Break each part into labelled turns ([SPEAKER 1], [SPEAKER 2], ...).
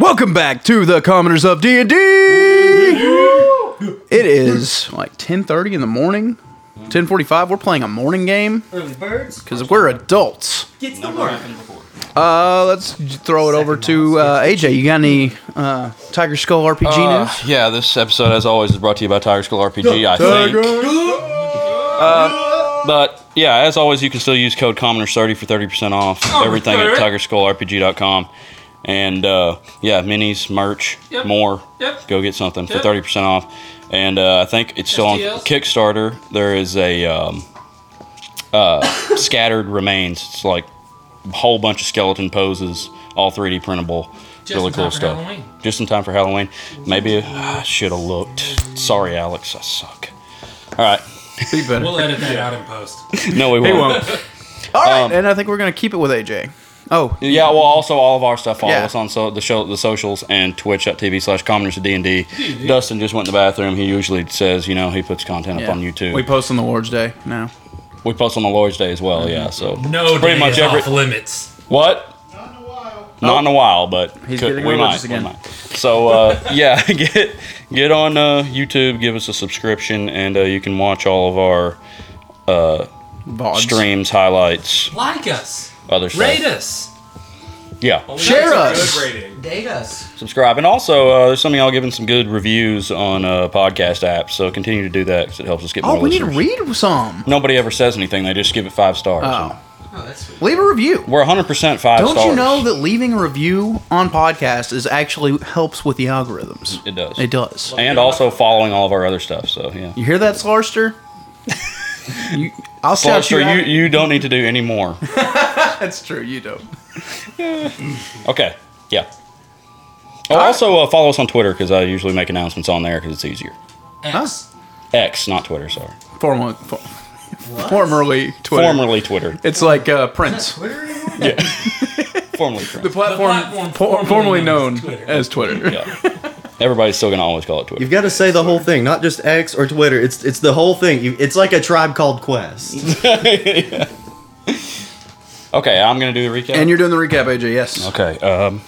[SPEAKER 1] Welcome back to the Commoners of D and D. It is like ten thirty in the morning, ten forty five. We're playing a morning game
[SPEAKER 2] Early birds
[SPEAKER 1] because we're adults.
[SPEAKER 2] gets the
[SPEAKER 3] Never
[SPEAKER 2] work.
[SPEAKER 3] happened before.
[SPEAKER 1] Uh, let's throw it over to uh, AJ. You got any uh, Tiger Skull RPG
[SPEAKER 3] Uh,
[SPEAKER 1] news?
[SPEAKER 3] yeah, this episode, as always, is brought to you by Tiger School RPG, I think. But yeah, as always, you can still use code Commoners30 for 30% off
[SPEAKER 4] Oh,
[SPEAKER 3] everything at tigerskullrpg.com. And uh, yeah, minis, merch,
[SPEAKER 4] Yep.
[SPEAKER 3] more.
[SPEAKER 4] Yep.
[SPEAKER 3] Go get something
[SPEAKER 4] Yep.
[SPEAKER 3] for 30% off. And uh, I think it's still on
[SPEAKER 4] STLs?
[SPEAKER 3] Kickstarter. There is a um, uh, Scattered Remains. It's like a whole bunch of skeleton poses, all 3D printable.
[SPEAKER 4] Just
[SPEAKER 3] really
[SPEAKER 4] in
[SPEAKER 3] cool
[SPEAKER 4] time for
[SPEAKER 3] stuff.
[SPEAKER 4] Halloween.
[SPEAKER 3] Just in time for Halloween. Maybe ah, I should have looked. Sorry, Alex. I suck. All right.
[SPEAKER 1] Be better.
[SPEAKER 4] We'll edit that out in post.
[SPEAKER 3] No, we won't.
[SPEAKER 1] All right,
[SPEAKER 3] um,
[SPEAKER 1] and I think we're gonna keep it with AJ. Oh,
[SPEAKER 3] Yeah, well, also all of our stuff. Follow
[SPEAKER 1] Yeah.
[SPEAKER 3] us on so, the show, the socials, and twitch.tv slash commoners of D&D. Dustin just went in the bathroom. He usually says, you know, he puts content
[SPEAKER 1] yeah.
[SPEAKER 3] up on YouTube.
[SPEAKER 1] We
[SPEAKER 3] We,
[SPEAKER 1] post on the Lord's Day now.
[SPEAKER 3] post on the Lord's Day as well, yeah. So
[SPEAKER 4] No,
[SPEAKER 3] it's pretty much every
[SPEAKER 4] off limits.
[SPEAKER 3] what. Not in a while, but
[SPEAKER 1] He's
[SPEAKER 3] could-
[SPEAKER 1] getting
[SPEAKER 3] we, might,
[SPEAKER 1] religious
[SPEAKER 3] we
[SPEAKER 1] again.
[SPEAKER 3] might. So uh, yeah, get get on uh, YouTube, give us a subscription, and uh, you can watch all of our
[SPEAKER 1] Vods.
[SPEAKER 3] streams, highlights,
[SPEAKER 4] Like us.
[SPEAKER 3] other stuff.
[SPEAKER 4] Rate us.
[SPEAKER 3] Yeah,
[SPEAKER 1] Share us.
[SPEAKER 2] Date us.
[SPEAKER 3] subscribe, and also uh, there's some of y'all giving some good reviews on uh, podcast apps. So continue to do that because it helps us get
[SPEAKER 1] Oh,
[SPEAKER 3] more
[SPEAKER 1] we need to
[SPEAKER 3] listeners.
[SPEAKER 1] read some.
[SPEAKER 3] Nobody ever says anything; they just give it five stars.
[SPEAKER 1] Oh,
[SPEAKER 2] Oh, that's sweet.
[SPEAKER 1] leave a review.
[SPEAKER 3] We're 100 percent five
[SPEAKER 1] Don't
[SPEAKER 3] stars.
[SPEAKER 1] you know that leaving a review on podcasts is actually helps with the algorithms?
[SPEAKER 3] it does?
[SPEAKER 1] It does.
[SPEAKER 3] And also following all of our other stuff. So yeah,
[SPEAKER 1] You hear that, Slarster? you, I'll shout you,
[SPEAKER 3] Foster,
[SPEAKER 1] out.
[SPEAKER 3] you you don't need to do any more.
[SPEAKER 1] That's true. You don't.
[SPEAKER 3] Okay. Yeah. Oh, also uh, follow us on Twitter because I usually make announcements on there because it's easier.
[SPEAKER 4] X.
[SPEAKER 3] X, not Twitter. Sorry.
[SPEAKER 1] Former, for, formerly Twitter.
[SPEAKER 3] Formerly Twitter.
[SPEAKER 1] It's like uh, Prince,
[SPEAKER 2] Twitter anymore?
[SPEAKER 3] yeah. Formerly Twitter.
[SPEAKER 1] the platform,
[SPEAKER 4] platform
[SPEAKER 1] for-
[SPEAKER 4] formerly
[SPEAKER 1] formerly
[SPEAKER 4] known
[SPEAKER 1] known
[SPEAKER 4] as Twitter.
[SPEAKER 1] as Twitter.
[SPEAKER 3] Yeah. Everybody's still gonna always call it Twitter.
[SPEAKER 5] You've got to say the whole thing, not just X or Twitter. It's it's the whole thing. You, it's like a tribe called Quest.
[SPEAKER 3] Okay, I'm gonna do the recap.
[SPEAKER 1] And you're doing the recap, AJ. Yes.
[SPEAKER 3] okay. Um,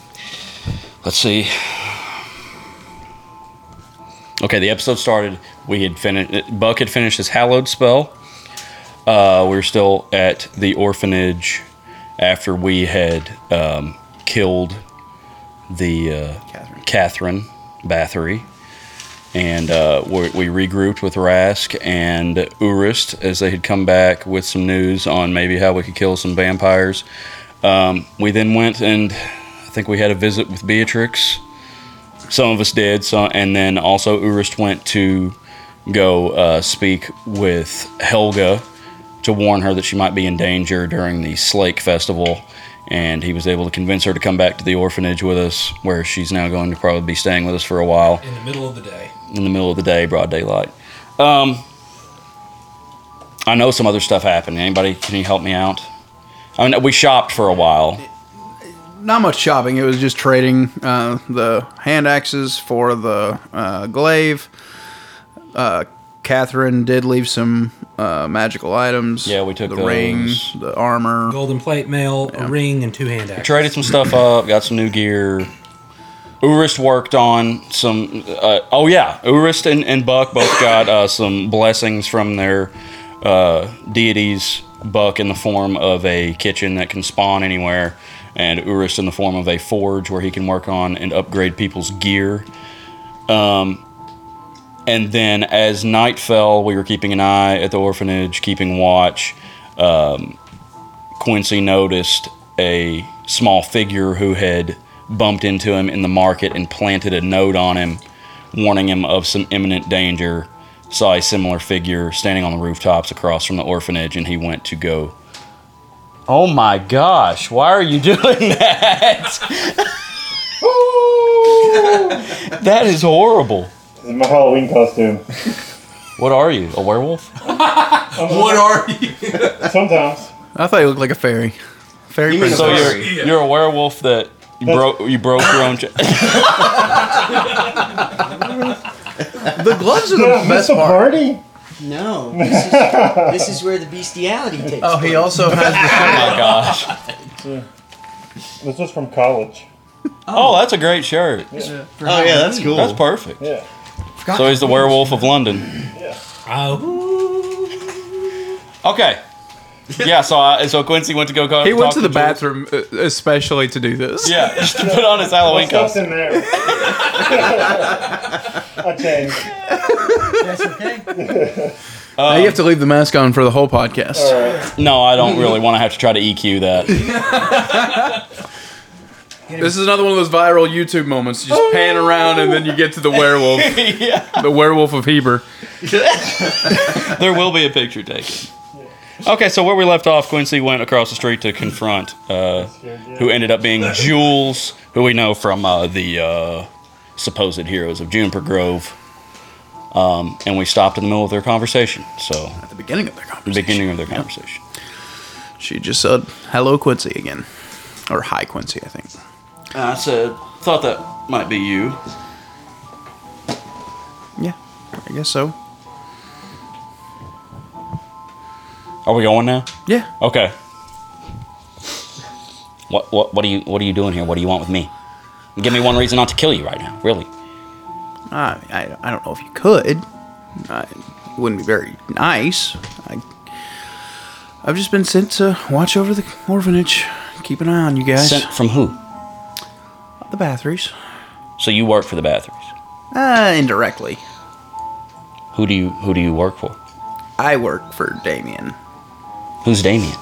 [SPEAKER 3] let's see. Okay, the episode started. We had finished. Buck had finished his hallowed spell. Uh, we were still at the orphanage after we had um, killed the uh,
[SPEAKER 1] Catherine.
[SPEAKER 3] Catherine Bathory. And uh, we, we regrouped with Rask and Urist as they had come back with some news on maybe how we could kill some vampires. Um, we then went and I think we had a visit with Beatrix. Some of us did, so, and then also Urist went to go uh, speak with Helga to warn her that she might be in danger during the Slake Festival. And he was able to convince her to come back to the orphanage with us, where she's now going to probably be staying with us for a while
[SPEAKER 4] In the middle of the day.
[SPEAKER 3] in the middle of the day, broad daylight. Um, I know some other stuff happened. Anybody, can you help me out? I mean, we shopped for a while.
[SPEAKER 1] Not much shopping. It was just trading uh, the hand axes for the uh, glaive. Uh, Catherine did leave some uh, magical items.
[SPEAKER 3] Yeah, we took
[SPEAKER 1] the
[SPEAKER 3] those.
[SPEAKER 1] rings, the armor.
[SPEAKER 4] Golden plate mail, a ring, and two hand axes.
[SPEAKER 3] traded some stuff up, got some new gear. Urist worked on some. Uh, oh yeah, Urist and, and Buck both got uh, some blessings from their uh, deities. Buck in the form of a kitchen that can spawn anywhere, and Urist in the form of a forge where he can work on and upgrade people's gear. Um, And then as night fell, we were keeping an eye at the orphanage, keeping watch. Um, Quincy noticed a small figure who had bumped into him in the market and planted a note on him, warning him of some imminent danger. Saw a similar figure standing on the rooftops across from the orphanage, and he went to go. Oh my gosh, why are you doing that? Ooh, that is horrible.
[SPEAKER 6] In my Halloween costume.
[SPEAKER 3] What are you? A werewolf?
[SPEAKER 4] What are you?
[SPEAKER 6] Sometimes.
[SPEAKER 1] I thought you looked like a fairy. Fairy
[SPEAKER 5] You mean
[SPEAKER 1] princess.
[SPEAKER 3] So
[SPEAKER 5] Sorry.
[SPEAKER 3] you're you're a werewolf that you broke you broke your own. Ch- Oh
[SPEAKER 1] the gloves are the
[SPEAKER 6] Yeah,
[SPEAKER 1] best
[SPEAKER 6] Mr.
[SPEAKER 1] part.
[SPEAKER 6] Party?
[SPEAKER 2] No. This is, this is where the bestiality takes
[SPEAKER 1] Oh,
[SPEAKER 2] place.
[SPEAKER 1] he also has the
[SPEAKER 3] oh my gosh!
[SPEAKER 6] This was from college.
[SPEAKER 3] Oh, that's a great shirt.
[SPEAKER 5] Oh yeah, that's cool.
[SPEAKER 3] That's perfect.
[SPEAKER 6] Yeah.
[SPEAKER 3] So he's the werewolf of London.
[SPEAKER 4] Oh.
[SPEAKER 3] Okay. Yeah. So I, so Quincy went to go.
[SPEAKER 1] He went to the
[SPEAKER 3] bathroom.
[SPEAKER 1] bathroom uh, especially to do this.
[SPEAKER 3] Yeah, just to put on his Halloween
[SPEAKER 6] What's
[SPEAKER 3] costume.
[SPEAKER 6] in there? I changed.
[SPEAKER 2] That's okay.
[SPEAKER 1] Now you have to leave the mask on for the whole podcast.
[SPEAKER 6] All right.
[SPEAKER 3] No, I don't really want to have to try to EQ that.
[SPEAKER 1] This is another one of those viral YouTube moments. You just pan around and then you get to the werewolf,
[SPEAKER 3] Oh, yeah,
[SPEAKER 1] the werewolf of Heber.
[SPEAKER 3] there will be a picture taken. Okay, so where we left off, Quincy went across the street to confront uh, who ended up being Jules, who we know from uh, the uh, supposed heroes of Juniper Grove. Um, and we stopped in the middle of their conversation. So,
[SPEAKER 1] At the beginning of their
[SPEAKER 3] the
[SPEAKER 1] conversation,
[SPEAKER 3] beginning of their conversation.
[SPEAKER 1] she just said, "Hello, Quincy," again, or "Hi, Quincy." I think.
[SPEAKER 3] I said, thought that might be you.
[SPEAKER 1] Yeah, I guess so.
[SPEAKER 3] Are we going now?
[SPEAKER 1] Yeah.
[SPEAKER 3] Okay. What what what are you what are you doing here? What do you want with me? Give me one reason not to kill you right now, really.
[SPEAKER 1] I, I, I don't know if you could. I it wouldn't be very nice. I I've just been sent to watch over the orphanage, keep an eye on you guys.
[SPEAKER 3] Sent from who?
[SPEAKER 1] the Bathories.
[SPEAKER 3] So you work for the Bathories.
[SPEAKER 1] Uh, indirectly.
[SPEAKER 3] Who do you who do you work for?
[SPEAKER 1] I work for Damien.
[SPEAKER 3] Who's Damien?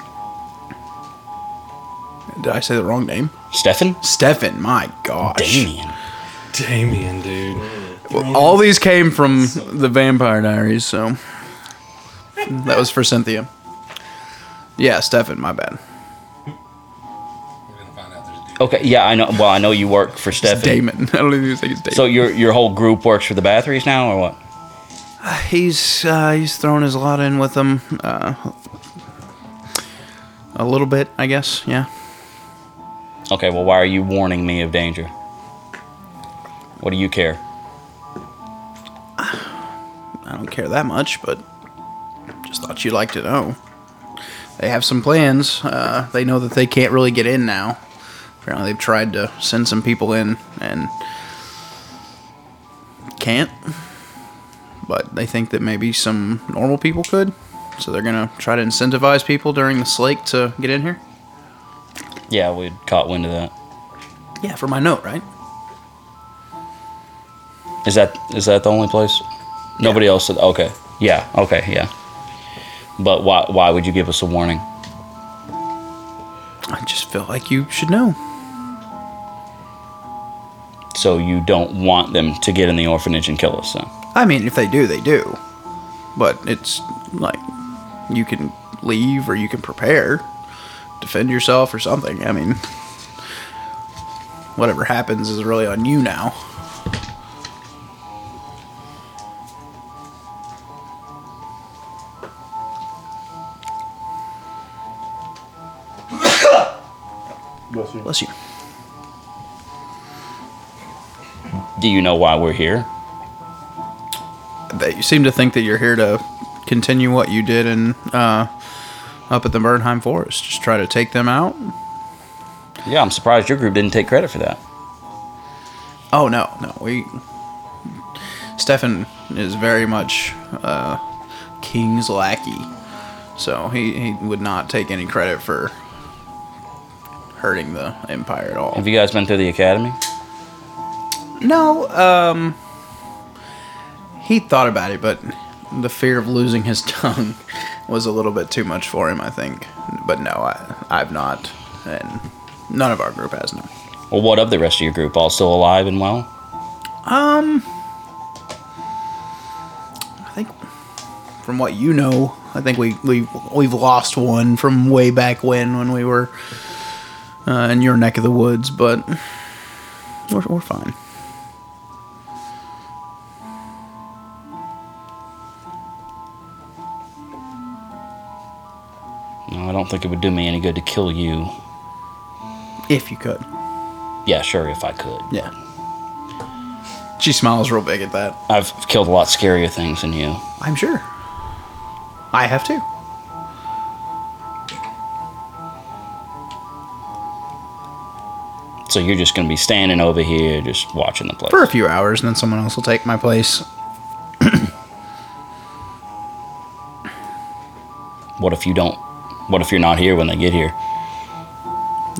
[SPEAKER 1] Did I say the wrong name?
[SPEAKER 3] Stefan?
[SPEAKER 1] Stefan, my gosh.
[SPEAKER 3] Damien.
[SPEAKER 4] Damien, dude.
[SPEAKER 1] Well, all these came from the Vampire Diaries, so that was for Cynthia. Yeah, Stefan, my bad.
[SPEAKER 4] We're gonna find out there's a dude.
[SPEAKER 3] Okay, yeah, I know well I know you work for
[SPEAKER 1] It's
[SPEAKER 3] Stefan.
[SPEAKER 1] Damon. I don't even think it's Damon.
[SPEAKER 3] So your your whole group works for the Bathories now or what?
[SPEAKER 1] he's uh, he's thrown his lot in with them, uh, a little bit, I guess. Yeah.
[SPEAKER 3] Okay, well why are you warning me of danger? What do you care?
[SPEAKER 1] I don't care that much, but just thought you'd like to know. They have some plans. Uh, they know that they can't really get in now. Apparently, they've tried to send some people in and can't. But they think that maybe some normal people could. So they're going to try to incentivize people during the slake to get in here?
[SPEAKER 3] Yeah, we caught wind of that.
[SPEAKER 1] Yeah, for my note, right?
[SPEAKER 3] Is that is that the only place? Nobody else. Said, okay. Yeah. Okay. Yeah. But why why would you give us a warning?
[SPEAKER 1] I just feel like you should know.
[SPEAKER 3] So you don't want them to get in the orphanage and kill us? Then?
[SPEAKER 1] I mean, if they do, they do. But it's like you can leave or you can prepare, defend yourself or something. I mean, whatever happens is really on you now.
[SPEAKER 6] Bless you.
[SPEAKER 1] Bless you.
[SPEAKER 3] Do you know why we're here?
[SPEAKER 1] That you seem to think that you're here to continue what you did in uh, up at the Bernheim Forest. Just try to take them out.
[SPEAKER 3] Yeah, I'm surprised your group didn't take credit for that.
[SPEAKER 1] Oh no, no, we. Stefan is very much uh, king's lackey, so he, he would not take any credit for hurting the empire at all.
[SPEAKER 3] Have you guys been through the academy?
[SPEAKER 1] No, um, he thought about it, but the fear of losing his tongue was a little bit too much for him, I think. But no, I I've not, and none of our group has no.
[SPEAKER 3] Well, what of the rest of your group? All still alive and well?
[SPEAKER 1] Um, I think from what you know, I think we we we've lost one from way back when when we were uh, in your neck of the woods, but we're we're fine.
[SPEAKER 3] No, I don't think it would do me any good to kill you.
[SPEAKER 1] If you could,
[SPEAKER 3] Yeah, sure, if I could.
[SPEAKER 1] yeah. She smiles real big at that.
[SPEAKER 3] I've killed a lot scarier things than you.
[SPEAKER 1] I'm sure. I have too.
[SPEAKER 3] So you're just going to be standing over here, just watching the place.
[SPEAKER 1] for a few hours, and then someone else will take my place.
[SPEAKER 3] What if you don't? What if you're not here when they get here?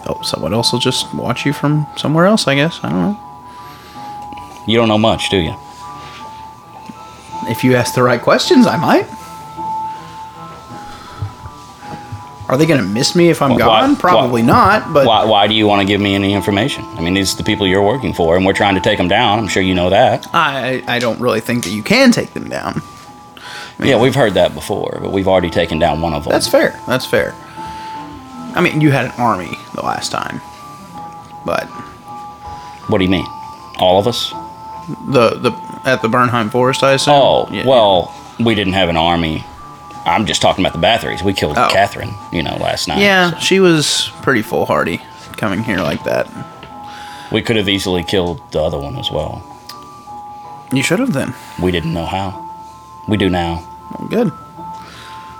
[SPEAKER 1] Oh, someone else will just watch you from somewhere else, I guess. I don't know.
[SPEAKER 3] You don't know much, do you?
[SPEAKER 1] If you ask the right questions, I might. Are they going to miss me if I'm
[SPEAKER 3] Why-
[SPEAKER 1] gone?
[SPEAKER 3] why-
[SPEAKER 1] Probably not, but
[SPEAKER 3] Why, why do you want to give me any information? I mean, these are the people you're working for, and we're trying to take them down. I'm sure you know that.
[SPEAKER 1] I, I don't really think that you can take them down.
[SPEAKER 3] Yeah, we've heard that before, but we've already taken down one of them.
[SPEAKER 1] That's fair. That's fair. I mean, you had an army the last time, but
[SPEAKER 3] what do you mean? All of us?
[SPEAKER 1] the the at the Bernheim Forest, I assume.
[SPEAKER 3] Oh,
[SPEAKER 1] Yeah.
[SPEAKER 3] well, we didn't have an army. I'm just talking about the Bathories. We killed
[SPEAKER 1] Oh.
[SPEAKER 3] Catherine, you know, last night.
[SPEAKER 1] Yeah, she was pretty foolhardy coming here like that.
[SPEAKER 3] We could have easily killed the other one as well.
[SPEAKER 1] You should have then.
[SPEAKER 3] We didn't know how. We do now.
[SPEAKER 1] Well, good.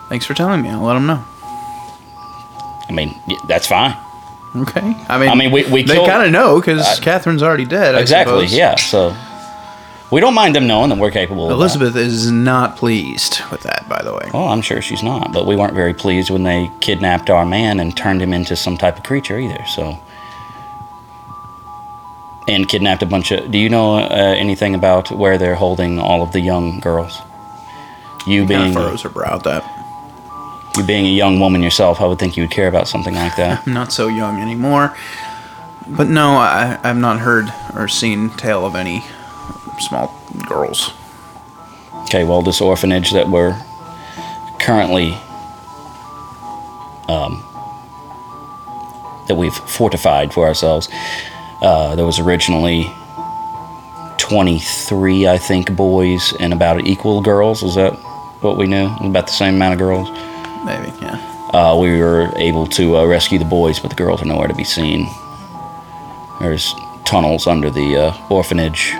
[SPEAKER 1] Thanks for telling me. I'll let them know.
[SPEAKER 3] I mean, y- that's fine.
[SPEAKER 1] Okay. I mean,
[SPEAKER 3] I mean, we- we
[SPEAKER 1] they
[SPEAKER 3] killed-
[SPEAKER 1] kind of know because
[SPEAKER 3] I-
[SPEAKER 1] Catherine's already dead. I
[SPEAKER 3] exactly.
[SPEAKER 1] suppose.
[SPEAKER 3] Yeah. So we don't mind them knowing that we're capable. of that.
[SPEAKER 1] Elizabeth is not pleased with that, by the way.
[SPEAKER 3] Well, Oh, I'm sure she's not, but we weren't very pleased when they kidnapped our man and turned him into some type of creature either. So, and kidnapped a bunch of. Do you know uh, anything about where they're holding all of the young girls? You
[SPEAKER 1] Kind
[SPEAKER 3] being
[SPEAKER 1] of furrows her brow at that.
[SPEAKER 3] you being a young woman yourself, I would think you would care about something like that.
[SPEAKER 1] I'm not so young anymore. But no, I, I've not heard or seen tale of any small girls.
[SPEAKER 3] okay, well, this orphanage that we're currently um, that we've fortified for ourselves. Uh, there was originally 23, I think, boys and about equal girls. Is that what we knew? About the same amount of girls.
[SPEAKER 1] Maybe, yeah.
[SPEAKER 3] Uh, we were able to uh, rescue the boys, but the girls are nowhere to be seen. There's tunnels under the uh, orphanage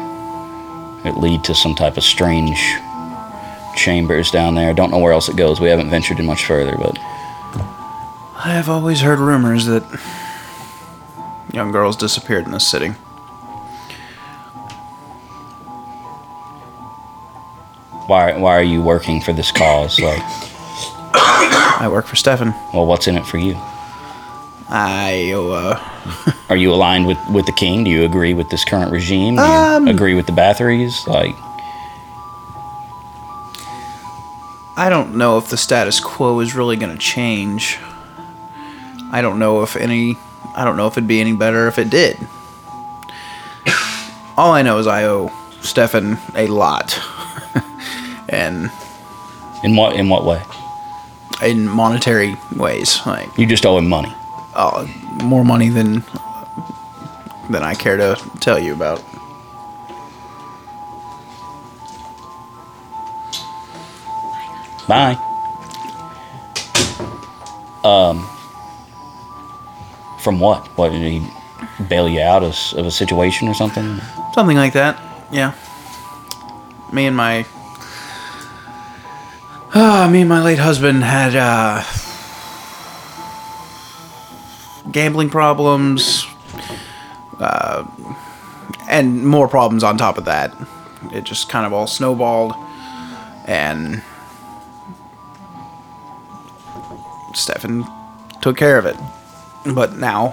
[SPEAKER 3] that lead to some type of strange chambers down there. Don't know where else it goes. We haven't ventured in much further, but
[SPEAKER 1] I have always heard rumors that young girls disappeared in this city.
[SPEAKER 3] why, why are you working for this cause? Like,
[SPEAKER 1] I work for Stefan.
[SPEAKER 3] well, what's in it for you?
[SPEAKER 1] I, uh,
[SPEAKER 3] Are you aligned with, with the king? Do you agree with this current regime? Do you
[SPEAKER 1] Um,
[SPEAKER 3] agree with the Bathories? Like,
[SPEAKER 1] I don't know if the status quo is really going to change. I don't know if any. I don't know if it'd be any better if it did. All I know is I owe Stefan a lot, and
[SPEAKER 3] in what in what way?
[SPEAKER 1] in monetary ways, like
[SPEAKER 3] You just owe him money.
[SPEAKER 1] oh, more money than than I care to tell you about.
[SPEAKER 3] Bye. Um, from what? What did he bail you out of, s- of a situation or something?
[SPEAKER 1] Something like that. Yeah. Me and my Ah, me and my late husband had uh gambling problems uh and more problems on top of that. It just kind of all snowballed and Stefan took care of it. But now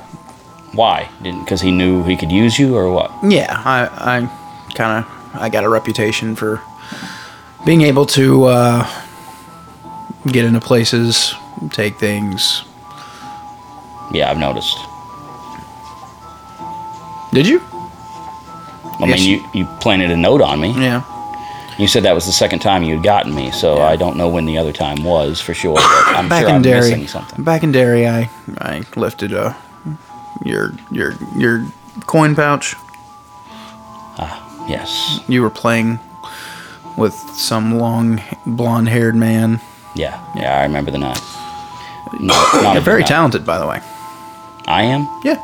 [SPEAKER 3] Why? Didn't because he knew he could use you or what?
[SPEAKER 1] yeah, I, I kind of I got a reputation for being able to uh, get into places, take things.
[SPEAKER 3] Yeah, I've noticed.
[SPEAKER 1] Did you?
[SPEAKER 3] I
[SPEAKER 1] Yes.
[SPEAKER 3] mean, you, you planted a note on me.
[SPEAKER 1] Yeah.
[SPEAKER 3] You said that was the second time you had gotten me, so I don't know when the other time was for sure. But I'm
[SPEAKER 1] Back
[SPEAKER 3] sure
[SPEAKER 1] in
[SPEAKER 3] I'm
[SPEAKER 1] Derry.
[SPEAKER 3] missing something.
[SPEAKER 1] Back in Derry, I I lifted uh your your your coin pouch.
[SPEAKER 3] Yes.
[SPEAKER 1] You were playing with some long blonde-haired man.
[SPEAKER 3] Yeah. Yeah, I remember the night. No, not a
[SPEAKER 1] You're very
[SPEAKER 3] night.
[SPEAKER 1] talented, by the way.
[SPEAKER 3] I am.
[SPEAKER 1] Yeah.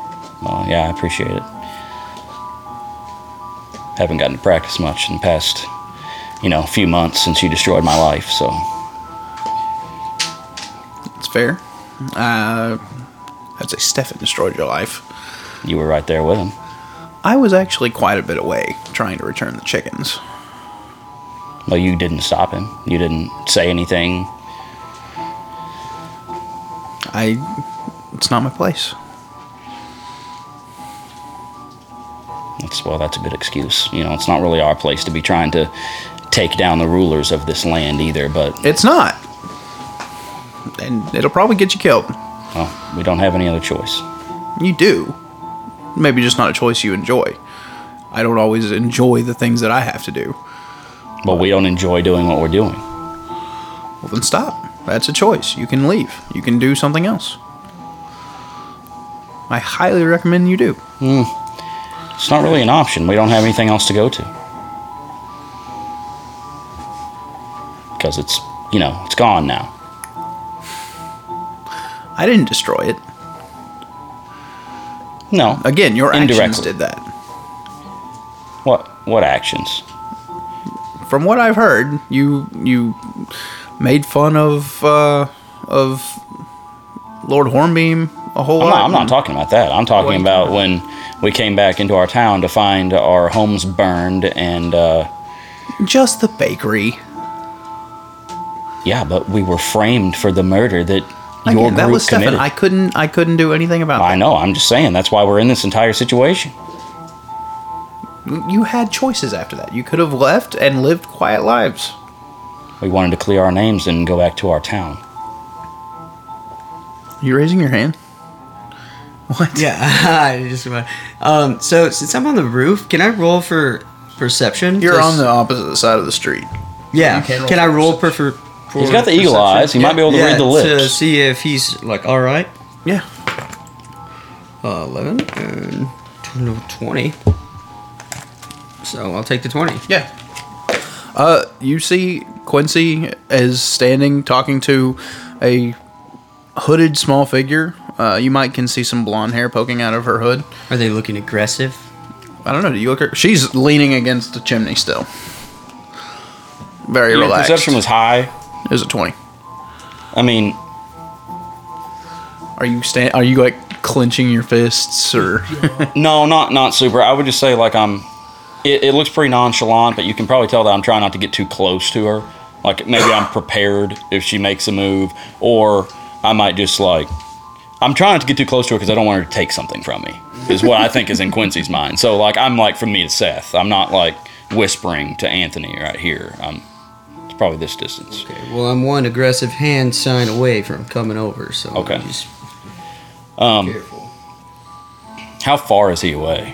[SPEAKER 3] Well, Uh, yeah, I appreciate it. Haven't gotten to practice much in the past, you know, few months since you destroyed my life. So,
[SPEAKER 1] It's fair. Uh, I'd say Stefan destroyed your life.
[SPEAKER 3] You were right there with him.
[SPEAKER 1] I was actually quite a bit away trying to return the chickens.
[SPEAKER 3] Well, you didn't stop him. You didn't say anything.
[SPEAKER 1] I. It's not my place.
[SPEAKER 3] That's well, that's a good excuse. You know, it's not really our place to be trying to take down the rulers of this land either. But
[SPEAKER 1] It's not. And it'll probably get you killed.
[SPEAKER 3] well, we don't have any other choice.
[SPEAKER 1] You do. Maybe just not a choice you enjoy. I don't always enjoy the things that I have to do.
[SPEAKER 3] But we don't enjoy doing what we're doing.
[SPEAKER 1] Well, then stop. That's a choice. You can leave. You can do something else. I highly recommend you do.
[SPEAKER 3] It's not really an option. We don't have anything else to go to. Because it's, you know, it's gone now.
[SPEAKER 1] I didn't destroy it.
[SPEAKER 3] No.
[SPEAKER 1] Again, your actions
[SPEAKER 3] Indirectly.
[SPEAKER 1] did that.
[SPEAKER 3] What? What actions?
[SPEAKER 1] From what I've heard, you you made fun of uh, of Lord Hornbeam a whole
[SPEAKER 3] I'm
[SPEAKER 1] lot.
[SPEAKER 3] not, I'm not talking about that. I'm
[SPEAKER 1] What are
[SPEAKER 3] talking
[SPEAKER 1] mm. you
[SPEAKER 3] about when we came back into our town to find our homes burned and, uh,
[SPEAKER 1] Just the bakery.
[SPEAKER 3] yeah, but we were framed for the murder that your
[SPEAKER 1] Again,
[SPEAKER 3] group
[SPEAKER 1] that was Stefan.
[SPEAKER 3] committed.
[SPEAKER 1] I couldn't I couldn't do anything about
[SPEAKER 3] I know. I'm just saying. That's why we're in this entire situation.
[SPEAKER 1] that. You had choices after that. You could have left and lived quiet lives.
[SPEAKER 3] We wanted to clear our names and go back to our town.
[SPEAKER 1] You raising your hand? What?
[SPEAKER 2] Yeah, I just remember. Um, so since I'm on the roof, can I roll for perception?
[SPEAKER 1] You're
[SPEAKER 2] Just-
[SPEAKER 1] on the opposite side of the street.
[SPEAKER 2] Yeah.
[SPEAKER 1] can
[SPEAKER 2] Can,
[SPEAKER 1] roll
[SPEAKER 2] I
[SPEAKER 1] for
[SPEAKER 2] roll per, for, for
[SPEAKER 3] He's got the eagle eyes. He might be able to
[SPEAKER 2] yeah,
[SPEAKER 3] read the
[SPEAKER 2] to
[SPEAKER 3] lips.
[SPEAKER 2] see if he's like all right.
[SPEAKER 1] Yeah.
[SPEAKER 2] Uh, Eleven and tw- twenty. So I'll take the twenty.
[SPEAKER 1] Yeah. Uh, you see Quincy is standing talking to a hooded small figure. Uh, you might can see some blonde hair poking out of her hood.
[SPEAKER 2] Are they looking aggressive?
[SPEAKER 1] I don't know. Do you look? Her? She's leaning against the chimney still. Very
[SPEAKER 3] Your
[SPEAKER 1] relaxed.
[SPEAKER 3] perception was high.
[SPEAKER 1] It was a twenty.
[SPEAKER 3] I mean,
[SPEAKER 1] Are you stand? Are you like clenching your fists or?
[SPEAKER 3] No, not not super. I would just say like I'm. It, it looks pretty nonchalant, but you can probably tell that I'm trying not to get too close to her. Like maybe I'm prepared if she makes a move, or I might just like. I'm trying not to get too close to her because I don't want her to take something from me. Is what I think is in Quincy's mind. So like I'm like from me to Seth. I'm not like whispering to Anthony right here. I'm. It's probably this distance.
[SPEAKER 2] Okay. Well, I'm one aggressive hand sign away from coming over. So
[SPEAKER 3] Okay.
[SPEAKER 2] I'm Just careful.
[SPEAKER 3] How far is he away?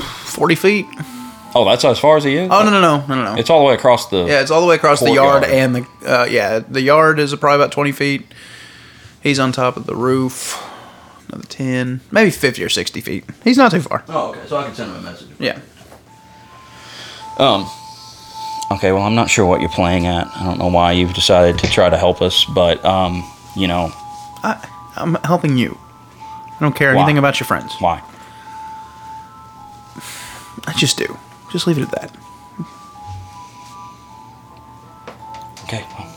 [SPEAKER 1] Forty feet?
[SPEAKER 3] Oh, that's as far as he is.
[SPEAKER 1] Oh no no no no no. no.
[SPEAKER 3] It's all the way across the.
[SPEAKER 1] yeah, it's all the way across the yard
[SPEAKER 3] Courtyard.
[SPEAKER 1] and the uh, yeah the yard is probably about twenty feet. He's on top of the roof. Another ten, maybe fifty or sixty feet. He's not too far.
[SPEAKER 7] Oh, okay. So I can send him a message.
[SPEAKER 1] Yeah.
[SPEAKER 3] Um. Okay. Well, I'm not sure what you're playing at. I don't know why you've decided to try to help us, but um, you know
[SPEAKER 1] I, I'm helping you. I don't care
[SPEAKER 3] Why?
[SPEAKER 1] anything about your friends.
[SPEAKER 3] why?
[SPEAKER 1] I just do. Just leave it at that.
[SPEAKER 3] Okay. Well,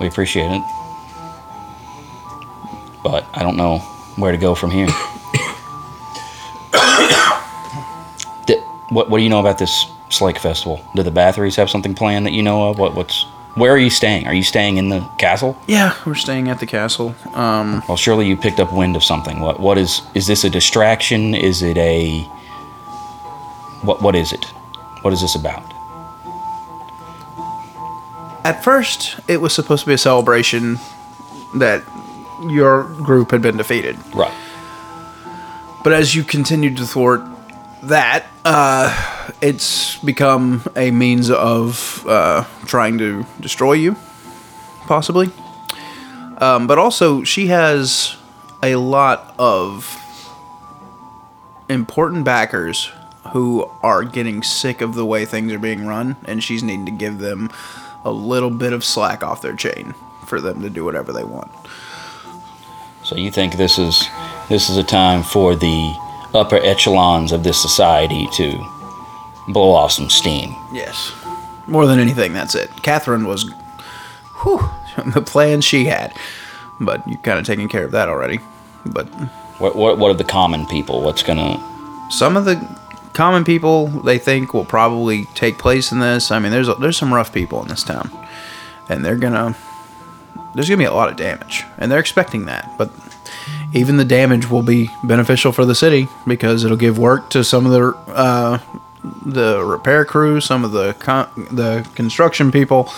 [SPEAKER 3] we appreciate it, but I don't know where to go from here. Di- what What do you know about this Slake Festival? Do the Bathories have something planned that you know of? What What's Where are you staying? Are you staying in the castle?
[SPEAKER 1] Yeah, we're staying at the castle. Um,
[SPEAKER 3] Well, surely you picked up wind of something. What What is Is this a distraction? Is it a What What is it? What is this about?
[SPEAKER 1] at first, it was supposed to be a celebration that your group had been defeated.
[SPEAKER 3] Right.
[SPEAKER 1] But as you continued to thwart that, uh, it's become a means of uh, trying to destroy you, possibly. Um, but also, she has a lot of important backers who are getting sick of the way things are being run, and she's needing to give them a little bit of slack off their chain for them to do whatever they want.
[SPEAKER 3] So you think this is this is a time for the upper echelons of this society to blow off some steam?
[SPEAKER 1] Yes. More than anything, that's it. Catherine was, whew, the plan she had. But you've kind of taken care of that already. But
[SPEAKER 3] What what what are the common people? What's gonna?
[SPEAKER 1] some of the common people they think will probably take place in this. I mean, there's there's some rough people in this town, and they're gonna there's gonna be a lot of damage, and they're expecting that. But even the damage will be beneficial for the city because it'll give work to some of the uh, the repair crew, some of the con- the construction people.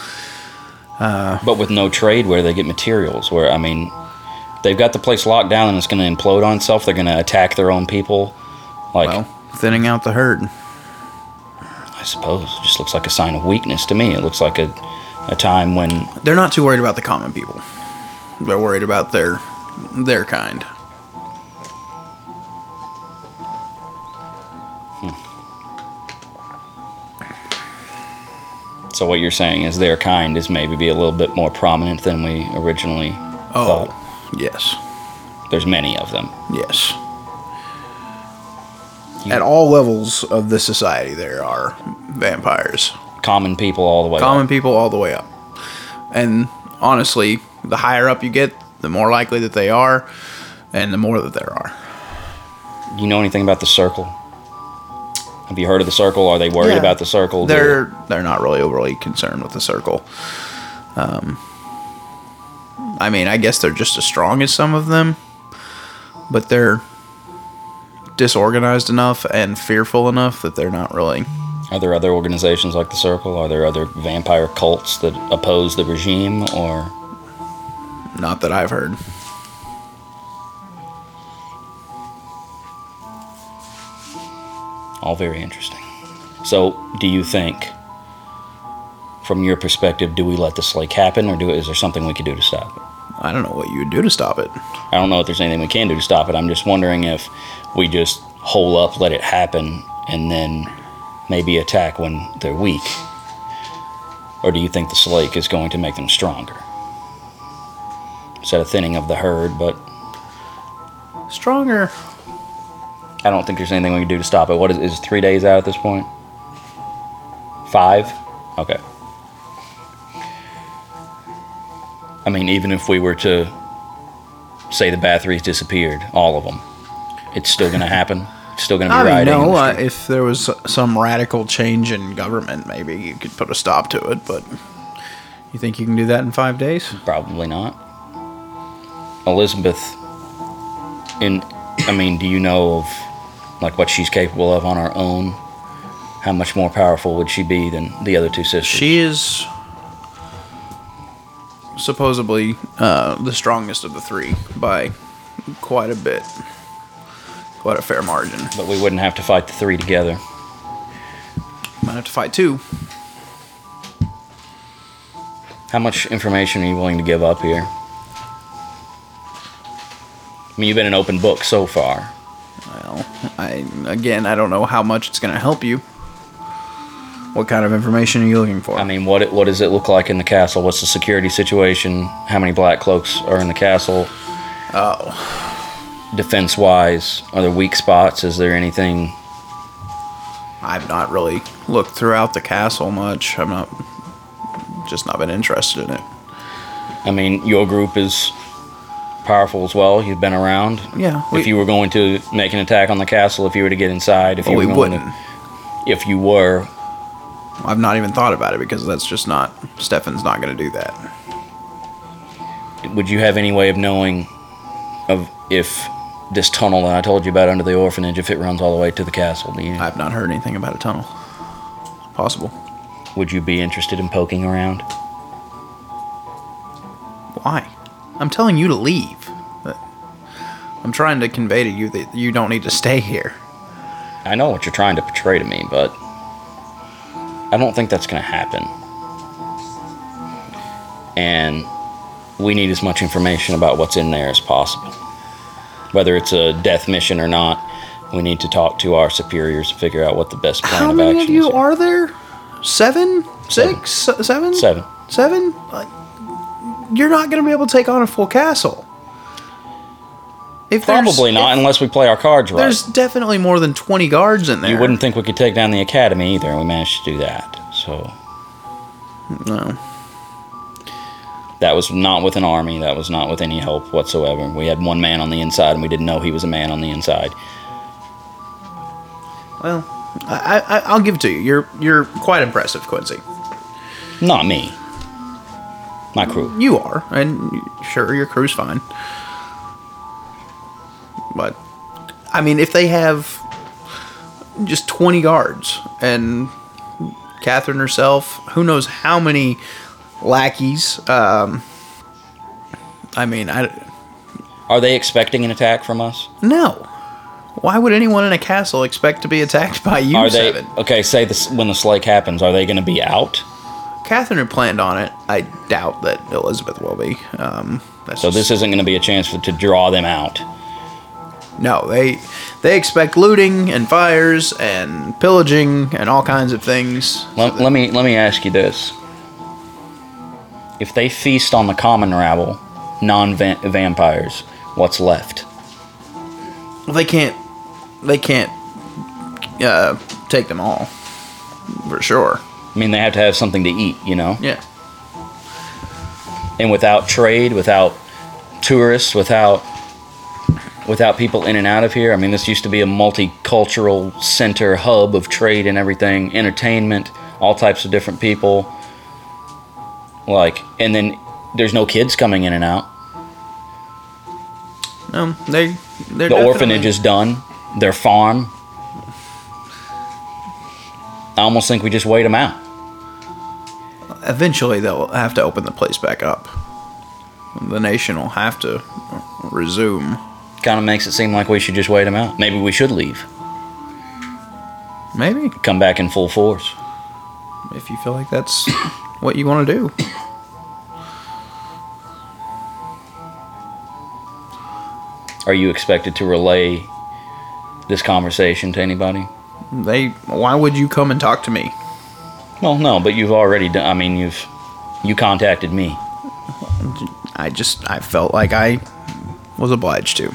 [SPEAKER 3] But with no trade, where they get materials? Where I mean, they've got the place locked down and it's gonna implode on itself. They're gonna attack their own people. Like
[SPEAKER 1] Well, thinning out the herd.
[SPEAKER 3] I suppose, it just looks like a sign of weakness to me. It looks like a a time when
[SPEAKER 1] They're not too worried about the common people. They're worried about their their kind.
[SPEAKER 3] So what you're saying is their kind is maybe be a little bit more prominent than we originally
[SPEAKER 1] Oh,
[SPEAKER 3] thought.
[SPEAKER 1] yes.
[SPEAKER 3] There's many of them.
[SPEAKER 1] Yes. At all levels of the society, there are vampires.
[SPEAKER 3] Common people all the way.
[SPEAKER 1] Common people all the way up. And honestly, the higher up you get, the more likely that they are, and the more that there are.
[SPEAKER 3] Up. You know anything about the circle? Have you heard of the circle? Are they worried
[SPEAKER 1] Yeah.
[SPEAKER 3] about the circle? Do-
[SPEAKER 1] They're they're not really overly concerned with the circle. Um, I mean, I guess they're just as strong as some of them, but they're disorganized enough and fearful enough that they're not really
[SPEAKER 3] Are there other organizations like the circle? Are there other vampire cults that oppose the regime or
[SPEAKER 1] Not that I've heard.
[SPEAKER 3] all very interesting. So, do you think from your perspective, do we let the slake happen or do is there something we could do to stop it?
[SPEAKER 1] I don't know what you would do to stop it.
[SPEAKER 3] I don't know if there's anything we can do to stop it. I'm just wondering if we just hole up, let it happen, and then maybe attack when they're weak. Or do you think the slake is going to make them stronger? Is that a thinning of the herd? But
[SPEAKER 1] Stronger.
[SPEAKER 3] I don't think there's anything we can do to stop it. What is, is it three days out at this point? Five? Okay. I mean, even if we were to say the batteries disappeared, all of them, it's still going to happen. It's still going to be
[SPEAKER 1] I mean,
[SPEAKER 3] rioting. in
[SPEAKER 1] no.
[SPEAKER 3] the
[SPEAKER 1] Uh,
[SPEAKER 3] street.
[SPEAKER 1] if there was some radical change in government, maybe you could put a stop to it. But you think you can do that in five days?
[SPEAKER 3] Probably not. Elizabeth, in, I mean, do you know of like what she's capable of on her own? How much more powerful would she be than the other two sisters?
[SPEAKER 1] She is supposedly uh, the strongest of the three by quite a bit, quite a fair margin.
[SPEAKER 3] But we wouldn't have to fight the three together.
[SPEAKER 1] Might have to fight two.
[SPEAKER 3] How much information are you willing to give up here? I mean, you've been an open book so far.
[SPEAKER 1] Well, I again, I don't know how much it's going to help you. What kind of information are you looking for?
[SPEAKER 3] I mean, what it, what does it look like in the castle? What's the security situation? How many black cloaks are in the castle?
[SPEAKER 1] oh,
[SPEAKER 3] Defense wise, are there weak spots? Is there anything?
[SPEAKER 1] I've not really looked throughout the castle much. I'm not just not been interested in it.
[SPEAKER 3] I mean, your group is powerful as well. You've been around.
[SPEAKER 1] Yeah, we,
[SPEAKER 3] if you were going to make an attack on the castle, if you were to get inside, if
[SPEAKER 1] well,
[SPEAKER 3] you were
[SPEAKER 1] Oh, we
[SPEAKER 3] going
[SPEAKER 1] wouldn't.
[SPEAKER 3] to, if you were,
[SPEAKER 1] I've not even thought about it because that's just not. Stefan's not going to do that.
[SPEAKER 3] would you have any way of knowing of if this tunnel that I told you about under the orphanage, if it runs all the way to the castle, do you,
[SPEAKER 1] I've not heard anything about a tunnel. Possible.
[SPEAKER 3] would you be interested in poking around?
[SPEAKER 1] Why? I'm telling you to leave. But I'm trying to convey to you that you don't need to stay here.
[SPEAKER 3] I know what you're trying to portray to me, but I don't think that's going to happen. And we need as much information about what's in there as possible. Whether it's a death mission or not, we need to talk to our superiors and figure out what the best plan
[SPEAKER 1] How
[SPEAKER 3] of
[SPEAKER 1] many
[SPEAKER 3] action
[SPEAKER 1] of you
[SPEAKER 3] is. here.
[SPEAKER 1] are there? Seven, six, se- seven,
[SPEAKER 3] Seven.
[SPEAKER 1] seven. Like, you're not going to be able to take on a full castle. If there's-
[SPEAKER 3] Probably
[SPEAKER 1] if-
[SPEAKER 3] not, unless we play our cards right.
[SPEAKER 1] There's definitely more than 20 guards in there.
[SPEAKER 3] You wouldn't think we could take down the academy either, and we managed to do that. So
[SPEAKER 1] No.
[SPEAKER 3] That was not with an army. That was not with any help whatsoever. We had one man on the inside, and we didn't know he was a man on the inside.
[SPEAKER 1] Well, I, I, I'll give it to you. You're you're quite impressive, Quincy.
[SPEAKER 3] Not me. My crew.
[SPEAKER 1] You are, and sure, your crew's fine. But I mean, if they have just twenty guards and Catherine herself, who knows how many lackeys? Um, I mean, I
[SPEAKER 3] Are they expecting an attack from us?
[SPEAKER 1] no. Why would anyone in a castle expect to be attacked by you
[SPEAKER 3] Are they
[SPEAKER 1] seven?
[SPEAKER 3] okay? Say this when the slake happens. Are they going to be out?
[SPEAKER 1] Catherine had planned on it. I doubt that Elizabeth will be. Um, that's
[SPEAKER 3] So this
[SPEAKER 1] just-
[SPEAKER 3] isn't going to be a chance for, to draw them out.
[SPEAKER 1] no. They they expect looting and fires and pillaging and all kinds of things.
[SPEAKER 3] Let, let me let me ask you this: If they feast on the common rabble, non-vampires, what's left?
[SPEAKER 1] They can't they can't uh, take them all for sure.
[SPEAKER 3] I mean, they have to have something to eat, you know.
[SPEAKER 1] Yeah.
[SPEAKER 3] And without trade, without tourists, without without people in and out of here, I mean, this used to be a multicultural center hub of trade and everything, entertainment, all types of different people. Like, and then there's no kids coming in and out.
[SPEAKER 1] Um. They they're
[SPEAKER 3] the
[SPEAKER 1] definitely-
[SPEAKER 3] orphanage is done, their farm. I almost think we just wait them out.
[SPEAKER 1] Eventually, they'll have to open the place back up. The nation will have to resume.
[SPEAKER 3] Kind of makes it seem like we should just wait them out. Maybe we should leave,
[SPEAKER 1] Maybe
[SPEAKER 3] come back in full force.
[SPEAKER 1] if you feel like that's what you want to do.
[SPEAKER 3] Are you expected to relay this conversation to anybody?
[SPEAKER 1] They. Why would you come and talk to me?
[SPEAKER 3] Well, no, but you've already done. I mean, you've you contacted me.
[SPEAKER 1] I just. I felt like I was obliged to.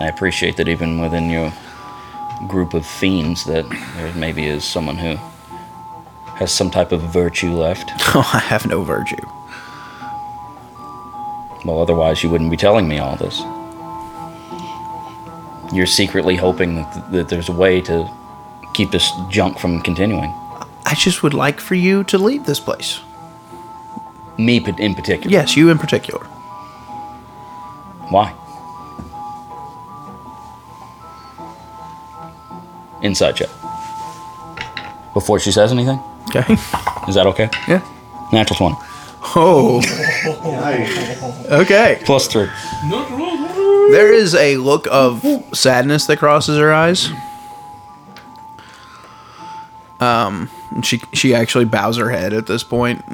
[SPEAKER 3] I appreciate that even within your group of fiends, that there maybe is someone who has some type of virtue left.
[SPEAKER 1] Oh, I have no virtue.
[SPEAKER 3] Well, otherwise, you wouldn't be telling me all this. You're secretly hoping that, that there's a way to keep this junk from continuing.
[SPEAKER 1] I just would like for you to leave this place.
[SPEAKER 3] Me pa- in particular.
[SPEAKER 1] Yes, you in particular.
[SPEAKER 3] Why? Inside check. Before she says anything?
[SPEAKER 1] Okay.
[SPEAKER 3] Is that okay?
[SPEAKER 1] Yeah.
[SPEAKER 3] Natural 20.
[SPEAKER 1] Oh. okay.
[SPEAKER 3] Plus three.
[SPEAKER 1] There is a look of sadness that crosses her eyes. Um, Um, and she she actually bows her head at this point,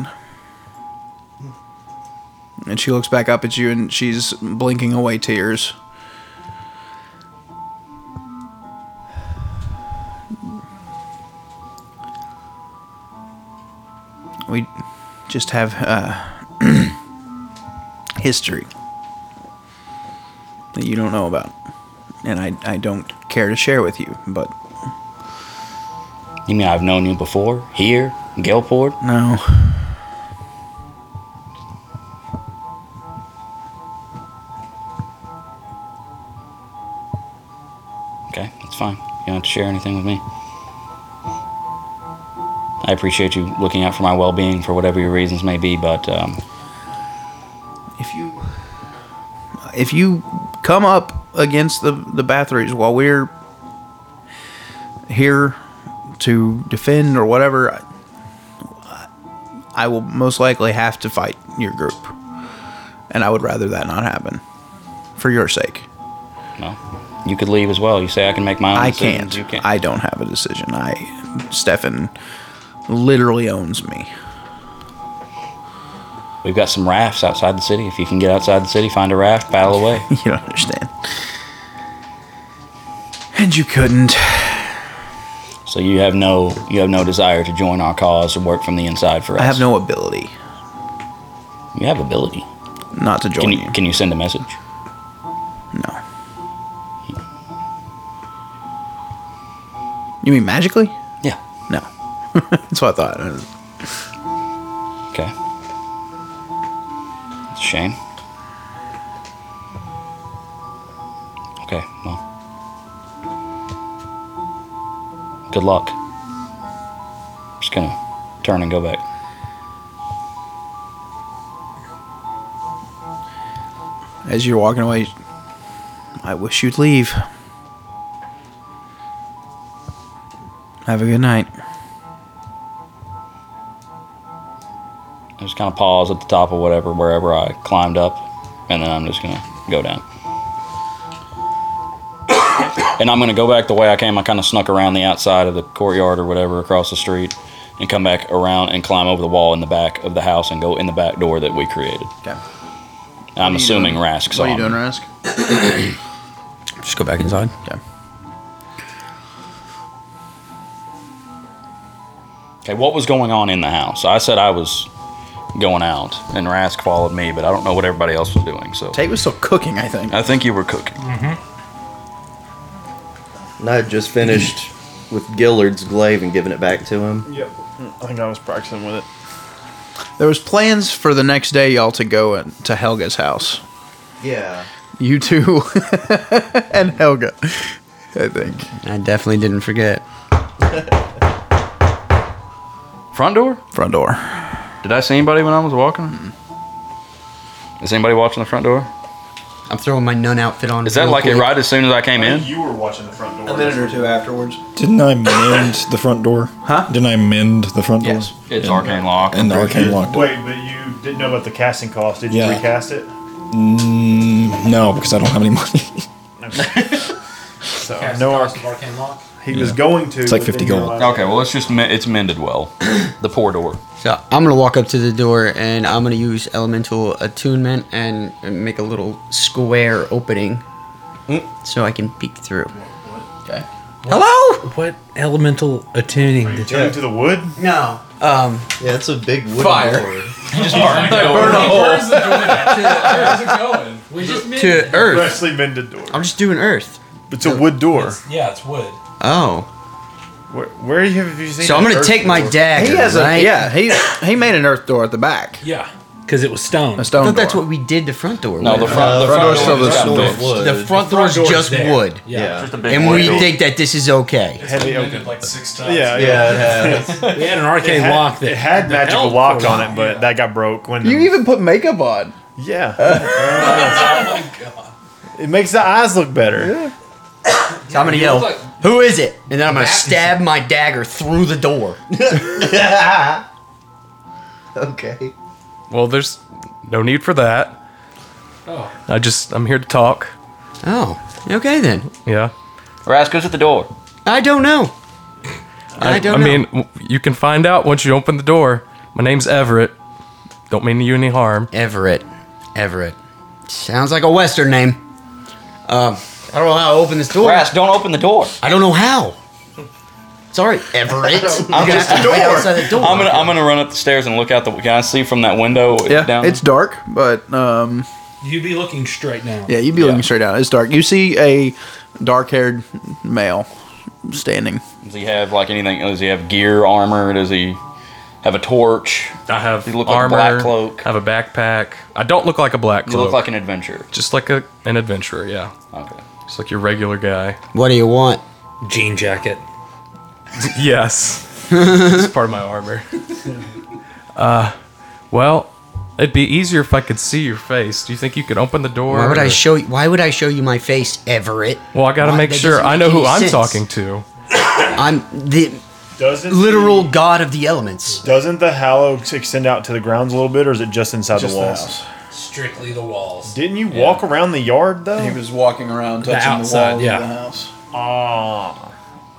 [SPEAKER 1] and she looks back up at you, and she's blinking away tears. We just have uh, history that you don't know about. And I, I don't care to share with you, but
[SPEAKER 3] You mean I've known you before? Here? Gelport?
[SPEAKER 1] no.
[SPEAKER 3] Okay, that's fine. You don't have to share anything with me. I appreciate you looking out for my well being for whatever your reasons may be, but um,
[SPEAKER 1] If you if you come up against the the Bathories while we're here to defend or whatever, I, I will most likely have to fight your group, and I would rather that not happen for your sake.
[SPEAKER 3] well, you could leave as well. You say I can make my own
[SPEAKER 1] I
[SPEAKER 3] decisions.
[SPEAKER 1] can't.
[SPEAKER 3] You can't.
[SPEAKER 1] I don't have a decision. I Stefan literally owns me.
[SPEAKER 3] We've got some rafts outside the city. If you can get outside the city, find a raft, paddle away.
[SPEAKER 1] You don't understand. And you couldn't.
[SPEAKER 3] So you have no you have no desire to join our cause or work from the inside for us.
[SPEAKER 1] I have no ability
[SPEAKER 3] You have ability.
[SPEAKER 1] not to join
[SPEAKER 3] Can
[SPEAKER 1] you.
[SPEAKER 3] you can you send a message?
[SPEAKER 1] No. You mean magically?
[SPEAKER 3] Yeah.
[SPEAKER 1] No. That's what I thought.
[SPEAKER 3] Okay. Shane. Okay, well. Good luck. Just gonna turn and go back.
[SPEAKER 1] As you're walking away, I wish you'd leave. Have a good night.
[SPEAKER 3] I just kind of pause at the top of whatever, wherever I climbed up, and then I'm just gonna go down. and I'm gonna go back the way I came. I kind of snuck around the outside of the courtyard or whatever across the street, and come back around and climb over the wall in the back of the house and go in the back door that we created.
[SPEAKER 1] Okay.
[SPEAKER 3] I'm assuming Rask saw
[SPEAKER 1] What are you
[SPEAKER 3] me.
[SPEAKER 1] doing, Rask?
[SPEAKER 3] Just go back inside.
[SPEAKER 1] Okay.
[SPEAKER 3] Okay, what was going on in the house? I said I was going out, and Rask followed me, but I don't know what everybody else was doing. So
[SPEAKER 1] Tate was still cooking, I think.
[SPEAKER 3] I think you were cooking.
[SPEAKER 5] And I had just finished with Gillard's glaive and giving it back to him.
[SPEAKER 6] Yep. I think I was practicing with it.
[SPEAKER 1] There was plans for the next day, y'all, to go in- to Helga's house.
[SPEAKER 5] Yeah.
[SPEAKER 1] You two and Helga, I think.
[SPEAKER 2] I definitely didn't forget.
[SPEAKER 3] Front door?
[SPEAKER 1] Front door.
[SPEAKER 3] Did I see anybody when I was walking? Is anybody watching the front door?
[SPEAKER 2] I'm throwing my nun outfit on.
[SPEAKER 3] Is that
[SPEAKER 2] real
[SPEAKER 3] like it
[SPEAKER 2] quick.
[SPEAKER 3] right as soon as I came in?
[SPEAKER 6] You were watching the front door.
[SPEAKER 1] or two afterwards.
[SPEAKER 7] Didn't I mend the front door? Huh? Didn't I mend the front door?
[SPEAKER 3] Yes. It's arcane lock.
[SPEAKER 7] And the arcane locked it.
[SPEAKER 6] Wait, but you didn't know about the casting cost. Did you
[SPEAKER 7] Yeah.
[SPEAKER 6] recast it?
[SPEAKER 7] Mm, no, because I don't have any money.
[SPEAKER 6] So
[SPEAKER 4] Cast
[SPEAKER 6] no,
[SPEAKER 4] cost
[SPEAKER 6] arc.
[SPEAKER 4] of arcane lock.
[SPEAKER 6] He was going to. It's
[SPEAKER 7] like 50 gold.
[SPEAKER 3] Okay, well it's just me- it's mended well. the poor door.
[SPEAKER 2] So I'm gonna walk up to the door and I'm gonna use elemental attunement and and make a little square opening so I can peek through.
[SPEAKER 1] Okay.
[SPEAKER 2] Hello?
[SPEAKER 4] What elemental attuning did
[SPEAKER 6] Turn into the wood.
[SPEAKER 2] No. Um.
[SPEAKER 5] Yeah, it's a big wooden
[SPEAKER 2] Fire.
[SPEAKER 5] door.
[SPEAKER 3] Burn a hole.
[SPEAKER 4] Where's it going? We just made
[SPEAKER 2] To Earth.
[SPEAKER 6] Freshly mended door.
[SPEAKER 2] I'm just doing Earth.
[SPEAKER 6] It's a wood door.
[SPEAKER 4] Yeah, it's wood.
[SPEAKER 2] Oh.
[SPEAKER 6] Where, where have you seen?
[SPEAKER 2] So I'm
[SPEAKER 6] an
[SPEAKER 2] gonna
[SPEAKER 6] earth
[SPEAKER 2] take my
[SPEAKER 6] door?
[SPEAKER 2] dagger.
[SPEAKER 1] He has a
[SPEAKER 2] right?
[SPEAKER 1] yeah. He he made an earth door at the back.
[SPEAKER 4] Yeah, because it was stone.
[SPEAKER 1] A
[SPEAKER 2] I
[SPEAKER 1] stone
[SPEAKER 2] thought that's
[SPEAKER 1] door.
[SPEAKER 2] what we did to front door.
[SPEAKER 3] No, the
[SPEAKER 2] wasn't
[SPEAKER 3] front, the
[SPEAKER 5] front
[SPEAKER 3] front
[SPEAKER 5] door's
[SPEAKER 3] door
[SPEAKER 1] still
[SPEAKER 3] just
[SPEAKER 1] the
[SPEAKER 3] got
[SPEAKER 5] door
[SPEAKER 3] fixed.
[SPEAKER 5] was-
[SPEAKER 2] it? the front door is
[SPEAKER 4] door's
[SPEAKER 2] just
[SPEAKER 4] there.
[SPEAKER 2] wood,
[SPEAKER 5] Yeah.
[SPEAKER 3] Just a big
[SPEAKER 2] and
[SPEAKER 3] white
[SPEAKER 2] we
[SPEAKER 3] door.
[SPEAKER 2] think that this is okay.
[SPEAKER 6] heavy oak.
[SPEAKER 4] Mended like six times.
[SPEAKER 6] Yeah, yeah.
[SPEAKER 5] Yeah, it has.
[SPEAKER 4] We had an arcane
[SPEAKER 6] had-
[SPEAKER 4] lock that
[SPEAKER 6] it had magical
[SPEAKER 4] held
[SPEAKER 6] lock
[SPEAKER 4] for a
[SPEAKER 6] on
[SPEAKER 4] while.
[SPEAKER 6] it, but that got broke when
[SPEAKER 1] You
[SPEAKER 6] the-
[SPEAKER 1] even put makeup on.
[SPEAKER 6] yeah. It makes the eyes look better.
[SPEAKER 2] So I'm gonna
[SPEAKER 4] you
[SPEAKER 2] yell,
[SPEAKER 4] look like-
[SPEAKER 2] "Who is it?" And then I'm gonna stab my dagger through the door.
[SPEAKER 5] okay.
[SPEAKER 8] Well, there's no need for that.
[SPEAKER 4] Oh.
[SPEAKER 8] I just I'm here to talk.
[SPEAKER 2] Oh, okay then.
[SPEAKER 8] Yeah.
[SPEAKER 3] Rask goes at the door.
[SPEAKER 2] I don't know. I don't.
[SPEAKER 8] I
[SPEAKER 2] know.
[SPEAKER 8] mean, w- you can find out once you open the door. My name's Everett. Don't mean you any harm.
[SPEAKER 2] Everett. Everett. Sounds like a Western name. Um, I don't know how to open this door.
[SPEAKER 3] Rask, don't open the door.
[SPEAKER 2] I don't know how. Sorry, Everett. I'm
[SPEAKER 3] just-
[SPEAKER 2] wait outside the door.
[SPEAKER 3] I'm gonna I'm gonna run up the stairs and look out the. Can I see from that window?
[SPEAKER 1] Yeah,
[SPEAKER 3] down
[SPEAKER 1] it's dark, but um,
[SPEAKER 4] You'd be looking straight now.
[SPEAKER 1] yeah, you'd be looking straight down. It's dark. You see a dark-haired male standing.
[SPEAKER 3] Does he have like anything? Does he have gear, armor? Does he have a torch?
[SPEAKER 8] I have
[SPEAKER 3] You look like a
[SPEAKER 8] armor.
[SPEAKER 3] black cloak.
[SPEAKER 8] I have a backpack. I don't look like a black
[SPEAKER 3] You
[SPEAKER 8] cloak.
[SPEAKER 3] look like an adventurer.
[SPEAKER 8] just like a, an adventurer. Yeah.
[SPEAKER 3] Okay.
[SPEAKER 8] Just like your regular guy.
[SPEAKER 2] What do you want?
[SPEAKER 4] Jean jacket.
[SPEAKER 8] Yes. it's part of my armor. Uh, well, it'd be easier if I could see your face. Do you think you could open the door?
[SPEAKER 2] Why would I
[SPEAKER 8] or-
[SPEAKER 2] show you? Why would I show you my face, Everett?
[SPEAKER 8] Well, I gotta
[SPEAKER 2] Why-
[SPEAKER 8] make
[SPEAKER 2] that
[SPEAKER 8] sure
[SPEAKER 2] doesn't
[SPEAKER 8] I
[SPEAKER 2] make
[SPEAKER 8] know who
[SPEAKER 2] any
[SPEAKER 8] I'm
[SPEAKER 2] sense.
[SPEAKER 8] talking to.
[SPEAKER 2] I'm the
[SPEAKER 6] Doesn't
[SPEAKER 2] literal
[SPEAKER 6] the-
[SPEAKER 2] god of the elements.
[SPEAKER 6] doesn't the hallow extend out to the grounds a little bit, or is it just inside the walls?
[SPEAKER 4] Strictly the walls.
[SPEAKER 6] Didn't you walk around the yard though?
[SPEAKER 1] was walking around, touching
[SPEAKER 4] outside, yeah.
[SPEAKER 1] house.
[SPEAKER 6] Ah,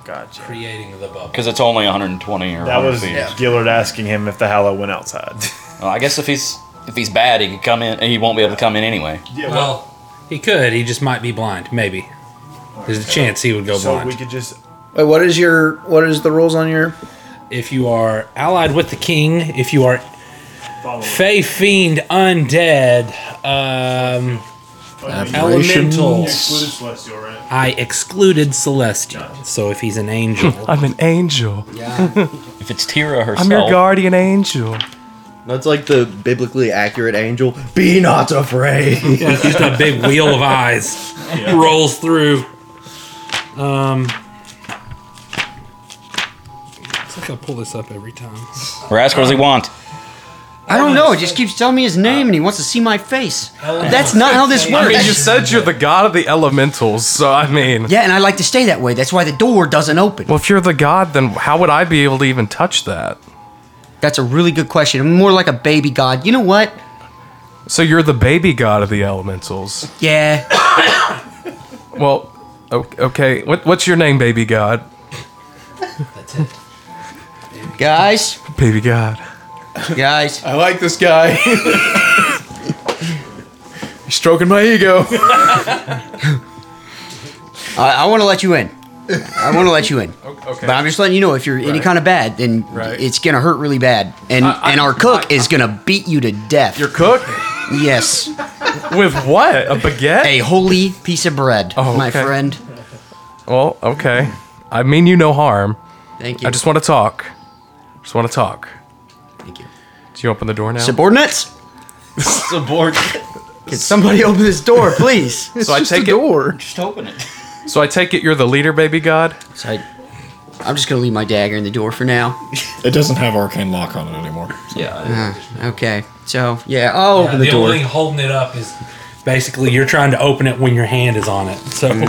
[SPEAKER 6] gotcha.
[SPEAKER 4] Creating the bubble.
[SPEAKER 3] Because it's only 120 or
[SPEAKER 6] That
[SPEAKER 3] 100
[SPEAKER 6] was
[SPEAKER 3] feet.
[SPEAKER 6] Gillard asking him if the hallow went outside.
[SPEAKER 3] Well, I guess if he's if he's bad, he could come in. He won't be able to come in anyway.
[SPEAKER 6] yeah,
[SPEAKER 4] Well, he could. He just might be blind. Maybe. There's a chance he would go
[SPEAKER 6] so
[SPEAKER 4] blind.
[SPEAKER 6] we could just
[SPEAKER 1] Wait, what is your what is the rules on your?
[SPEAKER 4] if you are allied with the king, if you are fey fiend undead, um, elemental.
[SPEAKER 6] celestial, right?
[SPEAKER 4] I excluded Celestial. So if he's an angel,
[SPEAKER 8] I'm an angel.
[SPEAKER 3] If it's Tira
[SPEAKER 8] I'm
[SPEAKER 3] herself,
[SPEAKER 8] your guardian angel.
[SPEAKER 5] That's like the biblically accurate angel. Be not afraid.
[SPEAKER 4] It's just a big wheel of eyes rolls through. Um, it's like I pull this up every time.
[SPEAKER 3] Rask, what does he want?
[SPEAKER 2] I don't know. It just keeps telling me his name, and he wants to see my face. That's not how this
[SPEAKER 8] I mean, you
[SPEAKER 2] works.
[SPEAKER 8] said you're the god of the elementals, so I mean.
[SPEAKER 2] Yeah, and I like to stay that way. That's why the door doesn't open.
[SPEAKER 8] Well, if you're the god, then how would I be able to even touch that?
[SPEAKER 2] That's a really good question. I'm more like a baby god. You know what?
[SPEAKER 8] So you're the baby god of the elementals.
[SPEAKER 2] Yeah.
[SPEAKER 8] Well, o- okay. What, what's your name, baby god?
[SPEAKER 2] guys,
[SPEAKER 8] Baby god.
[SPEAKER 2] guys,
[SPEAKER 1] I like this guy. He's stroking my ego.
[SPEAKER 2] I, I want to let you in. I want to let you in.
[SPEAKER 8] Okay.
[SPEAKER 2] But I'm just letting you know if you're any kind of bad, then
[SPEAKER 8] Right.
[SPEAKER 2] it's going to hurt really bad. And
[SPEAKER 8] I-
[SPEAKER 2] and our cook is going to beat you to death.
[SPEAKER 8] Your cook?
[SPEAKER 2] yes.
[SPEAKER 8] With what? A baguette?
[SPEAKER 2] A holy piece of bread,
[SPEAKER 8] Oh,
[SPEAKER 2] my
[SPEAKER 8] okay.
[SPEAKER 2] friend.
[SPEAKER 8] Well, okay. I mean you no harm.
[SPEAKER 2] Thank you.
[SPEAKER 8] I just want to talk. Just want to talk.
[SPEAKER 2] Thank you.
[SPEAKER 8] Do you open the door now?
[SPEAKER 2] Subordinates?
[SPEAKER 5] Subordinate.
[SPEAKER 2] Can somebody open this door, please?
[SPEAKER 8] so I take it.
[SPEAKER 1] door.
[SPEAKER 9] Just open it.
[SPEAKER 8] So I take it you're the leader, baby god.
[SPEAKER 2] So I, I'm just gonna leave my dagger in the door for now.
[SPEAKER 7] It doesn't have arcane lock on it anymore.
[SPEAKER 9] Yeah.
[SPEAKER 2] Okay. So yeah, I'll open
[SPEAKER 4] the
[SPEAKER 2] the door.
[SPEAKER 4] only thing holding it up is basically you're trying to open it when your hand is on it. So,
[SPEAKER 3] I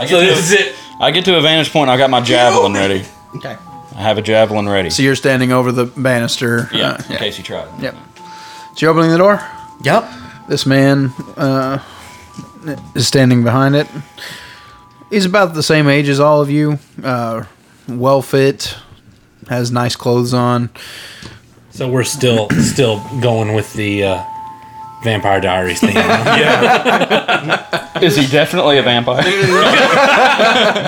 [SPEAKER 3] get,
[SPEAKER 4] so
[SPEAKER 3] to,
[SPEAKER 4] this is it.
[SPEAKER 3] I get to a vantage point. I got my javelin ready.
[SPEAKER 2] Okay.
[SPEAKER 3] I have a javelin ready.
[SPEAKER 1] So you're standing over the banister.
[SPEAKER 3] yeah,
[SPEAKER 1] Uh,
[SPEAKER 3] in case you tried.
[SPEAKER 1] Yep. So you're opening the door.
[SPEAKER 2] Yep.
[SPEAKER 1] This man uh, is standing behind it. He's about the same age as all of you. Uh, well fit, has nice clothes on.
[SPEAKER 4] so we're still still going with the uh, Vampire Diaries thing.
[SPEAKER 3] Is he definitely a vampire?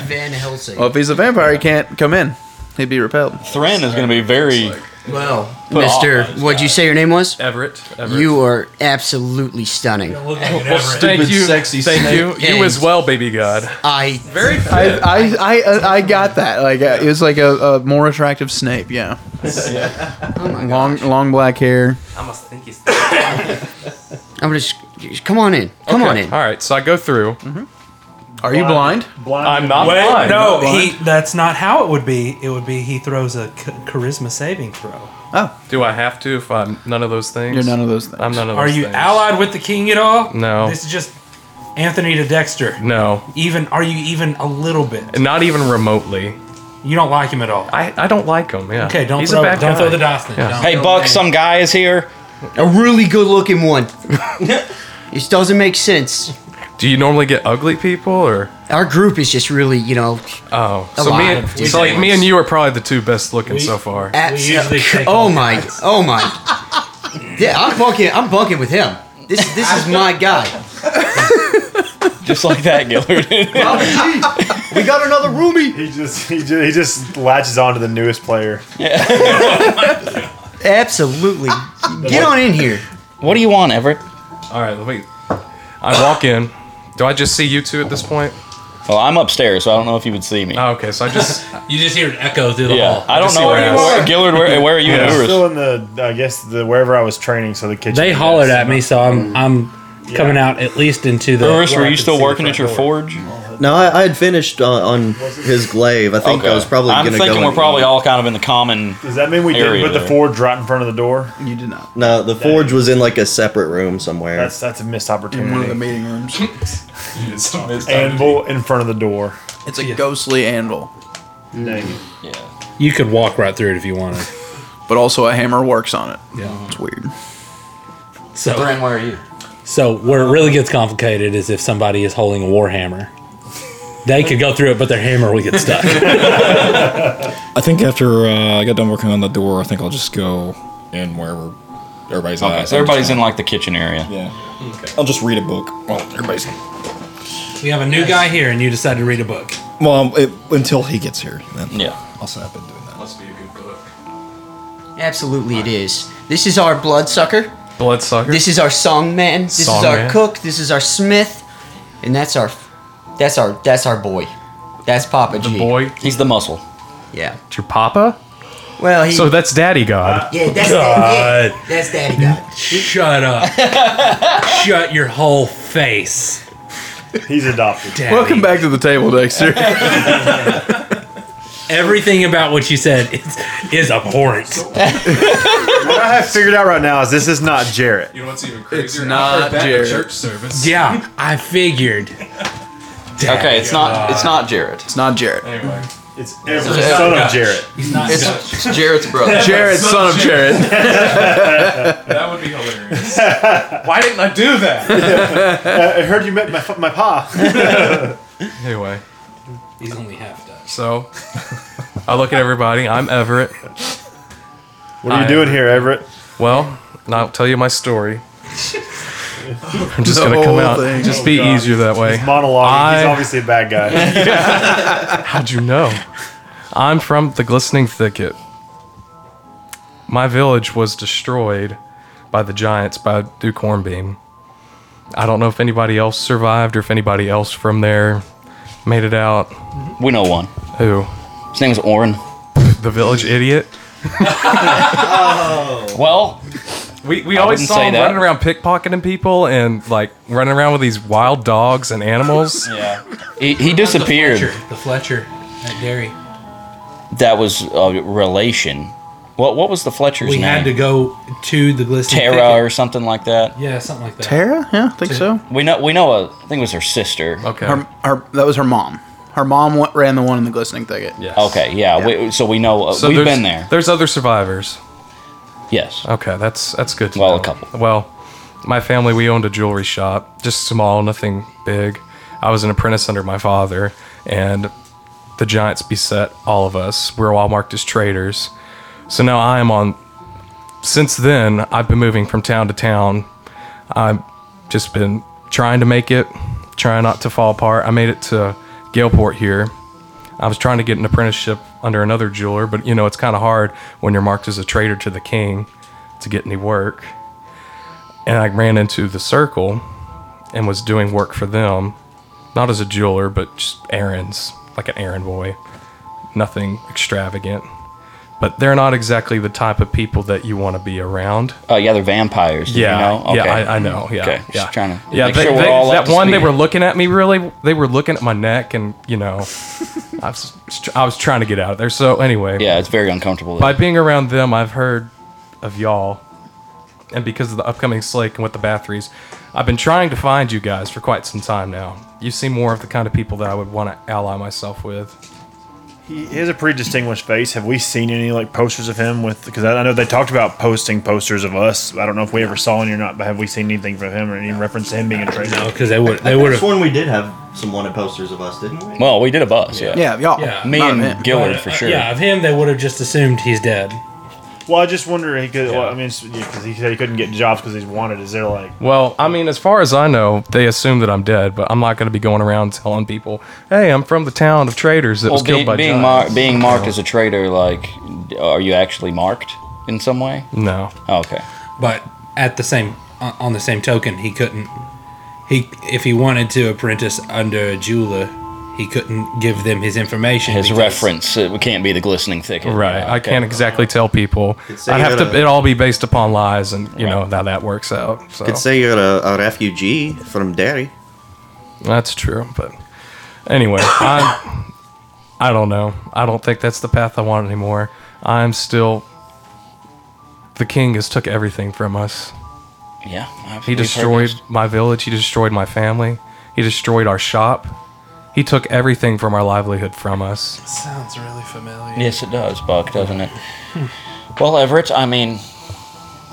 [SPEAKER 2] Van Helsing.
[SPEAKER 4] Oh.
[SPEAKER 1] Well, if he's a vampire, he can't come in. He'd be repelled.
[SPEAKER 3] Thren is going to be very.
[SPEAKER 2] well,
[SPEAKER 3] Mister,
[SPEAKER 2] Mister, what'd you say your name was?
[SPEAKER 8] Everett. Everett.
[SPEAKER 2] You are absolutely stunning.
[SPEAKER 8] Thank you.
[SPEAKER 5] sexy
[SPEAKER 8] Thank
[SPEAKER 5] snake.
[SPEAKER 8] you. You as well, baby god.
[SPEAKER 2] I very
[SPEAKER 1] I I, I, uh, I got that. Like uh, it was like a, a more attractive Snape. Yeah. long long black hair.
[SPEAKER 10] I must think he's.
[SPEAKER 2] I'm just just come on in. Come on in.
[SPEAKER 8] All right. So I go through.
[SPEAKER 1] Are you blind?
[SPEAKER 6] Blind.
[SPEAKER 8] I'm not
[SPEAKER 10] Wait,
[SPEAKER 8] blind.
[SPEAKER 10] no, he, that's not how it would be. It would be he throws a ch- charisma saving throw.
[SPEAKER 8] Do I have to if I'm none of those things?
[SPEAKER 1] You're none of those things.
[SPEAKER 8] I'm none of
[SPEAKER 4] Are
[SPEAKER 8] those
[SPEAKER 4] you
[SPEAKER 8] things.
[SPEAKER 4] allied with the king at all?
[SPEAKER 8] No.
[SPEAKER 10] This is just Anthony to Dexter.
[SPEAKER 8] No.
[SPEAKER 10] Even are you even a little bit?
[SPEAKER 8] Not even remotely.
[SPEAKER 10] You don't like him at all.
[SPEAKER 8] I, I don't like him. Yeah.
[SPEAKER 10] Okay, don't
[SPEAKER 8] He's
[SPEAKER 10] throw
[SPEAKER 8] a bad
[SPEAKER 10] don't
[SPEAKER 8] guy.
[SPEAKER 10] throw the dice then.
[SPEAKER 8] Yeah.
[SPEAKER 10] Don't.
[SPEAKER 3] Hey, Buck, some guy is here.
[SPEAKER 2] A really good looking one. this doesn't make sense.
[SPEAKER 8] Do you normally get ugly people or?
[SPEAKER 2] Our group is just really, you know,
[SPEAKER 8] Oh,
[SPEAKER 2] A
[SPEAKER 8] so
[SPEAKER 2] lot
[SPEAKER 8] me and,
[SPEAKER 2] of
[SPEAKER 8] so,
[SPEAKER 2] different
[SPEAKER 8] like me
[SPEAKER 2] ones.
[SPEAKER 8] and you are probably the two best looking so far.
[SPEAKER 2] at-
[SPEAKER 10] usually take
[SPEAKER 2] Oh
[SPEAKER 10] all
[SPEAKER 2] my. Oh my. yeah, I'm bunking. I'm bunking with him. This this is my guy.
[SPEAKER 3] Just like that, Gillard.
[SPEAKER 5] We got another roomie.
[SPEAKER 6] He just he just, he just latches on to the newest player.
[SPEAKER 2] Absolutely. Get on in here.
[SPEAKER 3] what do you want, Everett?
[SPEAKER 8] All right, let me. I walk in. Do I just see you two at this point?
[SPEAKER 3] Well, I'm upstairs, so I don't know if you would see me.
[SPEAKER 8] Oh, okay, so I just.
[SPEAKER 4] You just hear an echo through the
[SPEAKER 3] yeah,
[SPEAKER 4] hall.
[SPEAKER 3] I don't
[SPEAKER 8] Just
[SPEAKER 3] know
[SPEAKER 8] see
[SPEAKER 3] where,
[SPEAKER 8] where you
[SPEAKER 3] where Gillard. Where, where are you
[SPEAKER 8] Yeah.
[SPEAKER 3] in Urus?
[SPEAKER 6] Still in the I guess the wherever I was training, so the kitchen.
[SPEAKER 4] They hollered at me, so I'm
[SPEAKER 10] Mm.
[SPEAKER 4] I'm coming out at least into the.
[SPEAKER 3] Urus,
[SPEAKER 4] where
[SPEAKER 3] were
[SPEAKER 4] I
[SPEAKER 3] you
[SPEAKER 4] can
[SPEAKER 3] still
[SPEAKER 4] see the
[SPEAKER 3] working
[SPEAKER 4] front
[SPEAKER 3] at your
[SPEAKER 4] door.
[SPEAKER 3] forge?
[SPEAKER 5] No, I, I had finished on, on his glaive. I think I was probably
[SPEAKER 3] I'm
[SPEAKER 5] gonna
[SPEAKER 3] thinking
[SPEAKER 5] go
[SPEAKER 3] we're
[SPEAKER 5] in-
[SPEAKER 3] probably all kind of in the common.
[SPEAKER 6] Does that mean we
[SPEAKER 3] Area
[SPEAKER 6] didn't put
[SPEAKER 3] there.
[SPEAKER 6] the forge right in front of the door?
[SPEAKER 1] You did not.
[SPEAKER 5] No, the forge was in like a separate room somewhere.
[SPEAKER 6] That's that's a missed opportunity.
[SPEAKER 1] In one of the meeting rooms.
[SPEAKER 6] Anvil in front of the door.
[SPEAKER 1] It's a ghostly anvil,
[SPEAKER 3] Yeah.
[SPEAKER 4] You could walk right through it if you wanted.
[SPEAKER 1] but also a hammer works on it. Yeah. It's weird.
[SPEAKER 4] So
[SPEAKER 9] Bren, where are you?
[SPEAKER 4] so where it really gets complicated is if somebody is holding a warhammer. They could go through it, but their hammer would get stuck.
[SPEAKER 7] I think after uh, I got done working on the door, I think I'll just go in wherever everybody's
[SPEAKER 3] Okay,
[SPEAKER 7] at.
[SPEAKER 3] Uh, so everybody's in like the kitchen area.
[SPEAKER 7] Yeah. I'll just read a book. Well, everybody's.
[SPEAKER 4] we have a new guy here, and you decided to read a book.
[SPEAKER 7] Well, um, it, until he gets here. Then
[SPEAKER 3] Yeah.
[SPEAKER 7] Also, I've been doing that.
[SPEAKER 8] Must be a good book.
[SPEAKER 2] Absolutely, it is. This is our bloodsucker.
[SPEAKER 8] Bloodsucker.
[SPEAKER 2] This is our songman. This is our
[SPEAKER 8] Songman.
[SPEAKER 2] cook. This is our smith, and that's our, that's our, that's our boy. That's Papa
[SPEAKER 8] the
[SPEAKER 2] G.
[SPEAKER 8] boy.
[SPEAKER 3] He's the muscle.
[SPEAKER 2] Yeah.
[SPEAKER 8] It's your papa.
[SPEAKER 2] Well, he.
[SPEAKER 8] So that's Daddy God.
[SPEAKER 2] yeah, that's Daddy. Yeah, that's Daddy God.
[SPEAKER 4] Shut up. Shut your whole face.
[SPEAKER 6] He's adopted.
[SPEAKER 4] Daddy.
[SPEAKER 1] Welcome back to the table, Dexter.
[SPEAKER 4] Everything about what you said is, is abhorrent.
[SPEAKER 6] What I have figured out right now is this is not Jarrett.
[SPEAKER 9] You know what's even crazier? It's
[SPEAKER 1] not Jared.
[SPEAKER 9] church service.
[SPEAKER 4] Yeah, I figured.
[SPEAKER 3] Okay, it's not. It's not Jared.
[SPEAKER 1] It's not Jared.
[SPEAKER 9] Anyway,
[SPEAKER 6] It's every son of Jarrett.
[SPEAKER 9] he's not.
[SPEAKER 3] It's, it's Jared's brother.
[SPEAKER 1] Jared, son of Jared.
[SPEAKER 9] that would be hilarious. Why didn't I do that?
[SPEAKER 6] I heard you met my, f- my pa.
[SPEAKER 8] Anyway,
[SPEAKER 4] He's only half done.
[SPEAKER 8] so I look at everybody. I'm Everett.
[SPEAKER 6] What are you doing here, Everett?
[SPEAKER 8] Well, I'll tell you my story. I'm just gonna
[SPEAKER 1] The
[SPEAKER 8] come
[SPEAKER 1] whole
[SPEAKER 8] out.
[SPEAKER 1] thing.
[SPEAKER 9] Oh,
[SPEAKER 8] Just be easier that way.
[SPEAKER 6] Monologue. He's
[SPEAKER 8] I-
[SPEAKER 6] obviously a bad guy.
[SPEAKER 8] How'd you know? I'm from the Glistening Thicket. My village was destroyed by the giants by Duke Hornbeam. I don't know if anybody else survived or if anybody else from there made it out.
[SPEAKER 3] We know one.
[SPEAKER 8] Who?
[SPEAKER 3] His name's Oren.
[SPEAKER 8] The village idiot?
[SPEAKER 3] Well,
[SPEAKER 8] We, we
[SPEAKER 3] I
[SPEAKER 8] always
[SPEAKER 3] wouldn't
[SPEAKER 8] saw
[SPEAKER 3] say
[SPEAKER 8] him
[SPEAKER 3] that.
[SPEAKER 8] running around pickpocketing people and like running around with these wild dogs and animals.
[SPEAKER 3] yeah. He, he
[SPEAKER 4] The
[SPEAKER 3] disappeared.
[SPEAKER 4] Fletcher, the Fletcher at Derry.
[SPEAKER 3] That was a relation. What what was the Fletcher's
[SPEAKER 4] We
[SPEAKER 3] name?
[SPEAKER 4] had to go to the glistening.
[SPEAKER 3] Tara
[SPEAKER 4] thicket.
[SPEAKER 3] or something like that.
[SPEAKER 4] Yeah, something like that.
[SPEAKER 1] Tara? Yeah, I think so.
[SPEAKER 3] We know we know a I think it was her sister.
[SPEAKER 8] Okay.
[SPEAKER 1] Her, her, that was her mom. Her mom wa- ran the one in the glistening thicket. Yeah.
[SPEAKER 4] Oh.
[SPEAKER 3] Okay, yeah. We, so we know uh,
[SPEAKER 8] So
[SPEAKER 3] we've
[SPEAKER 8] there's-
[SPEAKER 3] been there.
[SPEAKER 8] There's other survivors.
[SPEAKER 3] Yes.
[SPEAKER 8] Okay, that's that's good. To
[SPEAKER 3] Well, a
[SPEAKER 8] know.
[SPEAKER 3] couple.
[SPEAKER 8] Well, my family we owned a jewelry shop, just small, nothing big. I was an apprentice under my father, and the giants beset all of us. We were all marked as traitors. So now I am on. Since then, I've been moving from town to town. I've just been trying to make it, trying not to fall apart. I made it to Galeport here. I was trying to get an apprenticeship under another jeweler, but you know, it's kind of hard when you're marked as a traitor to the king to get any work. And I ran into the circle and was doing work for them, not as a jeweler, but just errands, like an errand boy. Nothing extravagant. But they're not exactly the type of people that you want to be around.
[SPEAKER 3] Oh yeah, they're vampires. did
[SPEAKER 8] Yeah,
[SPEAKER 3] You know?
[SPEAKER 8] yeah, I, I know. Yeah,
[SPEAKER 3] Okay,
[SPEAKER 8] yeah.
[SPEAKER 3] just trying to
[SPEAKER 8] yeah,
[SPEAKER 3] make
[SPEAKER 8] they-
[SPEAKER 3] sure we're
[SPEAKER 8] they-
[SPEAKER 3] all up
[SPEAKER 8] that
[SPEAKER 3] to
[SPEAKER 8] one they
[SPEAKER 3] speed.
[SPEAKER 8] were looking at me really. They were looking at my neck, and you know, I was I was trying to get out of there. So anyway,
[SPEAKER 3] Yeah, it's very uncomfortable.
[SPEAKER 8] by being around them, I've heard of y'all, and because of the upcoming Slake and with the Bathories, I've been trying to find you guys for quite some time now. You seem more of the kind of people that I would want to ally myself with.
[SPEAKER 6] He has a pretty distinguished face. Have we seen any like posters of him with? Because I I know they talked about posting posters of us. I don't know if we ever saw any or not, but have we seen anything from him or any reference to him being a traitor?
[SPEAKER 4] No, because Oh, they would. They would
[SPEAKER 5] That's
[SPEAKER 4] have.
[SPEAKER 5] one we did have some wanted posters of us, didn't we?
[SPEAKER 3] well, we did a bus. Yeah.
[SPEAKER 1] y'all.
[SPEAKER 4] Yeah.
[SPEAKER 3] Me
[SPEAKER 1] Not him.
[SPEAKER 3] and Gillard for sure.
[SPEAKER 4] uh, Yeah, of him, they would have just assumed he's dead.
[SPEAKER 6] Well, I just wonder. He could. Well, I mean, because he said he couldn't get jobs because he's wanted. Is there like?
[SPEAKER 8] Well, I mean, as far as I know, they assume that I'm dead, but I'm not going to be going around telling people, "Hey, I'm from the town of traitors that
[SPEAKER 3] Well,
[SPEAKER 8] was killed
[SPEAKER 3] be-
[SPEAKER 8] by
[SPEAKER 3] being mar-
[SPEAKER 8] giants."
[SPEAKER 3] being marked as a traitor, like, are you actually marked in some way?
[SPEAKER 8] no,
[SPEAKER 3] Oh, okay.
[SPEAKER 4] But at the same, on on the same token, he couldn't. He, if he wanted to apprentice under a jeweler, he couldn't give them his information.
[SPEAKER 3] His
[SPEAKER 4] because-
[SPEAKER 3] reference it can't be the glistening thicket.
[SPEAKER 8] right?
[SPEAKER 3] Yeah,
[SPEAKER 8] I
[SPEAKER 3] okay.
[SPEAKER 8] can't exactly tell people.
[SPEAKER 5] say
[SPEAKER 8] I'd
[SPEAKER 5] you
[SPEAKER 8] have
[SPEAKER 5] got
[SPEAKER 8] to.
[SPEAKER 5] a-
[SPEAKER 8] It all be based upon lies, and you know how that works out. So
[SPEAKER 5] Could say you're a, a refugee from Derry.
[SPEAKER 8] That's true, but anyway, I I don't know. I don't think that's the path I want anymore. I'm still the king has took everything from us.
[SPEAKER 3] Yeah. I've-
[SPEAKER 8] He
[SPEAKER 3] we've heard
[SPEAKER 8] destroyed
[SPEAKER 3] this.
[SPEAKER 8] my village, he destroyed my family, he destroyed our shop. He took everything from our livelihood from us.
[SPEAKER 9] Sounds really familiar.
[SPEAKER 3] Yes, it does, Buck, doesn't it?
[SPEAKER 8] Hmm.
[SPEAKER 3] well, Everett, I mean,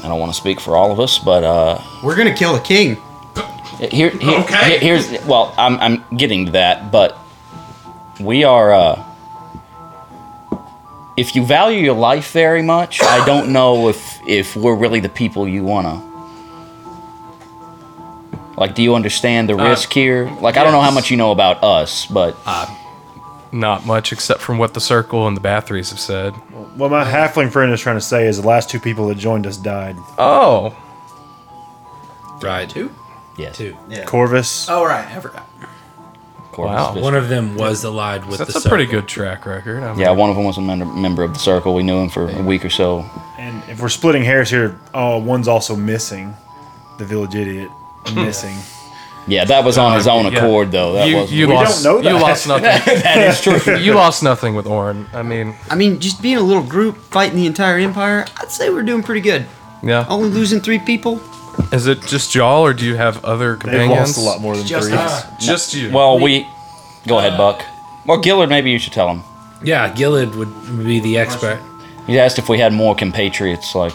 [SPEAKER 3] I don't want to speak for all of us, but uh,
[SPEAKER 2] We're gonna kill a king.
[SPEAKER 3] Here, here-
[SPEAKER 9] Okay.
[SPEAKER 3] here- here's well, I'm I'm getting to that, but we are. Uh, if you value your life very much, I don't know if if we're really the people you wanna. Like, do you understand the risk here? Like, I don't know how
[SPEAKER 8] Uh, yes. Uh,
[SPEAKER 3] much you know about us, but
[SPEAKER 8] Not much except from what the circle and the Bathories have said.
[SPEAKER 6] What my halfling friend is trying to say is the last two people that joined us died.
[SPEAKER 8] Oh,
[SPEAKER 2] Right.
[SPEAKER 3] yes.
[SPEAKER 4] Two.
[SPEAKER 6] Corvus.
[SPEAKER 1] Oh, right. I forgot.
[SPEAKER 3] Corpus
[SPEAKER 8] Wow.
[SPEAKER 3] Christi.
[SPEAKER 4] One of them was allied with
[SPEAKER 8] That's
[SPEAKER 4] the
[SPEAKER 8] a pretty
[SPEAKER 4] Circle.
[SPEAKER 8] good track record. I
[SPEAKER 3] Yeah,
[SPEAKER 8] mean,
[SPEAKER 3] one of them was a mem- member of the circle. We knew him for a week or so.
[SPEAKER 6] And if we're splitting hairs here, uh, one's also missing. The village idiot missing.
[SPEAKER 3] Yeah, that was on his own
[SPEAKER 8] Uh, yeah.
[SPEAKER 3] accord, though. That
[SPEAKER 8] you,
[SPEAKER 3] was
[SPEAKER 8] you
[SPEAKER 6] We don't
[SPEAKER 8] lost,
[SPEAKER 6] know that.
[SPEAKER 8] You lost nothing.
[SPEAKER 3] that is true.
[SPEAKER 8] you lost nothing with Orn. I mean,
[SPEAKER 2] I mean, just being a little group fighting the entire empire, I'd say we're doing pretty good.
[SPEAKER 8] yeah.
[SPEAKER 2] Only losing three people.
[SPEAKER 8] Is it just y'all, or do you have other
[SPEAKER 6] They've lost
[SPEAKER 8] companions?
[SPEAKER 6] a lot more than
[SPEAKER 2] Just
[SPEAKER 6] three.
[SPEAKER 2] us.
[SPEAKER 8] Just you.
[SPEAKER 3] Well, we go ahead, Buck. Or Gillard, maybe you should tell him.
[SPEAKER 4] Yeah, Gillard would be the expert.
[SPEAKER 3] He asked if we had more compatriots, like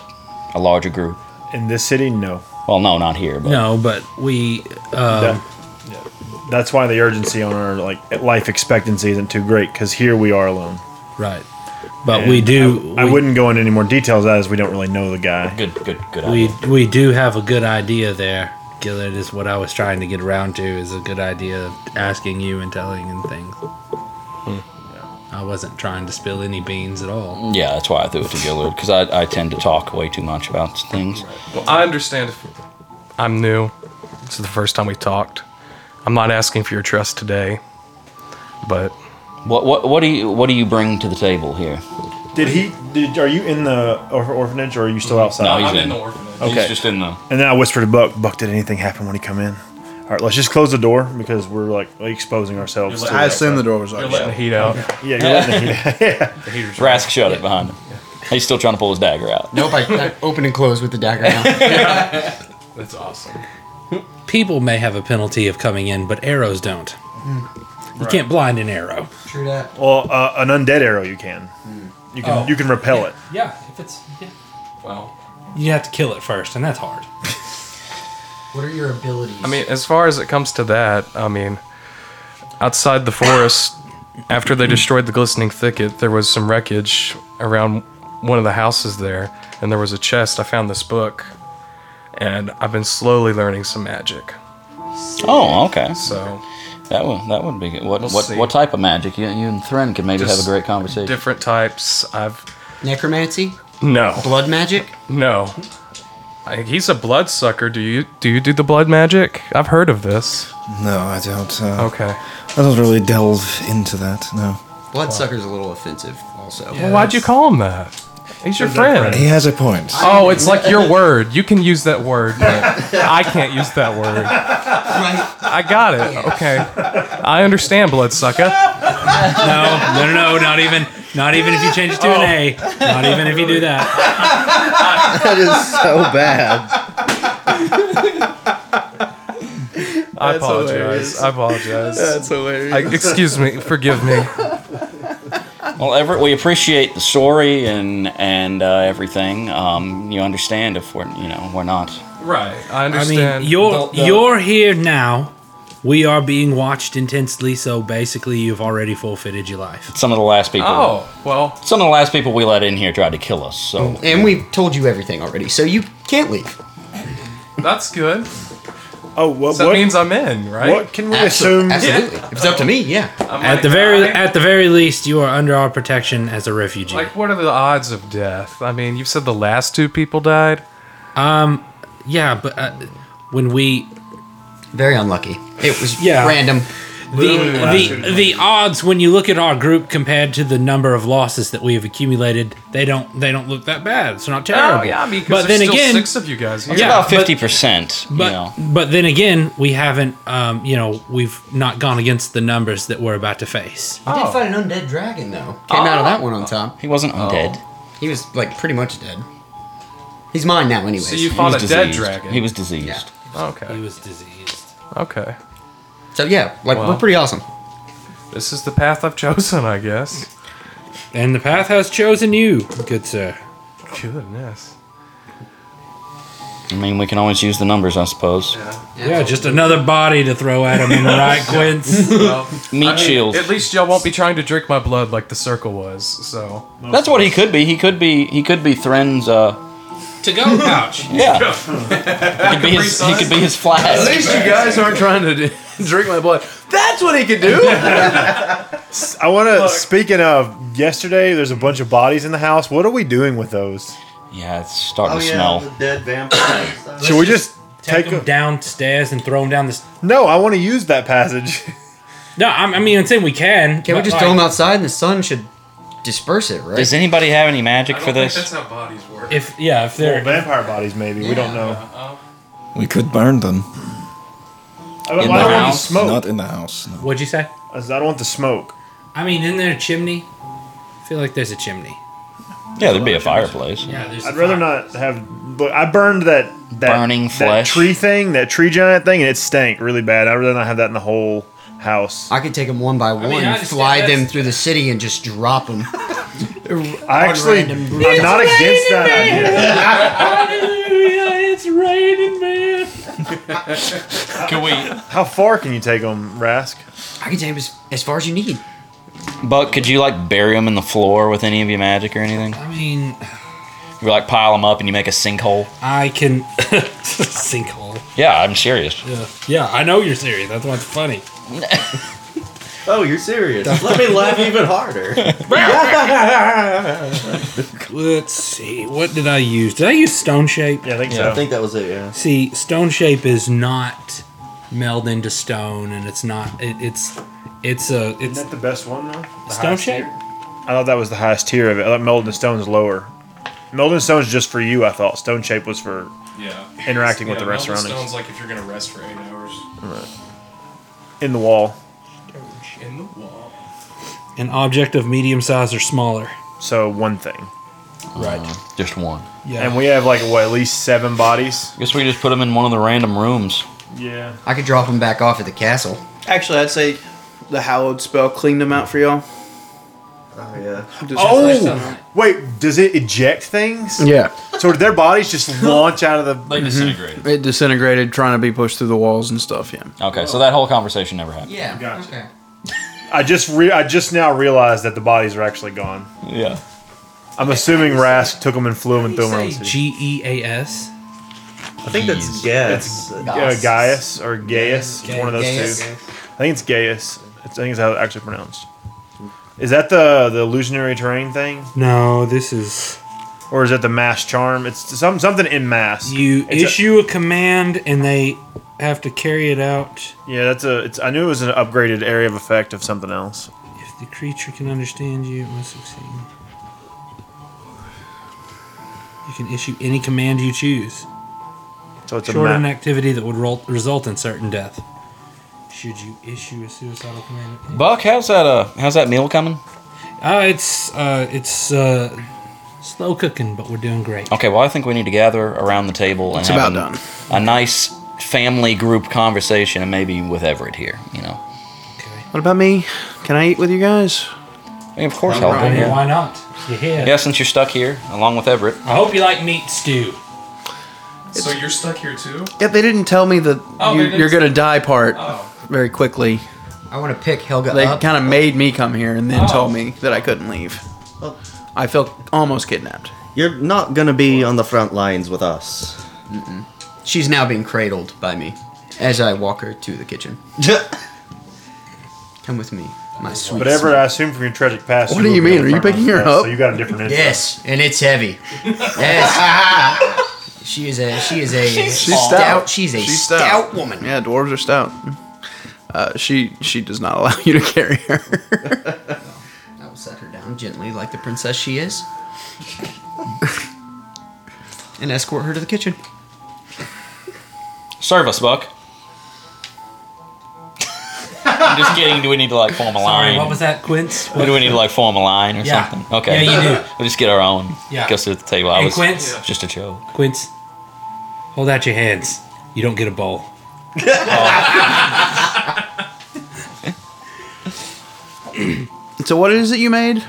[SPEAKER 3] a larger group.
[SPEAKER 6] In this city, no.
[SPEAKER 3] Well, no, not here, but
[SPEAKER 4] No, but we. Um,
[SPEAKER 6] That- That's why the urgency on our like life expectancy isn't too great because here we are alone.
[SPEAKER 4] Right. But
[SPEAKER 6] And
[SPEAKER 4] we do.
[SPEAKER 6] I
[SPEAKER 4] we,
[SPEAKER 6] wouldn't go into any more details as we don't really know the guy.
[SPEAKER 3] good, good, good.
[SPEAKER 4] We
[SPEAKER 3] idea.
[SPEAKER 4] we do have a good idea there, Gillard. Is what I was trying to get around to is a good idea of asking you and telling and things. I wasn't trying to spill any beans at all.
[SPEAKER 3] Yeah, that's why I threw it to Gillard because I, I tend to talk way too much about things.
[SPEAKER 8] Well, I understand if I'm new. This is the first time we talked. I'm not asking for your trust today, but
[SPEAKER 3] What what what do you what do you bring to the table here?
[SPEAKER 6] Did he? Did are you in the or- orphanage or are you still outside?
[SPEAKER 3] No, he's
[SPEAKER 8] I'm
[SPEAKER 3] in.
[SPEAKER 8] in the orphanage.
[SPEAKER 6] Okay.
[SPEAKER 3] He's just in the.
[SPEAKER 6] And then I whispered to Buck, Buck, did anything happen when he come in? All right, let's just close the door because we're like exposing ourselves. to
[SPEAKER 1] I assume the door was
[SPEAKER 8] You're
[SPEAKER 1] open.
[SPEAKER 8] letting the heat out.
[SPEAKER 6] Yeah, you're letting the heat out.
[SPEAKER 3] Rask shut it behind him. He's still trying to pull his dagger out.
[SPEAKER 2] Nope, I, I open and close with the dagger now.
[SPEAKER 8] That's awesome.
[SPEAKER 4] People may have a penalty of coming in, but arrows don't. You can't blind an arrow.
[SPEAKER 2] True that.
[SPEAKER 6] Well, uh, an undead arrow you can. You can
[SPEAKER 10] Oh.
[SPEAKER 6] you can repel it.
[SPEAKER 10] Yeah, if it's yeah.
[SPEAKER 8] Wow.
[SPEAKER 10] you have to kill it first, and that's hard.
[SPEAKER 2] What are your abilities?
[SPEAKER 8] I mean, as far as it comes to that, I mean, outside the forest, after they destroyed the glistening thicket, there was some wreckage around one of the houses there, and there was a chest. I found this book, and I've been slowly learning some magic.
[SPEAKER 3] Oh, okay.
[SPEAKER 8] So,
[SPEAKER 3] That would that would be good. What
[SPEAKER 8] We'll
[SPEAKER 3] what
[SPEAKER 8] see.
[SPEAKER 3] what type of magic? You, you and Thren could maybe have a
[SPEAKER 8] Just
[SPEAKER 3] great conversation.
[SPEAKER 8] different types. I've
[SPEAKER 2] necromancy,
[SPEAKER 8] no,
[SPEAKER 2] blood magic.
[SPEAKER 8] no. I, he's a bloodsucker. Do you do you do the blood magic? I've heard of this.
[SPEAKER 11] No, I don't. Uh,
[SPEAKER 8] Okay.
[SPEAKER 11] I don't really delve into that. No.
[SPEAKER 2] Bloodsucker's a little offensive, also.
[SPEAKER 8] well, why'd you call him that? He's your friend.
[SPEAKER 11] He has a point.
[SPEAKER 8] Oh, it's like your word. You can use that word, but I can't use that word. I got it. Okay. I understand, bloodsucker.
[SPEAKER 4] Oh, No, no, no, no, not even, not even if you change it to an A. Not even if you do that.
[SPEAKER 5] That is so bad.
[SPEAKER 8] I apologize.
[SPEAKER 5] hilarious.
[SPEAKER 8] I apologize.
[SPEAKER 5] hilarious.
[SPEAKER 8] I, excuse me. Forgive me.
[SPEAKER 3] Well, Everett, we appreciate the story and and uh, everything. Um, you understand if we're you know we're not.
[SPEAKER 8] Right. I
[SPEAKER 4] I
[SPEAKER 8] understand.
[SPEAKER 4] mean, you're
[SPEAKER 8] The- the-
[SPEAKER 4] you're here now. We are being watched intensely, so basically, you've already forfeited your life.
[SPEAKER 3] Some of the last people.
[SPEAKER 8] Oh well.
[SPEAKER 3] Some of the last people we let in here tried to kill us. So
[SPEAKER 2] And we've told you everything already, so you can't leave.
[SPEAKER 8] That's good.
[SPEAKER 6] Oh, what?
[SPEAKER 8] So that
[SPEAKER 6] what,
[SPEAKER 8] means I'm in, right?
[SPEAKER 6] what can we assume?
[SPEAKER 2] Absolutely. Absolutely. If it's up to me, yeah.
[SPEAKER 8] I'm
[SPEAKER 4] At
[SPEAKER 8] like,
[SPEAKER 4] the very
[SPEAKER 8] I-
[SPEAKER 4] at the very least, you are under our protection as a refugee.
[SPEAKER 8] like, what are the odds of death? I mean, you said the last two people died.
[SPEAKER 4] yeah, but uh, when we
[SPEAKER 2] Very unlucky. It was
[SPEAKER 4] Yeah.
[SPEAKER 2] random.
[SPEAKER 4] the the, the odds when you look at our group compared to the number of losses that we have accumulated, they don't they don't look that bad. It's not terrible.
[SPEAKER 8] Oh yeah, I mean, 'cause
[SPEAKER 4] but
[SPEAKER 8] there's
[SPEAKER 4] then
[SPEAKER 8] still
[SPEAKER 4] again,
[SPEAKER 8] six of you guys here.
[SPEAKER 3] it's
[SPEAKER 4] Yeah,
[SPEAKER 3] about
[SPEAKER 4] but-
[SPEAKER 3] fifty percent. You
[SPEAKER 4] But
[SPEAKER 3] know.
[SPEAKER 4] but then again, we haven't um, you know we've not gone against the numbers that we're about to face.
[SPEAKER 2] I
[SPEAKER 8] Oh.
[SPEAKER 2] did fight an undead dragon though. Came out of that one on top.
[SPEAKER 3] He wasn't undead.
[SPEAKER 2] He was like pretty much dead. He's mine now, anyways.
[SPEAKER 8] So
[SPEAKER 3] He
[SPEAKER 8] you
[SPEAKER 3] was
[SPEAKER 8] fought a dead
[SPEAKER 3] diseased.
[SPEAKER 8] dragon.
[SPEAKER 3] He was diseased.
[SPEAKER 2] Yeah.
[SPEAKER 4] He
[SPEAKER 8] okay.
[SPEAKER 4] was diseased.
[SPEAKER 8] Okay.
[SPEAKER 2] So yeah, like
[SPEAKER 8] Well.
[SPEAKER 2] we're pretty awesome.
[SPEAKER 8] This is the path I've chosen, I guess.
[SPEAKER 4] And the path has chosen you, good sir.
[SPEAKER 8] Goodness.
[SPEAKER 3] I mean, we can always use the numbers, I suppose.
[SPEAKER 4] Yeah, just another body to throw at him, am I right, Quince?
[SPEAKER 8] Well,
[SPEAKER 3] Meat shield.
[SPEAKER 8] At least y'all won't be trying to drink my blood like the circle was. So
[SPEAKER 3] That's what he could be. He could be. He could be Thren's. Uh,
[SPEAKER 4] to go pouch.
[SPEAKER 3] yeah. he could be his. He could be his flask.
[SPEAKER 1] least you guys aren't trying to d- drink my blood. That's what he could do.
[SPEAKER 6] I want to. Speaking of yesterday, there's a bunch of bodies in the house. What are we doing with those?
[SPEAKER 3] Yeah, it's starting
[SPEAKER 5] Oh
[SPEAKER 3] to
[SPEAKER 5] yeah,
[SPEAKER 3] smell.
[SPEAKER 5] the dead vampire.
[SPEAKER 6] Should we just
[SPEAKER 4] Take
[SPEAKER 6] take
[SPEAKER 4] him
[SPEAKER 6] them?
[SPEAKER 4] downstairs and throw him down the. s-
[SPEAKER 6] No, I want to use that passage.
[SPEAKER 4] No, I, I mean, I'm saying we can.
[SPEAKER 2] Can't we
[SPEAKER 4] but,
[SPEAKER 2] just
[SPEAKER 4] like-
[SPEAKER 2] throw them outside and the sun should disperse it, right?
[SPEAKER 3] Does anybody have any magic for this?
[SPEAKER 4] how bodies work. If yeah, if they're
[SPEAKER 6] Well, vampire bodies, maybe we don't know.
[SPEAKER 11] We could burn them.
[SPEAKER 6] I don't, I don't want the smoke.
[SPEAKER 11] Not in the house. No.
[SPEAKER 4] What'd you say?
[SPEAKER 6] I said, I don't want the smoke.
[SPEAKER 4] I mean, isn't there a chimney? I feel like there's a chimney.
[SPEAKER 12] Yeah, there'd be a fireplace.
[SPEAKER 4] Yeah, there's
[SPEAKER 6] I'd rather not have. Look, I burned that, that burning flesh tree thing, that tree giant thing, and it stank really bad. I'd rather not have that in the whole house.
[SPEAKER 2] I could take them one by one,
[SPEAKER 6] mean, I understand
[SPEAKER 2] fly them
[SPEAKER 6] that's-
[SPEAKER 2] through the city, and just drop them.
[SPEAKER 6] I actually, I'm not against that
[SPEAKER 8] Hallelujah, it's raining man.
[SPEAKER 6] idea. Can we? How far can you take them, Rask?
[SPEAKER 2] I can take them as, as far as you need.
[SPEAKER 3] Buck, could you like bury them in the floor with any of your magic or anything?
[SPEAKER 4] I mean,
[SPEAKER 3] You like pile them up and you make a sinkhole.
[SPEAKER 4] I can sinkhole.
[SPEAKER 3] Yeah, I'm serious.
[SPEAKER 4] Yeah, yeah, I know you're serious. That's what's funny.
[SPEAKER 5] Oh, you're serious. Let me laugh even harder.
[SPEAKER 4] Let's see. What did I use? Did I use stone shape?
[SPEAKER 6] Yeah, I think
[SPEAKER 5] I think that was it. Yeah.
[SPEAKER 4] See, stone shape is not meld into stone, and it's not. It, it's it's a it's
[SPEAKER 6] that the best one though.
[SPEAKER 4] stone shape.
[SPEAKER 6] I thought that was the highest tier of it. I thought Melden Stone's lower. Melden Stone's just for you, I thought. Stone Shape was for
[SPEAKER 8] Yeah.
[SPEAKER 6] interacting with
[SPEAKER 8] Yeah,
[SPEAKER 6] the rest
[SPEAKER 8] Melvin
[SPEAKER 6] surroundings.
[SPEAKER 8] Stone's like if you're gonna rest for eight hours.
[SPEAKER 6] Right. In the wall.
[SPEAKER 8] In the wall.
[SPEAKER 4] An object of medium size or smaller.
[SPEAKER 6] So one thing.
[SPEAKER 4] Right.
[SPEAKER 3] Just one.
[SPEAKER 4] Yeah.
[SPEAKER 6] And we have like what at least seven bodies.
[SPEAKER 3] Guess we just put them in one of the random rooms.
[SPEAKER 6] Yeah.
[SPEAKER 2] I could drop them back off at the castle.
[SPEAKER 1] Actually, I'd say the hallowed spell cleaned them out for y'all.
[SPEAKER 5] Oh yeah.
[SPEAKER 6] Oh wait, does it eject things?
[SPEAKER 1] Yeah.
[SPEAKER 6] So did their bodies just launch out of the
[SPEAKER 1] Mhm. It disintegrated, trying to be pushed through the walls and stuff. Yeah.
[SPEAKER 3] Okay, so that whole conversation never happened.
[SPEAKER 2] Yeah.
[SPEAKER 6] Gotcha.
[SPEAKER 2] Okay.
[SPEAKER 6] I just re- I just now realized that the bodies are actually gone.
[SPEAKER 3] Yeah.
[SPEAKER 6] I'm assuming Rask took them and flew them and threw them around. the city.
[SPEAKER 4] G E A S.
[SPEAKER 6] I
[SPEAKER 5] think that's Gees.
[SPEAKER 6] It's
[SPEAKER 5] Gaius.
[SPEAKER 6] uh, Gaius or Gaius.
[SPEAKER 4] Gaius.
[SPEAKER 6] It's one of those
[SPEAKER 4] Gaius.
[SPEAKER 6] two. I think it's Gaius. It's, I think it's how it's actually pronounced. Is that the the illusionary terrain thing,
[SPEAKER 4] No, this is.
[SPEAKER 6] or is it the mass charm? It's some something in mass.
[SPEAKER 4] You
[SPEAKER 6] It's a-
[SPEAKER 4] issue a, command and they have to carry it out.
[SPEAKER 6] yeah, that's a. It's, I knew it was an upgraded area of effect of something else.
[SPEAKER 4] If the creature can understand you, it must succeed. You can issue any command you choose.
[SPEAKER 6] So it's a
[SPEAKER 4] Short
[SPEAKER 6] ma-
[SPEAKER 4] an activity that would roll, result in certain death. Should you issue a suicidal command?
[SPEAKER 3] Buck, how's that? Uh, how's that meal coming?
[SPEAKER 4] Uh, it's uh, it's uh, slow cooking, but we're doing great.
[SPEAKER 3] Okay, well, I think we need to gather around the table and
[SPEAKER 4] It's
[SPEAKER 3] have
[SPEAKER 4] about
[SPEAKER 3] a, a nice family group conversation, and maybe with Everett here. You know,
[SPEAKER 1] What about me? Can I eat with you guys?
[SPEAKER 3] of course
[SPEAKER 4] All right,
[SPEAKER 3] I'll be
[SPEAKER 4] Why
[SPEAKER 3] here.
[SPEAKER 4] not? You're here.
[SPEAKER 3] Oh, Yeah, since you're stuck here along with Everett.
[SPEAKER 4] I hope you like meat stew.
[SPEAKER 8] So you're stuck here too?
[SPEAKER 1] Yeah, they didn't tell me the
[SPEAKER 8] Oh,
[SPEAKER 1] you,
[SPEAKER 8] they didn't
[SPEAKER 1] you're gonna
[SPEAKER 8] say-
[SPEAKER 1] die part
[SPEAKER 8] Oh.
[SPEAKER 1] very quickly.
[SPEAKER 2] I want to pick Helga
[SPEAKER 1] They
[SPEAKER 2] up.
[SPEAKER 1] kind of made me come here and then
[SPEAKER 2] Uh-huh. Oh.
[SPEAKER 1] told me that I couldn't leave. I felt almost kidnapped.
[SPEAKER 5] You're not gonna be on the front lines with us.
[SPEAKER 2] She's now being cradled by me as I walk her to the kitchen. Come with me, my sweet.
[SPEAKER 6] But Everett,
[SPEAKER 2] sweet-
[SPEAKER 6] I assume from your tragic past.
[SPEAKER 2] What do you
[SPEAKER 6] were
[SPEAKER 2] mean?
[SPEAKER 6] on
[SPEAKER 2] Are you
[SPEAKER 6] front
[SPEAKER 2] picking
[SPEAKER 6] lines
[SPEAKER 2] her
[SPEAKER 6] with us,
[SPEAKER 2] up?
[SPEAKER 6] So you got a different interest.
[SPEAKER 2] Yes, and it's heavy. Yes. she is a she is a She's a stout, woman.
[SPEAKER 1] Yeah, dwarves are stout. Uh, she she does not allow you to carry her.
[SPEAKER 2] I will set her down gently, like the princess she is, and escort her to the kitchen.
[SPEAKER 3] Serve us, Buck. I'm just kidding. Do we need to like form a
[SPEAKER 4] Sorry,
[SPEAKER 3] line?
[SPEAKER 4] what was that, Quince?
[SPEAKER 3] Or do we need to like form a line or
[SPEAKER 4] Yeah.
[SPEAKER 3] something? Okay.
[SPEAKER 4] Yeah, you do.
[SPEAKER 3] We'll just get our own.
[SPEAKER 4] Yeah.
[SPEAKER 3] Go sit at the table. I
[SPEAKER 4] And
[SPEAKER 3] was
[SPEAKER 4] Quince? Yeah.
[SPEAKER 3] just a joke.
[SPEAKER 4] Quince, hold out your hands. You don't get a bowl.
[SPEAKER 1] so what is it you made?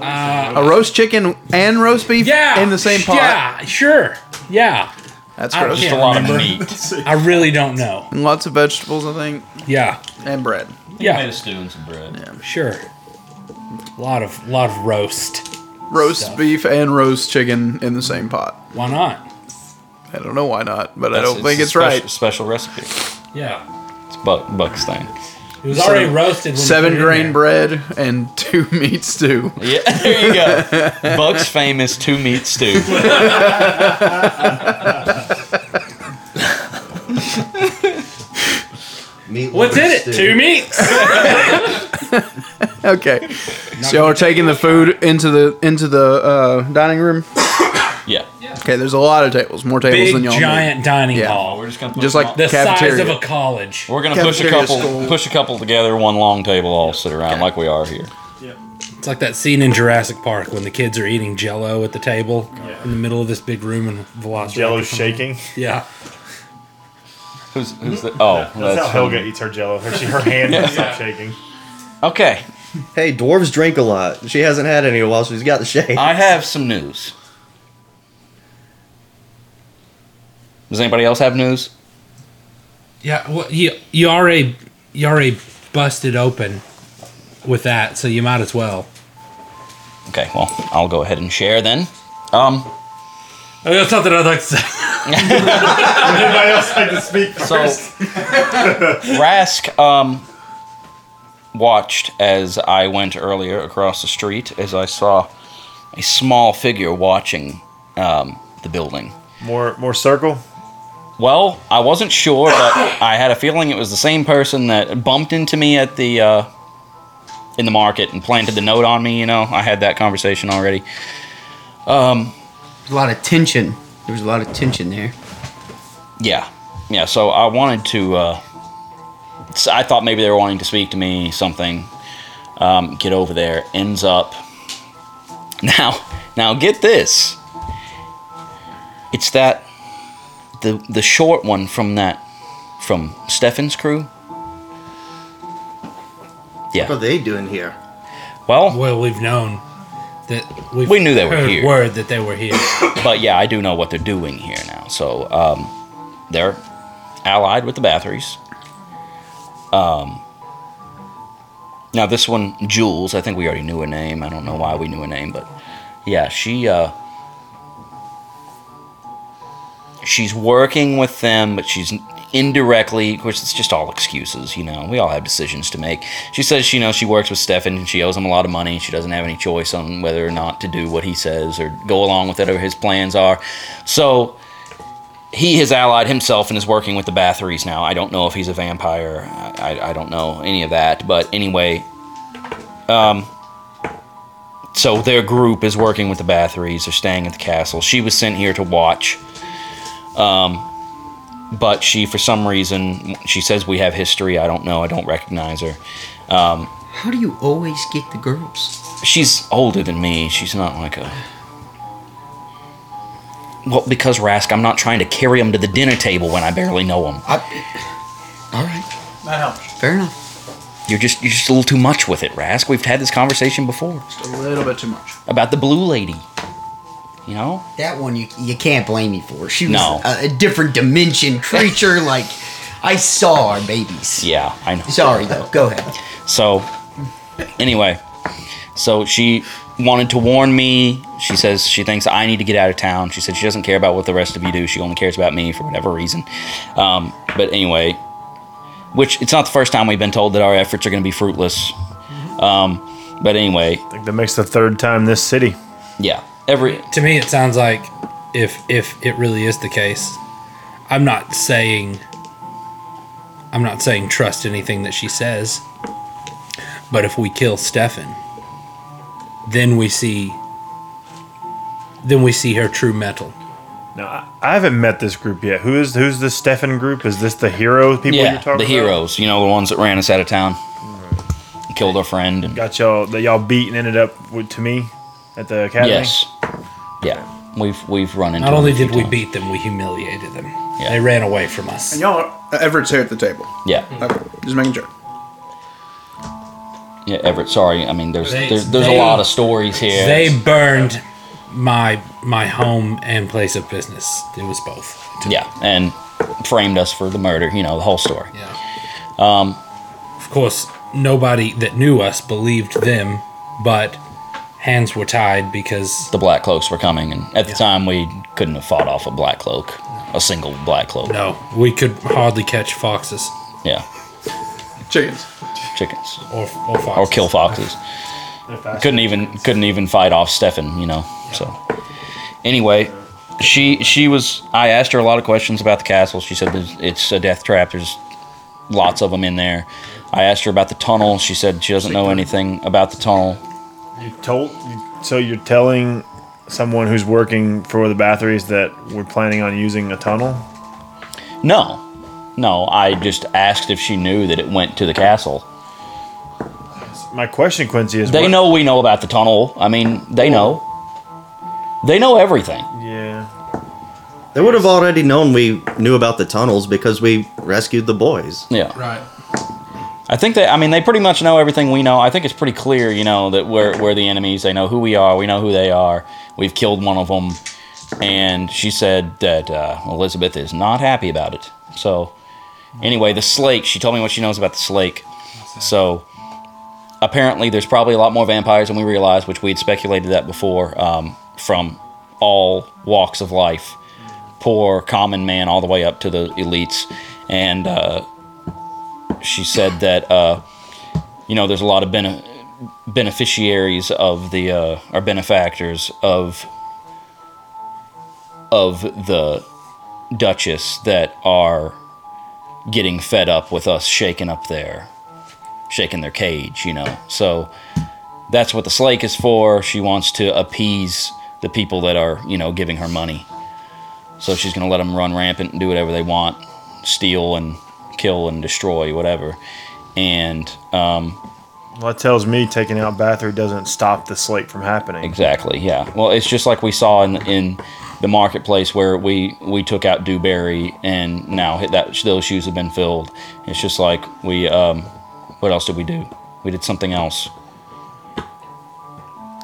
[SPEAKER 1] a roast chicken and roast beef
[SPEAKER 4] Uh, Yeah,
[SPEAKER 1] in the same pot.
[SPEAKER 4] Yeah, sure. Yeah.
[SPEAKER 1] That's
[SPEAKER 4] I
[SPEAKER 1] gross.
[SPEAKER 4] can't remember. I really don't know.
[SPEAKER 1] And lots of vegetables, I think.
[SPEAKER 4] Yeah.
[SPEAKER 1] And bread.
[SPEAKER 4] Yeah. made
[SPEAKER 3] a stew and some bread.
[SPEAKER 4] Sure. A lot of lot of roast.
[SPEAKER 1] Roast
[SPEAKER 4] stuff.
[SPEAKER 1] beef and roast chicken in the same pot.
[SPEAKER 4] Why not?
[SPEAKER 1] I don't know why not, but I
[SPEAKER 3] That's-
[SPEAKER 1] don't think
[SPEAKER 3] a
[SPEAKER 1] it's
[SPEAKER 3] spec-
[SPEAKER 1] right.
[SPEAKER 3] Special recipe.
[SPEAKER 4] Yeah.
[SPEAKER 3] It's Buck Buck's thing.
[SPEAKER 4] It was already roasted. When you
[SPEAKER 1] Seven
[SPEAKER 4] put it in
[SPEAKER 1] grain
[SPEAKER 4] there.
[SPEAKER 1] bread and two meat stew.
[SPEAKER 3] Yeah, there you go. Buck's famous two meat stew.
[SPEAKER 5] meat.
[SPEAKER 4] What's in
[SPEAKER 5] liver
[SPEAKER 4] it?
[SPEAKER 5] stew.
[SPEAKER 4] Two meats.
[SPEAKER 1] okay. So y'all are taking the food into the into the uh, dining room.
[SPEAKER 3] Yeah.
[SPEAKER 1] Okay. There's a lot of tables, more tables
[SPEAKER 4] Big
[SPEAKER 1] than y'all. need.
[SPEAKER 4] giant dining
[SPEAKER 1] Yeah.
[SPEAKER 4] hall.
[SPEAKER 3] We're just
[SPEAKER 1] Just like
[SPEAKER 4] the
[SPEAKER 1] cafeteria.
[SPEAKER 4] size of a college.
[SPEAKER 3] We're gonna push a
[SPEAKER 4] Cafeteria
[SPEAKER 3] couple,
[SPEAKER 4] school.
[SPEAKER 3] push a couple together, one long table, all sit around like we are here.
[SPEAKER 4] It's like that scene in Jurassic Park when the kids are eating Jello at the table in the middle of this big room and Velociraptor.
[SPEAKER 6] Jell-O's
[SPEAKER 4] comes in.
[SPEAKER 6] shaking.
[SPEAKER 4] Yeah.
[SPEAKER 3] Who's who's the? Oh,
[SPEAKER 6] That's, how Helga eats her Jello. Her, she, her hand
[SPEAKER 3] Yeah.
[SPEAKER 6] yeah. stops shaking.
[SPEAKER 3] Okay.
[SPEAKER 5] Hey, dwarves drink a lot. She hasn't had any in a while, so she's got the shake.
[SPEAKER 3] I have some news. Does anybody else have news?
[SPEAKER 4] Yeah. Well, you you already you already busted open with that, so you might as well.
[SPEAKER 3] Okay, well, I'll go ahead and share then. Um,
[SPEAKER 4] I got something I'd like to say.
[SPEAKER 6] Anybody else like to speak first?
[SPEAKER 3] Rask um, watched as I went earlier across the street as I saw a small figure watching um, the building.
[SPEAKER 6] more more circle.
[SPEAKER 3] Well, I wasn't sure, but I had a feeling it was the same person that bumped into me at the uh, in the market and planted the note on me. You know, I had that conversation already. Um,
[SPEAKER 2] A lot of tension. There was a lot of tension there.
[SPEAKER 3] Yeah, yeah. So I wanted to. Uh, s- I thought maybe they were wanting to speak to me, something. Um, get over there. Ends up. Now, now get this. It's that the the short one from that from Stefan's crew. Yeah.
[SPEAKER 5] What are they doing here?
[SPEAKER 3] Well,
[SPEAKER 4] well, we've known that we've
[SPEAKER 3] We knew they were
[SPEAKER 4] heard
[SPEAKER 3] here.
[SPEAKER 4] Word that they were here.
[SPEAKER 3] But yeah, I do know what they're doing here now. So um, they're allied with the Bathories. Um, now this one, Jules. I think we already knew her name. I don't know why we knew her name, but yeah, she uh, she's working with them, but she's indirectly. Of course, it's just all excuses. You know, we all have decisions to make. She says, you know, she works with Stefan and she owes him a lot of money. She doesn't have any choice on whether or not to do what he says or go along with whatever his plans are. So he has allied himself and is working with the Bathories now. I don't know if he's a vampire. I, I, I don't know any of that. But anyway, um, so their group is working with the Bathories. They're staying at the castle. She was sent here to watch. Um, but she, for some reason, she says we have history. I don't know. I don't recognize her. Um,
[SPEAKER 2] How do you always get the girls?
[SPEAKER 3] she's older than me. She's not like a. Well, because Rask, I'm not trying to carry him to the dinner table when I barely know him.
[SPEAKER 2] All right.
[SPEAKER 9] That helps.
[SPEAKER 2] Fair enough.
[SPEAKER 3] You're just you're just a little too much with it, Rask. We've had this conversation before
[SPEAKER 1] A little bit too much.
[SPEAKER 3] about the blue lady. You know?
[SPEAKER 2] That one you you can't blame me for. She was
[SPEAKER 3] No.
[SPEAKER 2] a, a different dimension creature. like I saw our babies.
[SPEAKER 3] Yeah, I know.
[SPEAKER 2] Sorry though. Go ahead.
[SPEAKER 3] So, anyway, so she wanted to warn me. She says she thinks I need to get out of town. She said she doesn't care about what the rest of you do. She only cares about me for whatever reason. Um, but anyway, which it's not the first time we've been told that our efforts are going to be fruitless. Um, but anyway,
[SPEAKER 6] I think that makes the third time this city.
[SPEAKER 3] yeah. Every
[SPEAKER 4] to me, it sounds like if if it really is the case, I'm not saying I'm not saying trust anything that she says. But if we kill Stefan, then we see then we see her true metal.
[SPEAKER 6] No, I, I haven't met this group yet. Who is who's the Stefan group? Is this the hero people
[SPEAKER 3] yeah,
[SPEAKER 6] you're talking
[SPEAKER 3] the
[SPEAKER 6] about?
[SPEAKER 3] heroes, you know, the ones that ran us out of town, and killed our friend, and
[SPEAKER 6] Got y'all that y'all beat and ended up with, to me at the academy.
[SPEAKER 3] yes, yeah, we've we've run into.
[SPEAKER 4] Not
[SPEAKER 3] them
[SPEAKER 4] only
[SPEAKER 3] a few
[SPEAKER 4] did we
[SPEAKER 3] times.
[SPEAKER 4] beat them, we humiliated them. They ran away from us.
[SPEAKER 1] And y'all, are, Uh, Everett's here at the table.
[SPEAKER 3] yeah,
[SPEAKER 1] Okay, just making sure.
[SPEAKER 3] yeah, Everett. Sorry, I mean, there's
[SPEAKER 4] They-
[SPEAKER 3] there's, there's
[SPEAKER 4] they-
[SPEAKER 3] a lot of stories here.
[SPEAKER 4] They burned my my home and place of business. It was both.
[SPEAKER 3] yeah, and framed us for the murder. You know, the whole story.
[SPEAKER 4] Yeah.
[SPEAKER 3] Um,
[SPEAKER 4] Of course, nobody that knew us believed them, but hands were tied because
[SPEAKER 3] the black cloaks were coming, and at the time we couldn't have fought off a black cloak, a single black cloak.
[SPEAKER 4] no, we could hardly catch foxes
[SPEAKER 3] Yeah,
[SPEAKER 1] Chickens.
[SPEAKER 3] chickens
[SPEAKER 4] or or foxes.
[SPEAKER 3] or kill foxes. couldn't even couldn't even fight off Stefan, you know. So anyway, she she was I asked her a lot of questions about the castle. She said there's- it's a death trap. There's lots of them in there. I asked her about the tunnel. She said she doesn't know anything about the tunnel.
[SPEAKER 6] You told you, so you're telling someone who's working for the batteries that we're planning on using a tunnel.
[SPEAKER 3] No, no. I just asked if she knew that it went to the castle.
[SPEAKER 6] My question, Quincy, is
[SPEAKER 3] They
[SPEAKER 6] what-
[SPEAKER 3] know we know about the tunnel. I mean, they know. They know everything.
[SPEAKER 6] Yeah.
[SPEAKER 5] They would have already known we knew about the tunnels because we rescued the boys.
[SPEAKER 3] Yeah.
[SPEAKER 1] Right.
[SPEAKER 3] I think that I mean they pretty much know everything we know. I think it's pretty clear, you know, that we're we're the enemies. They know who we are. We know who they are. We've killed one of them, and she said that uh, Elizabeth is not happy about it. So, anyway, the slake. She told me what she knows about the slake. So, apparently, there's probably a lot more vampires than we realized, which we had speculated that before. Um, from all walks of life, poor common man all the way up to the elites, and. Uh, she said that uh, you know there's a lot of bene- beneficiaries of the uh, or benefactors of of the Duchess that are getting fed up with us shaking up their shaking their cage, you know. So that's what the slake is for. She wants to appease the people that are you know giving her money. So she's going to let them run rampant and do whatever they want, steal and kill and destroy, whatever. And um,
[SPEAKER 6] Well, that tells me taking out Bathory doesn't stop the slate from happening.
[SPEAKER 3] exactly, yeah. Well, it's just like we saw in in the marketplace where we we took out Dewberry, and now hit that those shoes have been filled. It's just like we um, what else did we do? We did something else.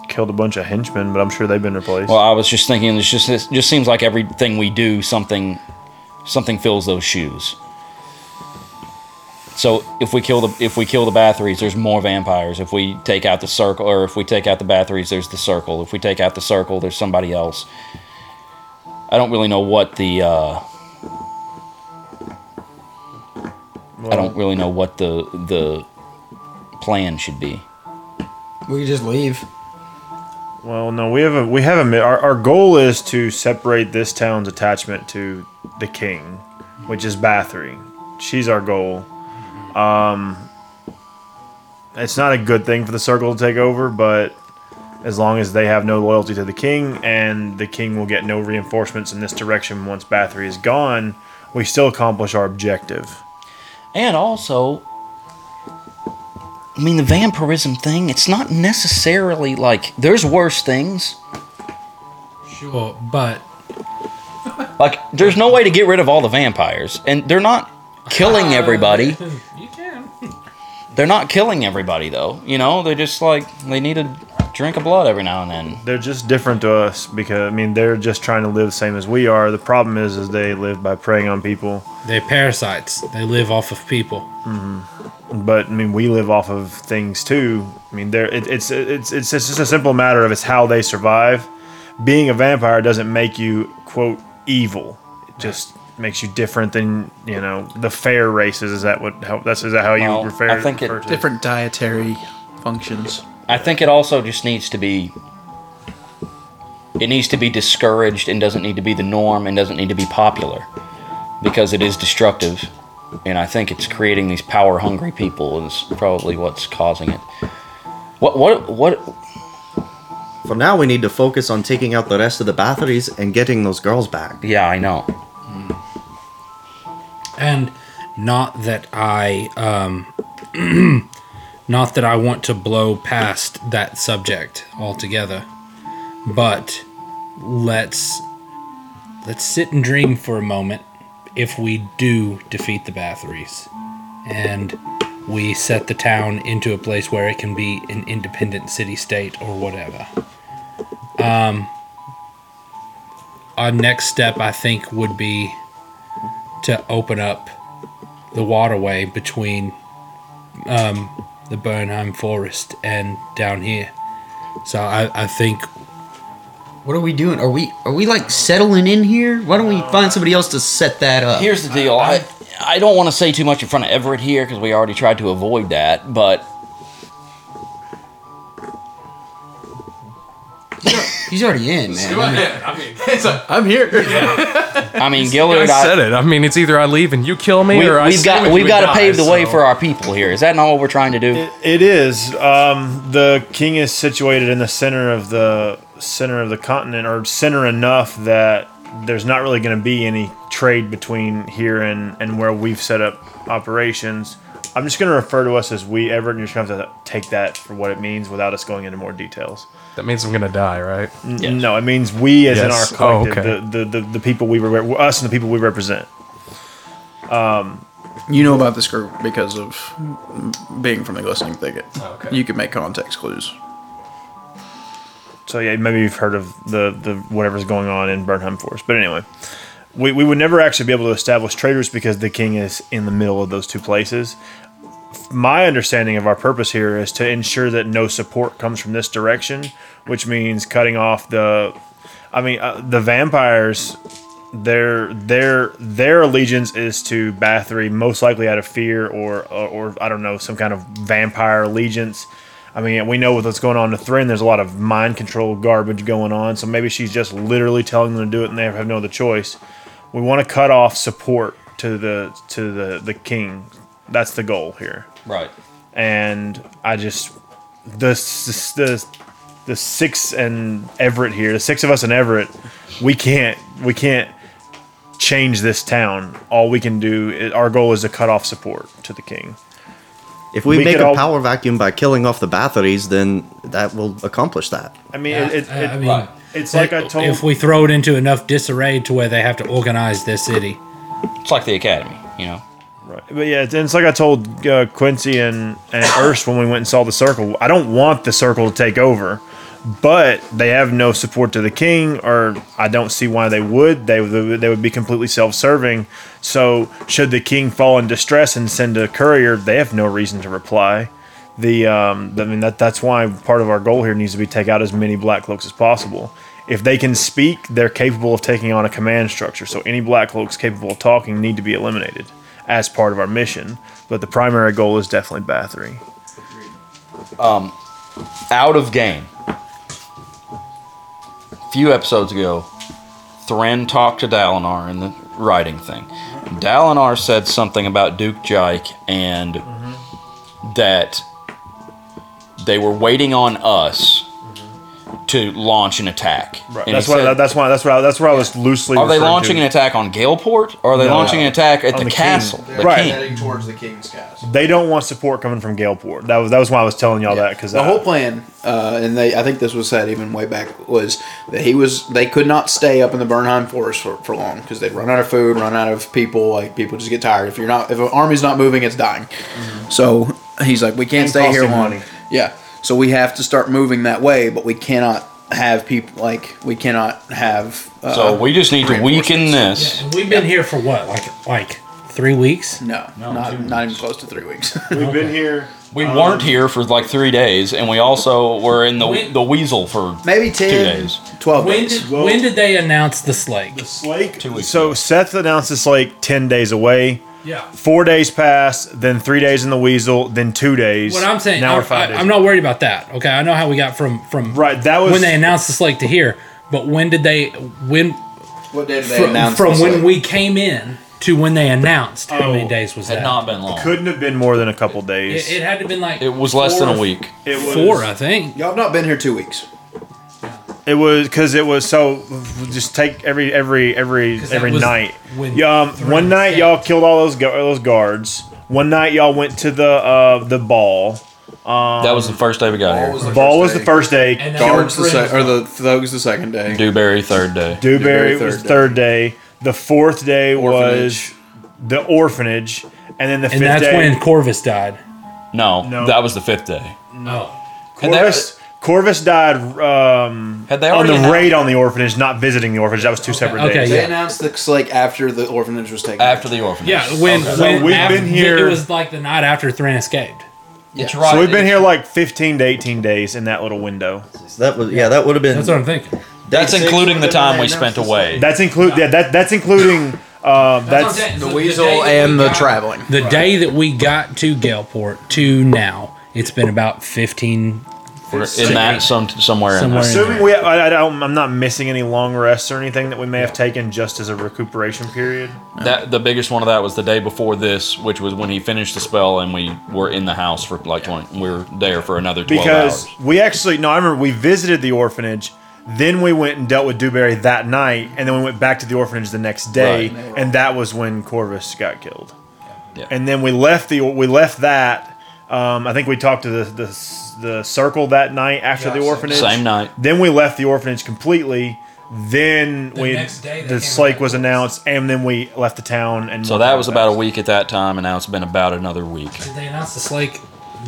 [SPEAKER 6] Killed a bunch of henchmen, but I'm sure they've been replaced.
[SPEAKER 3] Well, I was just thinking, it's just it just seems like everything we do, something something fills those shoes. So if we kill the if we kill the Bathories, there's more vampires. If we take out the circle, or if we take out the Bathories, there's the circle. If we take out the circle, there's somebody else. I don't really know what the uh, I don't really know what the the plan should be.
[SPEAKER 2] We could just leave.
[SPEAKER 6] Well, no, we have a we have a mi- our, our goal is to separate this town's attachment to the king, which is Bathory. She's our goal. Um, it's not a good thing for the circle to take over, but as long as they have no loyalty to the king and the king will get no reinforcements in this direction once Bathory is gone, we still accomplish our objective.
[SPEAKER 3] And also, I mean, the vampirism thing, it's not necessarily like there's worse things.
[SPEAKER 4] Sure, but
[SPEAKER 3] Like, there's no way to get rid of all the vampires, and they're not killing everybody.
[SPEAKER 4] you can.
[SPEAKER 3] They're not killing everybody, though. You know, they're just like, they need a drink of blood every now and then.
[SPEAKER 6] They're just different to us because I mean they're just trying to live the same as we are. The problem is is they live by preying on people.
[SPEAKER 4] They're parasites. They live off of people.
[SPEAKER 6] Mm-hmm. But I mean, we live off of things too. I mean, there it, it's it's it's it's just a simple matter of it's how they survive. Being a vampire doesn't make you quote evil. It just makes you different than you know the fair races. Is that what? How, that's is that how you
[SPEAKER 3] Well,
[SPEAKER 6] refer?
[SPEAKER 3] I think it-
[SPEAKER 6] refer to
[SPEAKER 1] Different dietary functions.
[SPEAKER 3] I think it also just needs to be. It needs to be discouraged and doesn't need to be the norm and doesn't need to be popular because it is destructive. And I think it's creating these power hungry people is probably what's causing it. What? What? What?
[SPEAKER 5] For now, we need to focus on taking out the rest of the batteries and getting those girls back.
[SPEAKER 3] Yeah, I know.
[SPEAKER 4] and not that I um not that I want to blow past that subject altogether but let's let's sit and dream for a moment if we do defeat the Bathories and we set the town into a place where it can be an independent city state or whatever um our next step I think would be to open up the waterway between um, the Bernheim Forest and down here. So I, I think
[SPEAKER 2] What are we doing? Are we are we like settling in here? Why don't we
[SPEAKER 9] Uh,
[SPEAKER 2] find somebody else to set that up?
[SPEAKER 3] Here's the deal. I I don't want to say too much in front of Everett here because we already tried to avoid that, but
[SPEAKER 2] He's already in, man.
[SPEAKER 9] I mean, it's a,
[SPEAKER 1] I'm here.
[SPEAKER 13] I mean,
[SPEAKER 8] I
[SPEAKER 13] Gillard, I-
[SPEAKER 8] said it. I mean, it's either I leave and you kill me,
[SPEAKER 13] we,
[SPEAKER 8] or I
[SPEAKER 13] have
[SPEAKER 8] stay
[SPEAKER 13] got
[SPEAKER 8] with you
[SPEAKER 13] we've
[SPEAKER 8] and
[SPEAKER 13] got to
[SPEAKER 8] die,
[SPEAKER 13] pave the way
[SPEAKER 8] so-
[SPEAKER 13] for our people here. Is that not what we're trying to do?
[SPEAKER 6] It is. Um, the king is situated in the center of the center of the continent, or center enough that there's not really going to be any trade between here and, and where we've set up operations. I'm just going to refer to us as we, Everett, and you're just going to have to take that for what it means without us going into more details.
[SPEAKER 8] That means I'm gonna die, right?
[SPEAKER 6] N- No, it means we as in
[SPEAKER 8] Yes.
[SPEAKER 6] our
[SPEAKER 8] Oh,
[SPEAKER 6] collective,
[SPEAKER 8] okay.
[SPEAKER 6] the, the, the, the people we re- us and the people we represent. Um,
[SPEAKER 1] You know about this group because of being from the glistening thicket.
[SPEAKER 6] okay.
[SPEAKER 1] You can make context clues.
[SPEAKER 6] So yeah, maybe you've heard of the the whatever's going on in Burnham Forest. But anyway, we, we would never actually be able to establish traders because the king is in the middle of those two places. My understanding of our purpose here is to ensure that no support comes from this direction, which means cutting off the. I mean, uh, the vampires, their their their allegiance is to Bathory, most likely out of fear or, or or I don't know some kind of vampire allegiance. I mean, we know with what's going on to Thrin, there's a lot of mind control garbage going on. So maybe she's just literally telling them to do it, and they have no other choice. We want to cut off support to the to the the king. That's the goal here.
[SPEAKER 3] Right.
[SPEAKER 6] And I just the s- the the six and Everett here, the six of us and Everett, we can't we can't change this town. All we can do, is, our goal is to cut off support to the king.
[SPEAKER 5] If we,
[SPEAKER 6] We
[SPEAKER 5] make
[SPEAKER 6] could
[SPEAKER 5] a
[SPEAKER 6] all-
[SPEAKER 5] power vacuum by killing off the batteries, then that will accomplish that.
[SPEAKER 6] I mean,
[SPEAKER 4] Yeah,
[SPEAKER 6] it, it,
[SPEAKER 4] I- I
[SPEAKER 6] it-
[SPEAKER 4] mean,
[SPEAKER 6] it's like I told.
[SPEAKER 4] If we throw it into enough disarray to where they have to organize their city,
[SPEAKER 13] it's like the academy, you know.
[SPEAKER 6] Right. But yeah, it's, it's like I told uh, Quincy and and Erst when we went and saw the circle. I don't want the circle to take over, but they have no support to the king, or I don't see why they would. They would- they would be completely self-serving. So should the king fall in distress and send a courier, they have no reason to reply. The um, I mean that that's why part of our goal here needs to be take out as many black cloaks as possible. If they can speak, they're capable of taking on a command structure. So any black cloaks capable of talking need to be eliminated as part of our mission. But the primary goal is definitely Bathory.
[SPEAKER 13] Um, out of game. A few episodes ago, Thren talked to Dalinar in the writing thing. Dalinar said something about Duke Jike and
[SPEAKER 6] Mm-hmm.
[SPEAKER 13] that they were waiting on us to launch an attack.
[SPEAKER 6] Mm-hmm. Right.
[SPEAKER 13] And
[SPEAKER 6] That's
[SPEAKER 13] he
[SPEAKER 6] why.
[SPEAKER 13] said-
[SPEAKER 6] that's why. That's why. That's where I was loosely.
[SPEAKER 13] Are they
[SPEAKER 6] referring
[SPEAKER 13] launching
[SPEAKER 6] to.
[SPEAKER 13] an attack on Galeport? Or are they
[SPEAKER 6] No.
[SPEAKER 13] launching an attack at
[SPEAKER 6] On
[SPEAKER 13] the,
[SPEAKER 6] the king.
[SPEAKER 13] castle? The
[SPEAKER 6] Right.
[SPEAKER 13] king.
[SPEAKER 1] Heading towards the king's castle.
[SPEAKER 6] They don't want support coming from Galeport. That was. That was why I was telling y'all that because
[SPEAKER 1] The whole plan, uh, and they, I think this was said even way back, was that he was they could not stay up in the Bernheim forest for, for long because they'd run out of food, run out of people. Like people just get tired. If you're not, if an army's not moving, it's dying. So he's like, we can't
[SPEAKER 6] And
[SPEAKER 1] stay here
[SPEAKER 6] costing
[SPEAKER 1] long.
[SPEAKER 6] money.
[SPEAKER 1] Yeah. So we have to start moving that way, but we cannot have people like we cannot have. Uh,
[SPEAKER 13] So we just need to weaken this.
[SPEAKER 4] and we've been here for what, like like three weeks?
[SPEAKER 1] No, not not even close to three weeks.
[SPEAKER 6] We've been here.
[SPEAKER 13] We weren't here for like three days, and we also were in the the weasel for
[SPEAKER 1] maybe
[SPEAKER 13] two days.
[SPEAKER 1] 12
[SPEAKER 4] when Did, when did they announce the slake? The
[SPEAKER 6] slake? So Seth announced this like ten days away.
[SPEAKER 4] Yeah.
[SPEAKER 6] Four days passed, then three days in the Weasel, then two days.
[SPEAKER 4] What I'm saying,
[SPEAKER 6] now
[SPEAKER 4] I,
[SPEAKER 6] we're five
[SPEAKER 4] I,
[SPEAKER 6] days.
[SPEAKER 4] am not worried about that. Okay, I know how we got from from
[SPEAKER 6] right. That was-
[SPEAKER 4] when they announced the slake to here. But when did they when
[SPEAKER 1] What did they
[SPEAKER 4] from,
[SPEAKER 1] announce
[SPEAKER 4] from
[SPEAKER 1] the
[SPEAKER 4] when
[SPEAKER 1] slake?
[SPEAKER 4] we came in to when they announced? how
[SPEAKER 6] Oh,
[SPEAKER 4] many days was
[SPEAKER 6] had
[SPEAKER 4] that?
[SPEAKER 6] not
[SPEAKER 13] been long.
[SPEAKER 6] Couldn't have been more than a couple days.
[SPEAKER 4] It, it had to been like four-
[SPEAKER 6] It was
[SPEAKER 4] four, I think.
[SPEAKER 1] Y'all have not been here two weeks.
[SPEAKER 6] It was because it was so. Just take every every every
[SPEAKER 1] 'Cause that
[SPEAKER 6] every
[SPEAKER 1] was
[SPEAKER 6] night.
[SPEAKER 1] when
[SPEAKER 6] Yeah, um, one night y'all killed all those gu- those guards. One night y'all went to the uh, the ball. Um,
[SPEAKER 13] That was the first day we got here.
[SPEAKER 6] ball was the first day.
[SPEAKER 1] Guards the se- or the thugs the second day.
[SPEAKER 13] Dewberry third day.
[SPEAKER 6] Dewberry was the third day. The fourth day was the orphanage, and then the
[SPEAKER 4] and
[SPEAKER 6] fifth
[SPEAKER 4] that's
[SPEAKER 6] day.
[SPEAKER 4] when Corvus died.
[SPEAKER 13] No, that was the fifth day.
[SPEAKER 4] No.
[SPEAKER 6] Corvus, Corvus died um,
[SPEAKER 13] Had they
[SPEAKER 6] on
[SPEAKER 13] already
[SPEAKER 6] the
[SPEAKER 13] had-
[SPEAKER 6] raid on the orphanage, not visiting the orphanage. That was two separate days.
[SPEAKER 1] They announced the slake after the orphanage was taken.
[SPEAKER 13] After the orphanage.
[SPEAKER 4] Yeah, when,
[SPEAKER 6] Okay.
[SPEAKER 4] when
[SPEAKER 6] So we've
[SPEAKER 4] after-
[SPEAKER 6] been here-
[SPEAKER 4] It was like the night after Thran escaped.
[SPEAKER 13] It's
[SPEAKER 6] So we've been here like 15 to 18 days in that little window.
[SPEAKER 5] that was yeah. That would have been.
[SPEAKER 4] That's what I'm thinking.
[SPEAKER 13] That's
[SPEAKER 6] Day six
[SPEAKER 13] including the
[SPEAKER 6] would've been
[SPEAKER 13] time
[SPEAKER 6] when
[SPEAKER 13] we
[SPEAKER 6] they
[SPEAKER 13] spent
[SPEAKER 6] announced
[SPEAKER 13] away.
[SPEAKER 6] That's include yeah, that that's including uh, that's,
[SPEAKER 1] the weasel and the traveling.
[SPEAKER 4] The day that we got to Galport to now, it's been about 15,
[SPEAKER 3] We're in that some somewhere. in there.
[SPEAKER 6] Assuming we, I, I don't, I'm not missing any long rests or anything that we may have taken just as a recuperation period.
[SPEAKER 3] That the biggest one of that was the day before this, which was when he finished the spell, and we were in the house for like twenty. We were there for another twelve
[SPEAKER 6] because
[SPEAKER 3] hours.
[SPEAKER 6] we actually no, I remember we visited the orphanage. Then we went and dealt with Dewberry that night, and then we went back to the orphanage the next day,
[SPEAKER 3] Right.
[SPEAKER 6] and that was when Corvus got killed. And then we left the we left that. Um, I think we talked to the, the the circle that night after
[SPEAKER 3] Yeah,
[SPEAKER 6] the
[SPEAKER 3] same-
[SPEAKER 6] orphanage.
[SPEAKER 3] same night.
[SPEAKER 6] Then we left the orphanage completely. Then
[SPEAKER 3] The
[SPEAKER 6] we
[SPEAKER 3] next day they
[SPEAKER 6] the slake was announced, and then we left the town. And
[SPEAKER 3] So that was about a week at that time, and now it's been about another week.
[SPEAKER 4] Did they announce the slake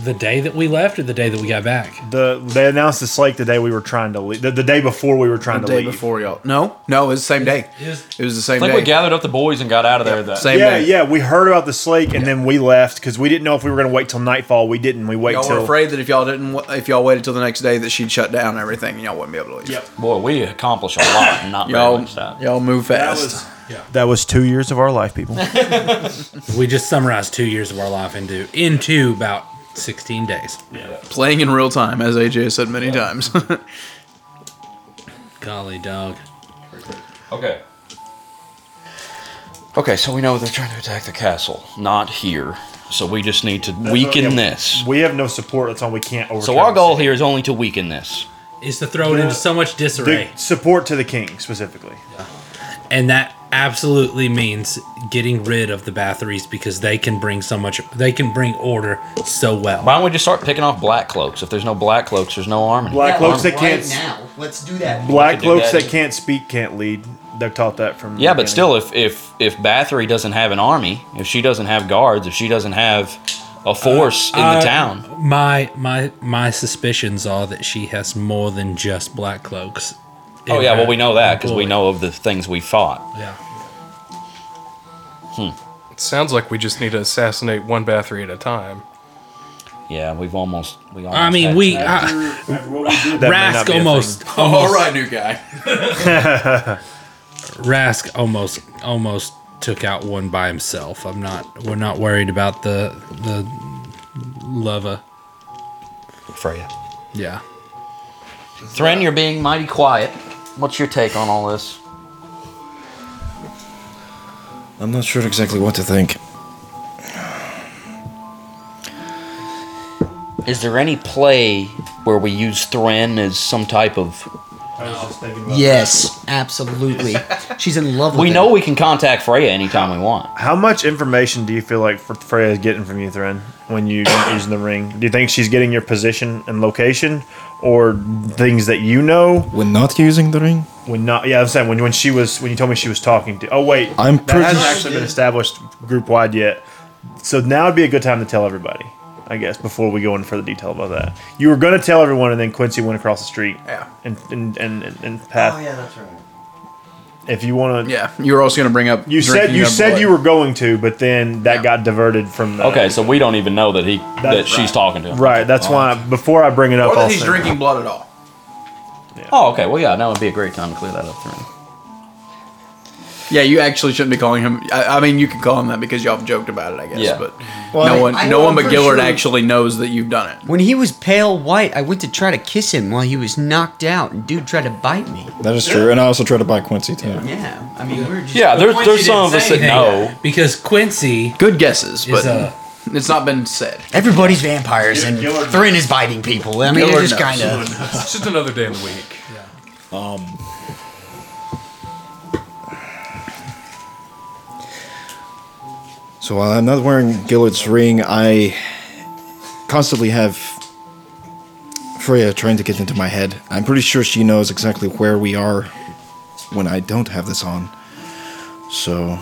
[SPEAKER 4] the day that we left or the day that we got back?
[SPEAKER 6] the they announced the slake the day we were trying to leave. The, the day before we were trying
[SPEAKER 1] The
[SPEAKER 6] to
[SPEAKER 1] day
[SPEAKER 6] leave.
[SPEAKER 1] before y'all. No, no, it was the same day. It was, the
[SPEAKER 3] I
[SPEAKER 1] same
[SPEAKER 3] think
[SPEAKER 1] day.
[SPEAKER 3] we gathered up the boys and got out of there. That
[SPEAKER 6] yeah, yeah. We heard about the slake, and then we left because we didn't know if we were going to wait till nightfall. We didn't. We wait
[SPEAKER 1] y'all were
[SPEAKER 6] till
[SPEAKER 1] afraid that if y'all didn't, wa- if y'all waited till the next day, that she'd shut down and everything, and y'all wouldn't be able to leave.
[SPEAKER 3] Boy, we accomplished a lot. in Not very
[SPEAKER 1] Y'all-
[SPEAKER 3] much that.
[SPEAKER 1] Y'all move fast.
[SPEAKER 6] that was two years of our life, people.
[SPEAKER 4] we just summarized two years of our life into into about sixteen days. Yeah.
[SPEAKER 1] Playing in real time, as AJ has said many times.
[SPEAKER 4] Golly dog.
[SPEAKER 3] Okay. Okay, so we know they're trying to attack the castle, not here. So we just need to
[SPEAKER 6] That's
[SPEAKER 3] weaken
[SPEAKER 6] what- yeah,
[SPEAKER 3] this.
[SPEAKER 6] We have no support. That's all we can't overcome.
[SPEAKER 3] So our goal here is only to weaken this.
[SPEAKER 4] Is to throw it into so much disarray.
[SPEAKER 6] The support to the king specifically.
[SPEAKER 4] And that absolutely means getting rid of the Bathories because they can bring so much they can bring order so well.
[SPEAKER 3] Why don't we just start picking off black cloaks? If there's no black cloaks, there's no army.
[SPEAKER 6] Black cloaks that
[SPEAKER 2] right
[SPEAKER 6] can't.
[SPEAKER 2] now. Let's do that.
[SPEAKER 3] We
[SPEAKER 6] Black
[SPEAKER 3] could do
[SPEAKER 6] cloaks
[SPEAKER 3] that.
[SPEAKER 6] that can't speak can't lead. They're taught that from. the
[SPEAKER 3] Yeah, but
[SPEAKER 6] beginning.
[SPEAKER 3] still, if if if Bathory doesn't have an army, if she doesn't have guards, if she doesn't have a force in the
[SPEAKER 4] Uh,
[SPEAKER 3] town,
[SPEAKER 4] My my my suspicions are that she has more than just black cloaks.
[SPEAKER 3] oh
[SPEAKER 4] in
[SPEAKER 3] yeah,
[SPEAKER 4] her
[SPEAKER 3] well we know that because we
[SPEAKER 4] employ.
[SPEAKER 3] know of the things we fought.
[SPEAKER 4] Yeah.
[SPEAKER 8] It sounds like we just need to assassinate one Bathory at a time.
[SPEAKER 3] Yeah, we've almost we almost.
[SPEAKER 4] I mean,
[SPEAKER 3] had
[SPEAKER 4] we
[SPEAKER 3] to.
[SPEAKER 4] uh, Rask almost, almost.
[SPEAKER 3] Oh,
[SPEAKER 4] Rask almost almost took out one by himself. I'm not. We're not worried about the the lover.
[SPEAKER 3] Freya.
[SPEAKER 4] Yeah.
[SPEAKER 3] Thren, you're being mighty quiet. What's your take on all this?
[SPEAKER 11] I'm not sure exactly what to think.
[SPEAKER 3] Is there any play where we use Thren as some type of?
[SPEAKER 2] Yes, absolutely. She's in love with
[SPEAKER 3] We
[SPEAKER 2] him.
[SPEAKER 3] know we can contact Freya anytime we want.
[SPEAKER 6] How much information do you feel like Fre- Freya is getting from you, Thren, when you using the ring? Do you think she's getting your position and location, or things that you know?
[SPEAKER 11] When not using the ring,
[SPEAKER 6] When not, yeah, I'm saying when when she was when you told me she was talking to. Oh wait,
[SPEAKER 11] I'm
[SPEAKER 6] that
[SPEAKER 11] pretty
[SPEAKER 6] hasn't
[SPEAKER 11] sure-
[SPEAKER 6] actually been established group wide yet. So now would be a good time to tell everybody, I guess, before we go into further detail about that. You were going to tell everyone, and then Quincy went across the street. Yeah. And and and and, and Pat.
[SPEAKER 2] Oh, yeah, that's right.
[SPEAKER 6] If you want to.
[SPEAKER 1] Yeah, you were also going to bring up.
[SPEAKER 6] You said
[SPEAKER 1] drinking
[SPEAKER 6] you
[SPEAKER 1] of
[SPEAKER 6] said
[SPEAKER 1] blood.
[SPEAKER 6] you were going to, but then that got diverted from. The,
[SPEAKER 3] Okay, so we don't even know that he that
[SPEAKER 6] That's
[SPEAKER 3] she's talking to him.
[SPEAKER 6] Right. That's why before I bring it up,
[SPEAKER 1] Or
[SPEAKER 6] I'll
[SPEAKER 1] that he's
[SPEAKER 6] say-
[SPEAKER 1] drinking blood at all.
[SPEAKER 3] Oh, okay. Well, yeah, now would be a great time to clear that up, Thren.
[SPEAKER 1] Yeah, you actually shouldn't be calling him. I, I mean, you can call him that because y'all have joked about it, I guess.
[SPEAKER 2] Yeah.
[SPEAKER 1] But
[SPEAKER 2] Well,
[SPEAKER 1] no
[SPEAKER 2] I-
[SPEAKER 1] one,
[SPEAKER 2] I
[SPEAKER 1] no
[SPEAKER 2] know
[SPEAKER 1] one but
[SPEAKER 2] for
[SPEAKER 1] Gillard
[SPEAKER 2] sure-
[SPEAKER 1] actually knows that you've done it.
[SPEAKER 2] When he was pale white, I went to try to kiss him while he was knocked out, and dude tried to bite me.
[SPEAKER 11] that is true. And I also try to buy Quincy too.
[SPEAKER 2] Yeah, I mean, we we're just
[SPEAKER 3] Yeah, there's
[SPEAKER 2] Quincy
[SPEAKER 3] there's some of
[SPEAKER 2] didn't
[SPEAKER 3] us
[SPEAKER 2] say
[SPEAKER 3] that know.
[SPEAKER 4] Because Quincy.
[SPEAKER 1] Good guesses,
[SPEAKER 2] is
[SPEAKER 1] but
[SPEAKER 2] a-
[SPEAKER 1] it's not been said.
[SPEAKER 2] Everybody's vampires, and Thrin is biting people. I mean,
[SPEAKER 1] Gillard
[SPEAKER 2] it's just
[SPEAKER 1] knows.
[SPEAKER 2] kind of.
[SPEAKER 8] It's just another day in the week.
[SPEAKER 11] Um. So while I'm not wearing Gillard's ring, I constantly have Freya trying to get into my head. I'm pretty sure she knows exactly where we are when I don't have this on. So.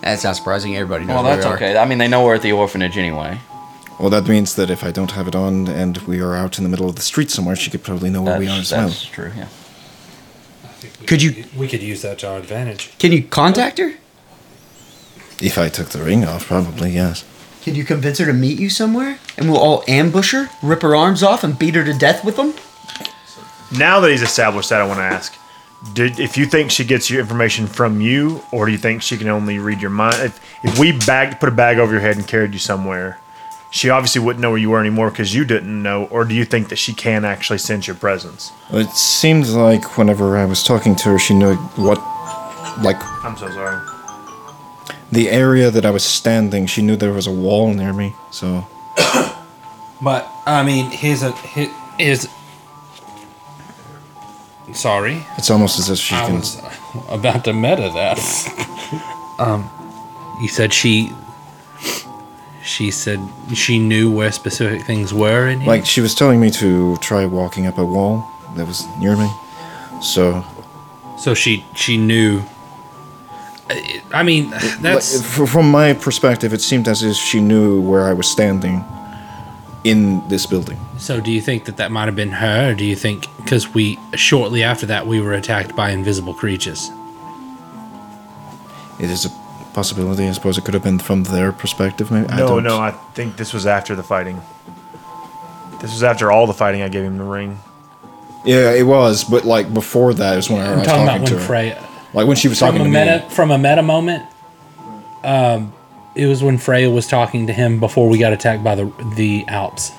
[SPEAKER 2] That's not surprising. Everybody
[SPEAKER 3] Well, that's okay. I mean, they know we're at the orphanage anyway.
[SPEAKER 11] Well, that means that if I don't have it on and we are out in the middle of the street somewhere, she could probably know where we are as
[SPEAKER 3] That's,
[SPEAKER 11] well.
[SPEAKER 3] that's true. Yeah.
[SPEAKER 2] Could you?
[SPEAKER 4] We could use that to our advantage.
[SPEAKER 2] Can you contact her?
[SPEAKER 11] If I took the ring off, probably, yes.
[SPEAKER 2] Can you convince her to meet you somewhere? And we'll all ambush her, rip her arms off, and beat her to death with them?
[SPEAKER 6] Now that he's established that, I want to ask: did, If you think she gets your information from you, or do you think she can only read your mind? If, if we bagged, put a bag over your head and carried you somewhere, she obviously wouldn't know where you were anymore because you didn't know, or do you think that she can actually sense your presence?
[SPEAKER 11] It seemed like whenever I was talking to her, she knew what, like
[SPEAKER 6] I'm so sorry.
[SPEAKER 11] the area that I was standing. She knew there was a wall near me, so
[SPEAKER 4] But I mean, uh, here's a here- here's. Sorry,
[SPEAKER 11] it's almost as if she
[SPEAKER 4] I
[SPEAKER 11] can.
[SPEAKER 4] was uh, about to meta that. um, you said she. She said she knew where specific things were in here.
[SPEAKER 11] Like she was telling me to try walking up a wall that was near me. So
[SPEAKER 4] so she she knew. I- I mean, that's
[SPEAKER 11] Like, f- from my perspective, it seemed as if she knew where I was standing in this building.
[SPEAKER 4] So, do you think that that might have been her? Or do you think because we shortly after that we were attacked by invisible creatures?
[SPEAKER 11] It is a possibility. I suppose it could have been from their perspective. Maybe. I
[SPEAKER 6] no,
[SPEAKER 11] don't-
[SPEAKER 6] no, I think this was after the fighting. This was after all the fighting. I gave him the ring.
[SPEAKER 11] Yeah, it was, but like before that is when I
[SPEAKER 4] I'm
[SPEAKER 11] was
[SPEAKER 4] talking
[SPEAKER 11] talking,
[SPEAKER 4] about
[SPEAKER 11] to
[SPEAKER 4] when
[SPEAKER 11] her.
[SPEAKER 4] Freya-
[SPEAKER 11] Like when she was talking
[SPEAKER 4] from
[SPEAKER 11] to
[SPEAKER 4] a
[SPEAKER 11] me.
[SPEAKER 4] meta from a meta moment. Um, it was when Freya was talking to him before we got attacked by the the Alps.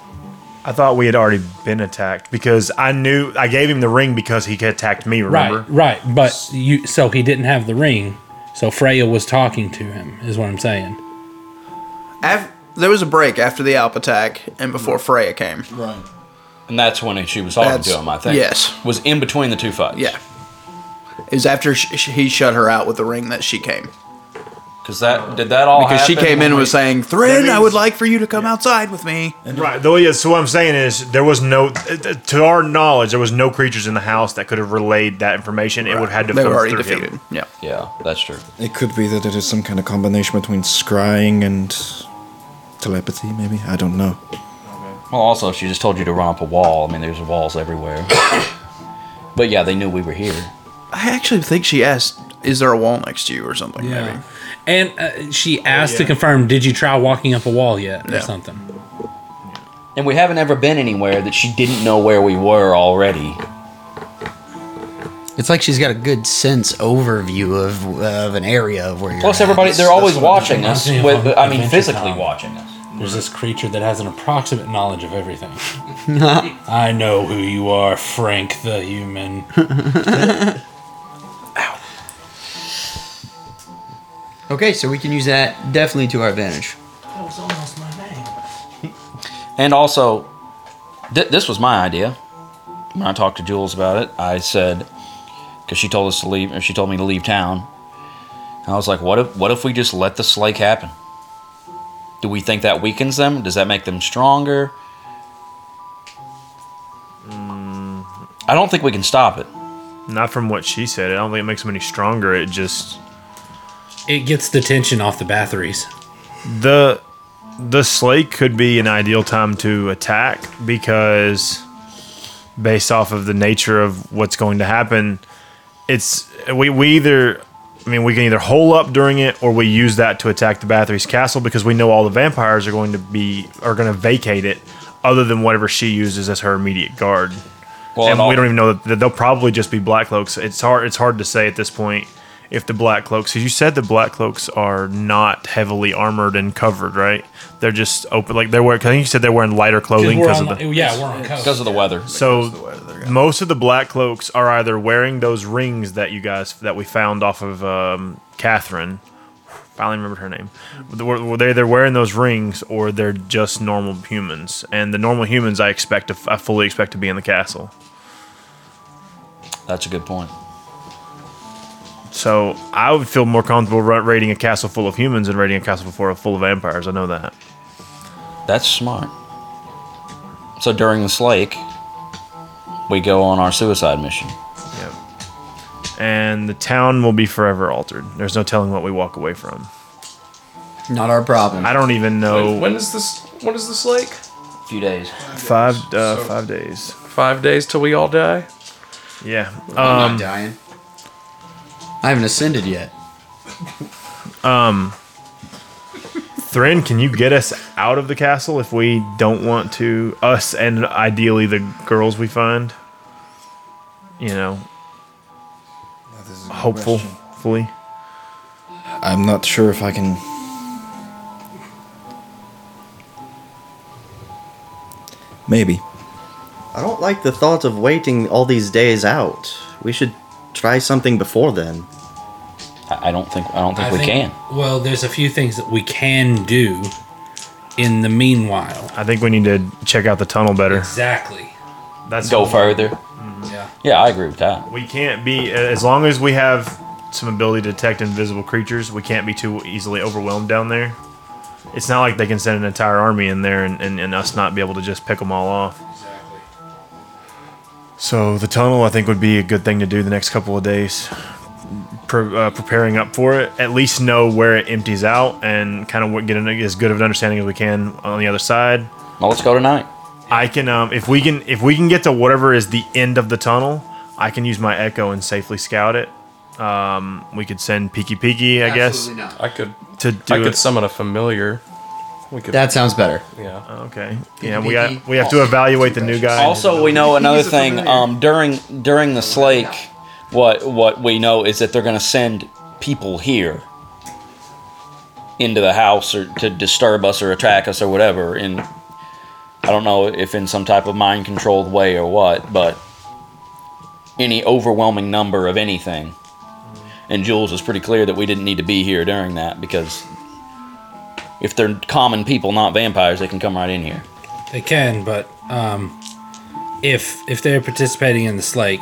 [SPEAKER 6] I thought we had already been attacked because I knew I gave him the ring because he attacked me. Remember?
[SPEAKER 4] Right, right. But you, so he didn't have the ring. So Freya was talking to him, is what I'm saying.
[SPEAKER 1] Af- there was a break after the Alp attack and before Freya came.
[SPEAKER 11] Right.
[SPEAKER 13] And that's when she was talking
[SPEAKER 1] That's-
[SPEAKER 13] to him, I think.
[SPEAKER 1] yes.
[SPEAKER 13] Was in between the two fights.
[SPEAKER 1] Yeah. It was after sh- sh- he shut her out with the ring that she came.
[SPEAKER 13] Because that did that all
[SPEAKER 1] because she
[SPEAKER 13] happen
[SPEAKER 1] came in
[SPEAKER 13] when
[SPEAKER 1] and
[SPEAKER 13] we-
[SPEAKER 1] was saying, Thrin, I would like for you to come outside with me.
[SPEAKER 6] Right. Though, yeah. So what I'm saying is, there was no, uh, to our knowledge, there was no creatures in the house that could have relayed that information. It would have had to.
[SPEAKER 1] They were
[SPEAKER 6] come
[SPEAKER 1] already
[SPEAKER 6] through him.
[SPEAKER 1] defeated. Yeah.
[SPEAKER 13] Yeah, that's true.
[SPEAKER 11] It could be that it is some kind of combination between scrying and telepathy. Maybe I don't know.
[SPEAKER 13] Well, also, she just told you to run up a wall. I mean, there's walls everywhere. but yeah, they knew we were here.
[SPEAKER 1] I actually think she asked, Is there a wall next to you or something? Maybe.
[SPEAKER 4] And uh, she asked to
[SPEAKER 1] yeah.
[SPEAKER 4] confirm, did you try walking up a wall yet, or
[SPEAKER 1] Yeah.
[SPEAKER 4] something?
[SPEAKER 13] And we haven't ever been anywhere that she didn't know where we were already.
[SPEAKER 2] It's like she's got a good sense overview of of an area of where you're.
[SPEAKER 13] Plus,
[SPEAKER 2] at.
[SPEAKER 13] everybody,
[SPEAKER 2] That's-
[SPEAKER 13] they're
[SPEAKER 2] that's
[SPEAKER 13] always
[SPEAKER 2] what I'm
[SPEAKER 13] watching
[SPEAKER 2] thinking.
[SPEAKER 13] us. With, I mean, physically watching us.
[SPEAKER 4] There's this creature that has an approximate knowledge of everything. I know who you are, Frank the human.
[SPEAKER 2] Okay, so we can use that definitely to our advantage.
[SPEAKER 10] That was almost my name.
[SPEAKER 13] And also, th- this was my idea. When I talked to Jules about it, I said, because she told us to leave, or she told me to leave town. And I was like, what if, what if we just let the slake happen? Do we think that weakens them? Does that make them stronger? I don't think we can stop it.
[SPEAKER 6] Not from what she said. I don't think it makes them any stronger. It just
[SPEAKER 4] it gets the tension off the batteries.
[SPEAKER 6] the the slake could be an ideal time to attack because based off of the nature of what's going to happen it's we, we either i mean we can either hole up during it or we use that to attack the bathory's castle because we know all the vampires are going to be are going to vacate it other than whatever she uses as her immediate guard
[SPEAKER 13] Well, and
[SPEAKER 6] and we
[SPEAKER 13] al-
[SPEAKER 6] don't even know that they'll probably just be black cloaks. It's hard. It's hard to say at this point if the black cloaks. 'cause You said the black cloaks are not heavily armored and covered, right? They're just open. Like they're wearing. I think you said they're wearing lighter
[SPEAKER 3] Oh,
[SPEAKER 6] clothing because of the.
[SPEAKER 4] yeah, we're on
[SPEAKER 13] Because of the weather.
[SPEAKER 6] So most of the black cloaks are either wearing those rings that you guys that we found off of um, Catherine. Finally remembered her name. They're they're either wearing those rings or they're just normal humans. And the normal humans, I expect, to, I fully expect to be in the castle.
[SPEAKER 13] That's a good point.
[SPEAKER 6] So I would feel more comfortable ra- raiding a castle full of humans than raiding a castle full of, full of vampires. I know that.
[SPEAKER 13] That's smart. So during the slake, we go on our suicide mission.
[SPEAKER 6] Yep. And the town will be forever altered. There's no telling what we walk away from.
[SPEAKER 2] Not our problem.
[SPEAKER 6] I don't even know.
[SPEAKER 8] Oh.
[SPEAKER 9] When is this? When is this like? A
[SPEAKER 13] few days.
[SPEAKER 6] Five, uh, five days.
[SPEAKER 9] Five days till we all die.
[SPEAKER 6] Yeah.
[SPEAKER 2] I'm
[SPEAKER 6] Um,
[SPEAKER 2] not dying. I haven't ascended yet.
[SPEAKER 6] Um, Thrin, can you get us out of the castle if we don't want to? Us and ideally the girls we find. You know, hopeful, fully.
[SPEAKER 11] I'm not sure if I can. Maybe.
[SPEAKER 5] I don't like the thought of waiting all these days out. We should try something before then.
[SPEAKER 3] I don't think I don't
[SPEAKER 5] think
[SPEAKER 4] Well, there's a few things that we can do in the meanwhile.
[SPEAKER 6] I think we need to check out the tunnel better.
[SPEAKER 4] Exactly.
[SPEAKER 6] That's
[SPEAKER 3] go further.
[SPEAKER 4] Yeah.
[SPEAKER 3] Yeah, I agree with that.
[SPEAKER 6] We can't be as long as we have some ability to detect invisible creatures. We can't be too easily overwhelmed down there. It's not like they can send an entire army in there and, and, and us not be able to just pick them all off. So the tunnel, I think, would be a good thing to do the next couple of days. Pre- uh, preparing up for it, at least know where it empties out, and kind of get an, as good of an understanding as we can on the other side.
[SPEAKER 3] Well, let's go tonight.
[SPEAKER 6] I can, um, if we can, if we can get to whatever is the end of the tunnel, I can use my echo and safely scout it. Um, we could send Peaky Peaky, I guess.
[SPEAKER 8] Absolutely not. I could-
[SPEAKER 6] to do
[SPEAKER 8] I could
[SPEAKER 6] it.
[SPEAKER 8] summon a familiar. We could.
[SPEAKER 2] That sounds better.
[SPEAKER 6] Yeah. Okay.
[SPEAKER 8] Peaky
[SPEAKER 6] Yeah, we
[SPEAKER 8] Peaky.
[SPEAKER 6] got we have to evaluate the new guy.
[SPEAKER 3] Also, we know another thing. Um, during during the slake, what what we know is that they're going to send people here into the house or to disturb us or attack us or whatever. And I don't know if in some type of mind controlled way or what, but any overwhelming number of anything. And Jules was pretty clear that we didn't need to be here during that because if they're common people, not vampires, they can come right in here.
[SPEAKER 4] They can, but um, if if they're participating in the slake,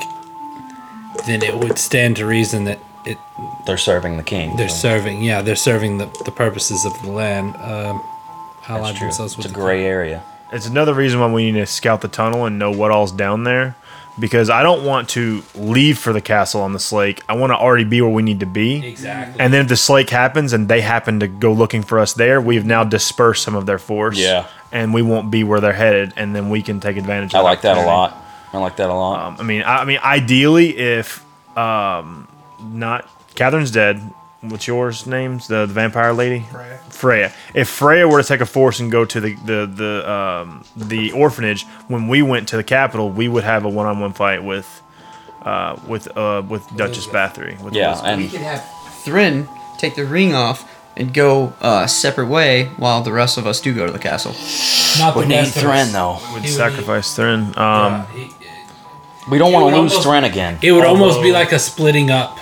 [SPEAKER 4] then it would stand to reason that it
[SPEAKER 3] they're serving the king.
[SPEAKER 4] They're
[SPEAKER 3] so-
[SPEAKER 4] serving, yeah, they're serving the, the purposes of the land. Um, allied
[SPEAKER 3] true.
[SPEAKER 4] themselves with
[SPEAKER 3] It's a
[SPEAKER 4] the
[SPEAKER 3] gray area.
[SPEAKER 6] It's another reason why we need to scout the tunnel and know what all's down there, because I don't want to leave for the castle on the slake. I want to already be where we need to be.
[SPEAKER 4] Exactly.
[SPEAKER 6] And then if the slake happens and they happen to go looking for us there, we've now dispersed some of their force.
[SPEAKER 3] Yeah.
[SPEAKER 6] And we won't be where they're headed, and then we can take advantage. of
[SPEAKER 3] I like Um, that a
[SPEAKER 6] opportunity.
[SPEAKER 3] lot. I like that a lot.
[SPEAKER 6] I mean, I, I mean, ideally, if um, not Catherine's dead, what's yours name's the, the vampire lady? Freya. Freya. If Freya were to take a force and go to the the the um, the orphanage, when we went to the capital, we would have a one on one fight with uh, with uh, with Duchess Bathory. With Elizabeth.
[SPEAKER 2] we could have Thrin take the ring off and go a uh, separate way while the rest of us do go to the castle.
[SPEAKER 4] Not
[SPEAKER 3] We the need rest of Thrin, us. though. He
[SPEAKER 6] Would
[SPEAKER 3] would
[SPEAKER 6] sacrifice Thrin. Um,
[SPEAKER 3] we don't
[SPEAKER 4] It
[SPEAKER 3] want
[SPEAKER 4] would
[SPEAKER 3] to lose
[SPEAKER 4] almost-
[SPEAKER 3] Thran again.
[SPEAKER 4] It would almost be like a splitting up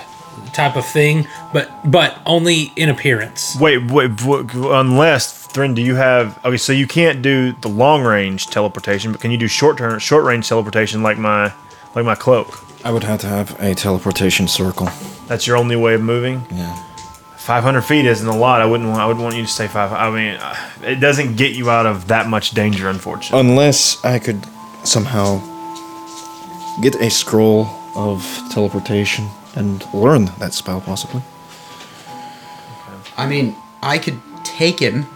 [SPEAKER 4] type of thing, but but only in appearance.
[SPEAKER 6] Wait, wait, w- unless Thrin, do you have? Okay, so you can't do the long range teleportation, but can you do short term, short range teleportation like my, like my cloak?
[SPEAKER 11] I would have to have a teleportation circle.
[SPEAKER 6] That's your only way of moving.
[SPEAKER 11] Yeah.
[SPEAKER 6] Five hundred feet isn't a lot. I wouldn't. want- I would want you to say five. I mean, uh, it doesn't get you out of that much danger, unfortunately.
[SPEAKER 11] Unless I could somehow get a scroll of teleportation and learn that spell, possibly.
[SPEAKER 2] I mean, I could take him.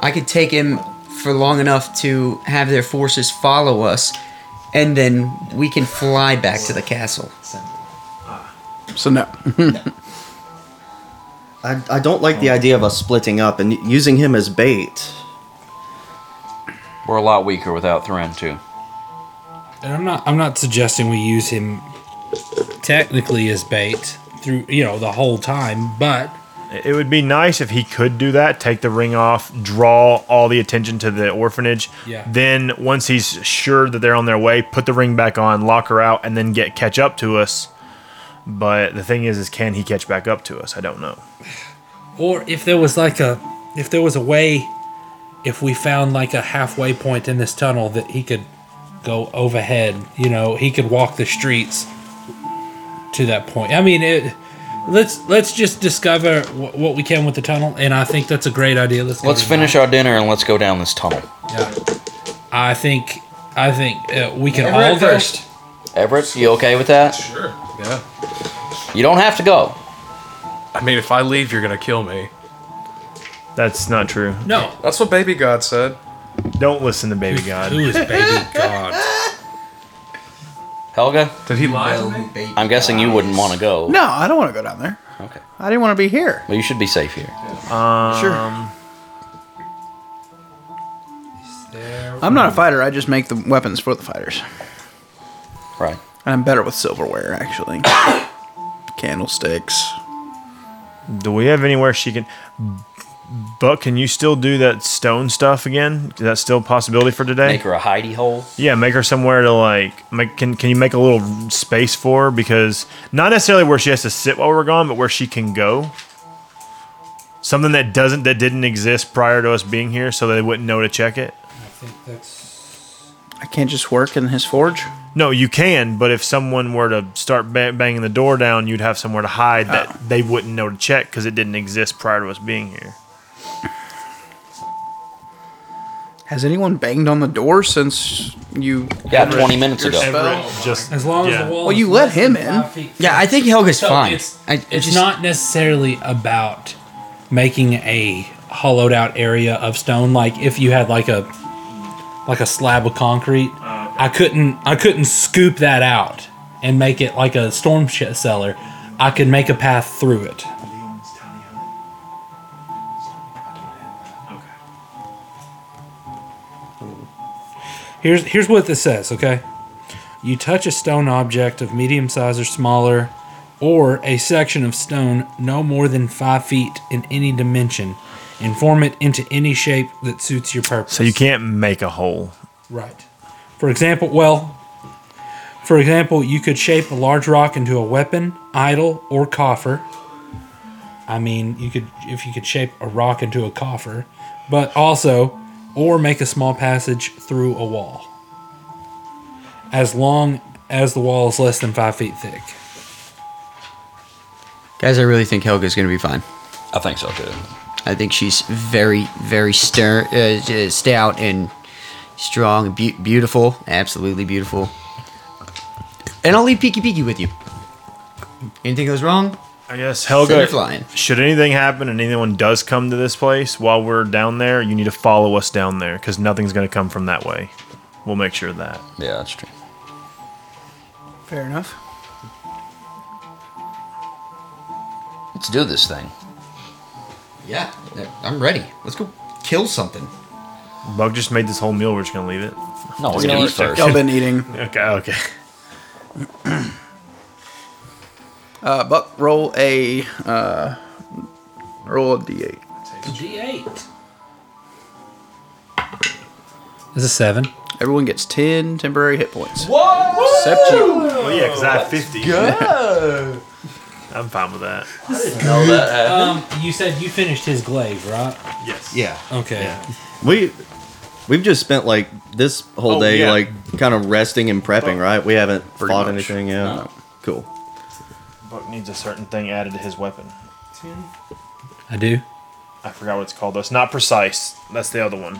[SPEAKER 2] I could take him for long enough to have their forces follow us, and then we can fly back to the castle.
[SPEAKER 1] So no.
[SPEAKER 5] I, I don't like the idea of us splitting up and using him as bait.
[SPEAKER 3] We're a lot weaker without Thran too.
[SPEAKER 4] And I'm not I'm not suggesting we use him technically as bait through you know the whole time, but
[SPEAKER 6] It would be nice if he could do that. Take the ring off, draw all the attention to the orphanage.
[SPEAKER 4] Yeah.
[SPEAKER 6] Then once he's sure that they're on their way, put the ring back on, lock her out, and then get catch up to us. But the thing is, is can he catch back up to us? I don't know.
[SPEAKER 4] or if there was like a if there was a way if we found like a halfway point in this tunnel that he could go overhead you know he could walk the streets to that point i mean it let's let's just discover wh- what we can with the tunnel and i think that's a great idea let's go
[SPEAKER 3] Let's
[SPEAKER 4] to-
[SPEAKER 3] finish our dinner and let's go down this tunnel.
[SPEAKER 4] yeah. i think i think uh, we can
[SPEAKER 3] Everett
[SPEAKER 4] all go
[SPEAKER 3] first. Everett, you okay with that?
[SPEAKER 8] Sure. Yeah.
[SPEAKER 3] You don't have to go.
[SPEAKER 8] I mean, if I leave, you're gonna kill me.
[SPEAKER 6] That's not true.
[SPEAKER 4] No.
[SPEAKER 8] That's what Baby God said.
[SPEAKER 6] Don't listen to Baby God.
[SPEAKER 4] who is Baby God?
[SPEAKER 3] Helga?
[SPEAKER 8] Did he lie?
[SPEAKER 3] I'm guessing you wouldn't want to go.
[SPEAKER 1] No, I don't want to go down there.
[SPEAKER 3] Okay.
[SPEAKER 1] I didn't want to be here.
[SPEAKER 3] Well, you should be safe here.
[SPEAKER 6] Um,
[SPEAKER 1] Sure. I'm not a fighter. I just make the weapons for the fighters.
[SPEAKER 3] Right.
[SPEAKER 1] And I'm better with silverware, actually. Candlesticks.
[SPEAKER 6] Do we have anywhere she can? But can you still do that stone stuff again? Is that still a possibility for today?
[SPEAKER 13] Make her a hidey hole.
[SPEAKER 6] Yeah, make her somewhere to like make. Can can you make a little space for her? Because not necessarily where she has to sit while we're gone, but where she can go. Something that doesn't that didn't exist prior to us being here, so they wouldn't know to check it.
[SPEAKER 4] I think that's.
[SPEAKER 1] I can't just work in his forge.
[SPEAKER 6] No, you can, but if someone were to start ba- banging the door down, you'd have somewhere to hide that they wouldn't know to check because it didn't exist prior to us being here.
[SPEAKER 1] Has anyone banged on the door since you?
[SPEAKER 13] Yeah, 20 minutes ago.
[SPEAKER 6] Just
[SPEAKER 4] as long as the wall.
[SPEAKER 1] Well,
[SPEAKER 4] is
[SPEAKER 1] you
[SPEAKER 4] less
[SPEAKER 1] let him
[SPEAKER 4] than five
[SPEAKER 1] in.
[SPEAKER 4] feet
[SPEAKER 2] Yeah, I think Helga's
[SPEAKER 4] So
[SPEAKER 2] fine.
[SPEAKER 4] It's,
[SPEAKER 2] I- I
[SPEAKER 4] it's
[SPEAKER 2] just-
[SPEAKER 4] not necessarily about making a hollowed out area of stone. Like if you had like a like a slab of concrete, I couldn't I couldn't scoop that out and make it like a storm sh- cellar. I could make a path through it. Here's here's what this says, okay? You touch a stone object of medium size or smaller, or a section of stone no more than five feet in any dimension, and form it into any shape that suits your purpose.
[SPEAKER 6] So you can't make a hole.
[SPEAKER 4] Right. For example, well, for example, you could shape a large rock into a weapon, idol, or coffer. I mean, you could if you could shape a rock into a coffer, but also, or make a small passage through a wall. As long as the wall is less than five feet thick.
[SPEAKER 2] Guys, I really think Helga's going to be fine.
[SPEAKER 13] I think so too.
[SPEAKER 2] I think she's very, very stern, uh, j- stout and strong and be- beautiful. Absolutely beautiful. And I'll leave Peeky Peeky with you. Anything goes wrong?
[SPEAKER 6] I guess
[SPEAKER 2] Send
[SPEAKER 6] Helga.
[SPEAKER 2] her flying.
[SPEAKER 6] Should anything happen and anyone does come to this place while we're down there, you need to follow us down there because nothing's going to come from that way. We'll make sure of that.
[SPEAKER 13] Yeah, that's true.
[SPEAKER 1] Fair enough.
[SPEAKER 13] Let's do this thing.
[SPEAKER 2] Yeah, I'm ready. Let's go kill something.
[SPEAKER 6] Bug just made this whole meal. We're just going to leave it.
[SPEAKER 13] No, we're gonna
[SPEAKER 6] Just gonna
[SPEAKER 13] eat first.
[SPEAKER 1] Y'all been eating.
[SPEAKER 6] Okay, okay.
[SPEAKER 1] Uh, Buck, roll a uh, roll a d8.
[SPEAKER 4] D8. Is a seven.
[SPEAKER 1] Everyone gets ten temporary hit points.
[SPEAKER 9] Whoa!
[SPEAKER 1] Except you.
[SPEAKER 6] Well, yeah, because I have 50.
[SPEAKER 9] Go.
[SPEAKER 6] I'm fine with that.
[SPEAKER 4] Um, you said you finished his glaive, right?
[SPEAKER 6] Yes.
[SPEAKER 5] Yeah.
[SPEAKER 4] Okay.
[SPEAKER 5] We we've just spent like this whole
[SPEAKER 4] Oh,
[SPEAKER 5] day
[SPEAKER 4] yeah.
[SPEAKER 5] like kind of resting and prepping, right? We haven't fought anything yet. Cool.
[SPEAKER 6] Buck needs a certain thing added to his weapon.
[SPEAKER 4] I do.
[SPEAKER 6] I forgot what it's called. though. It's not precise. That's the other one.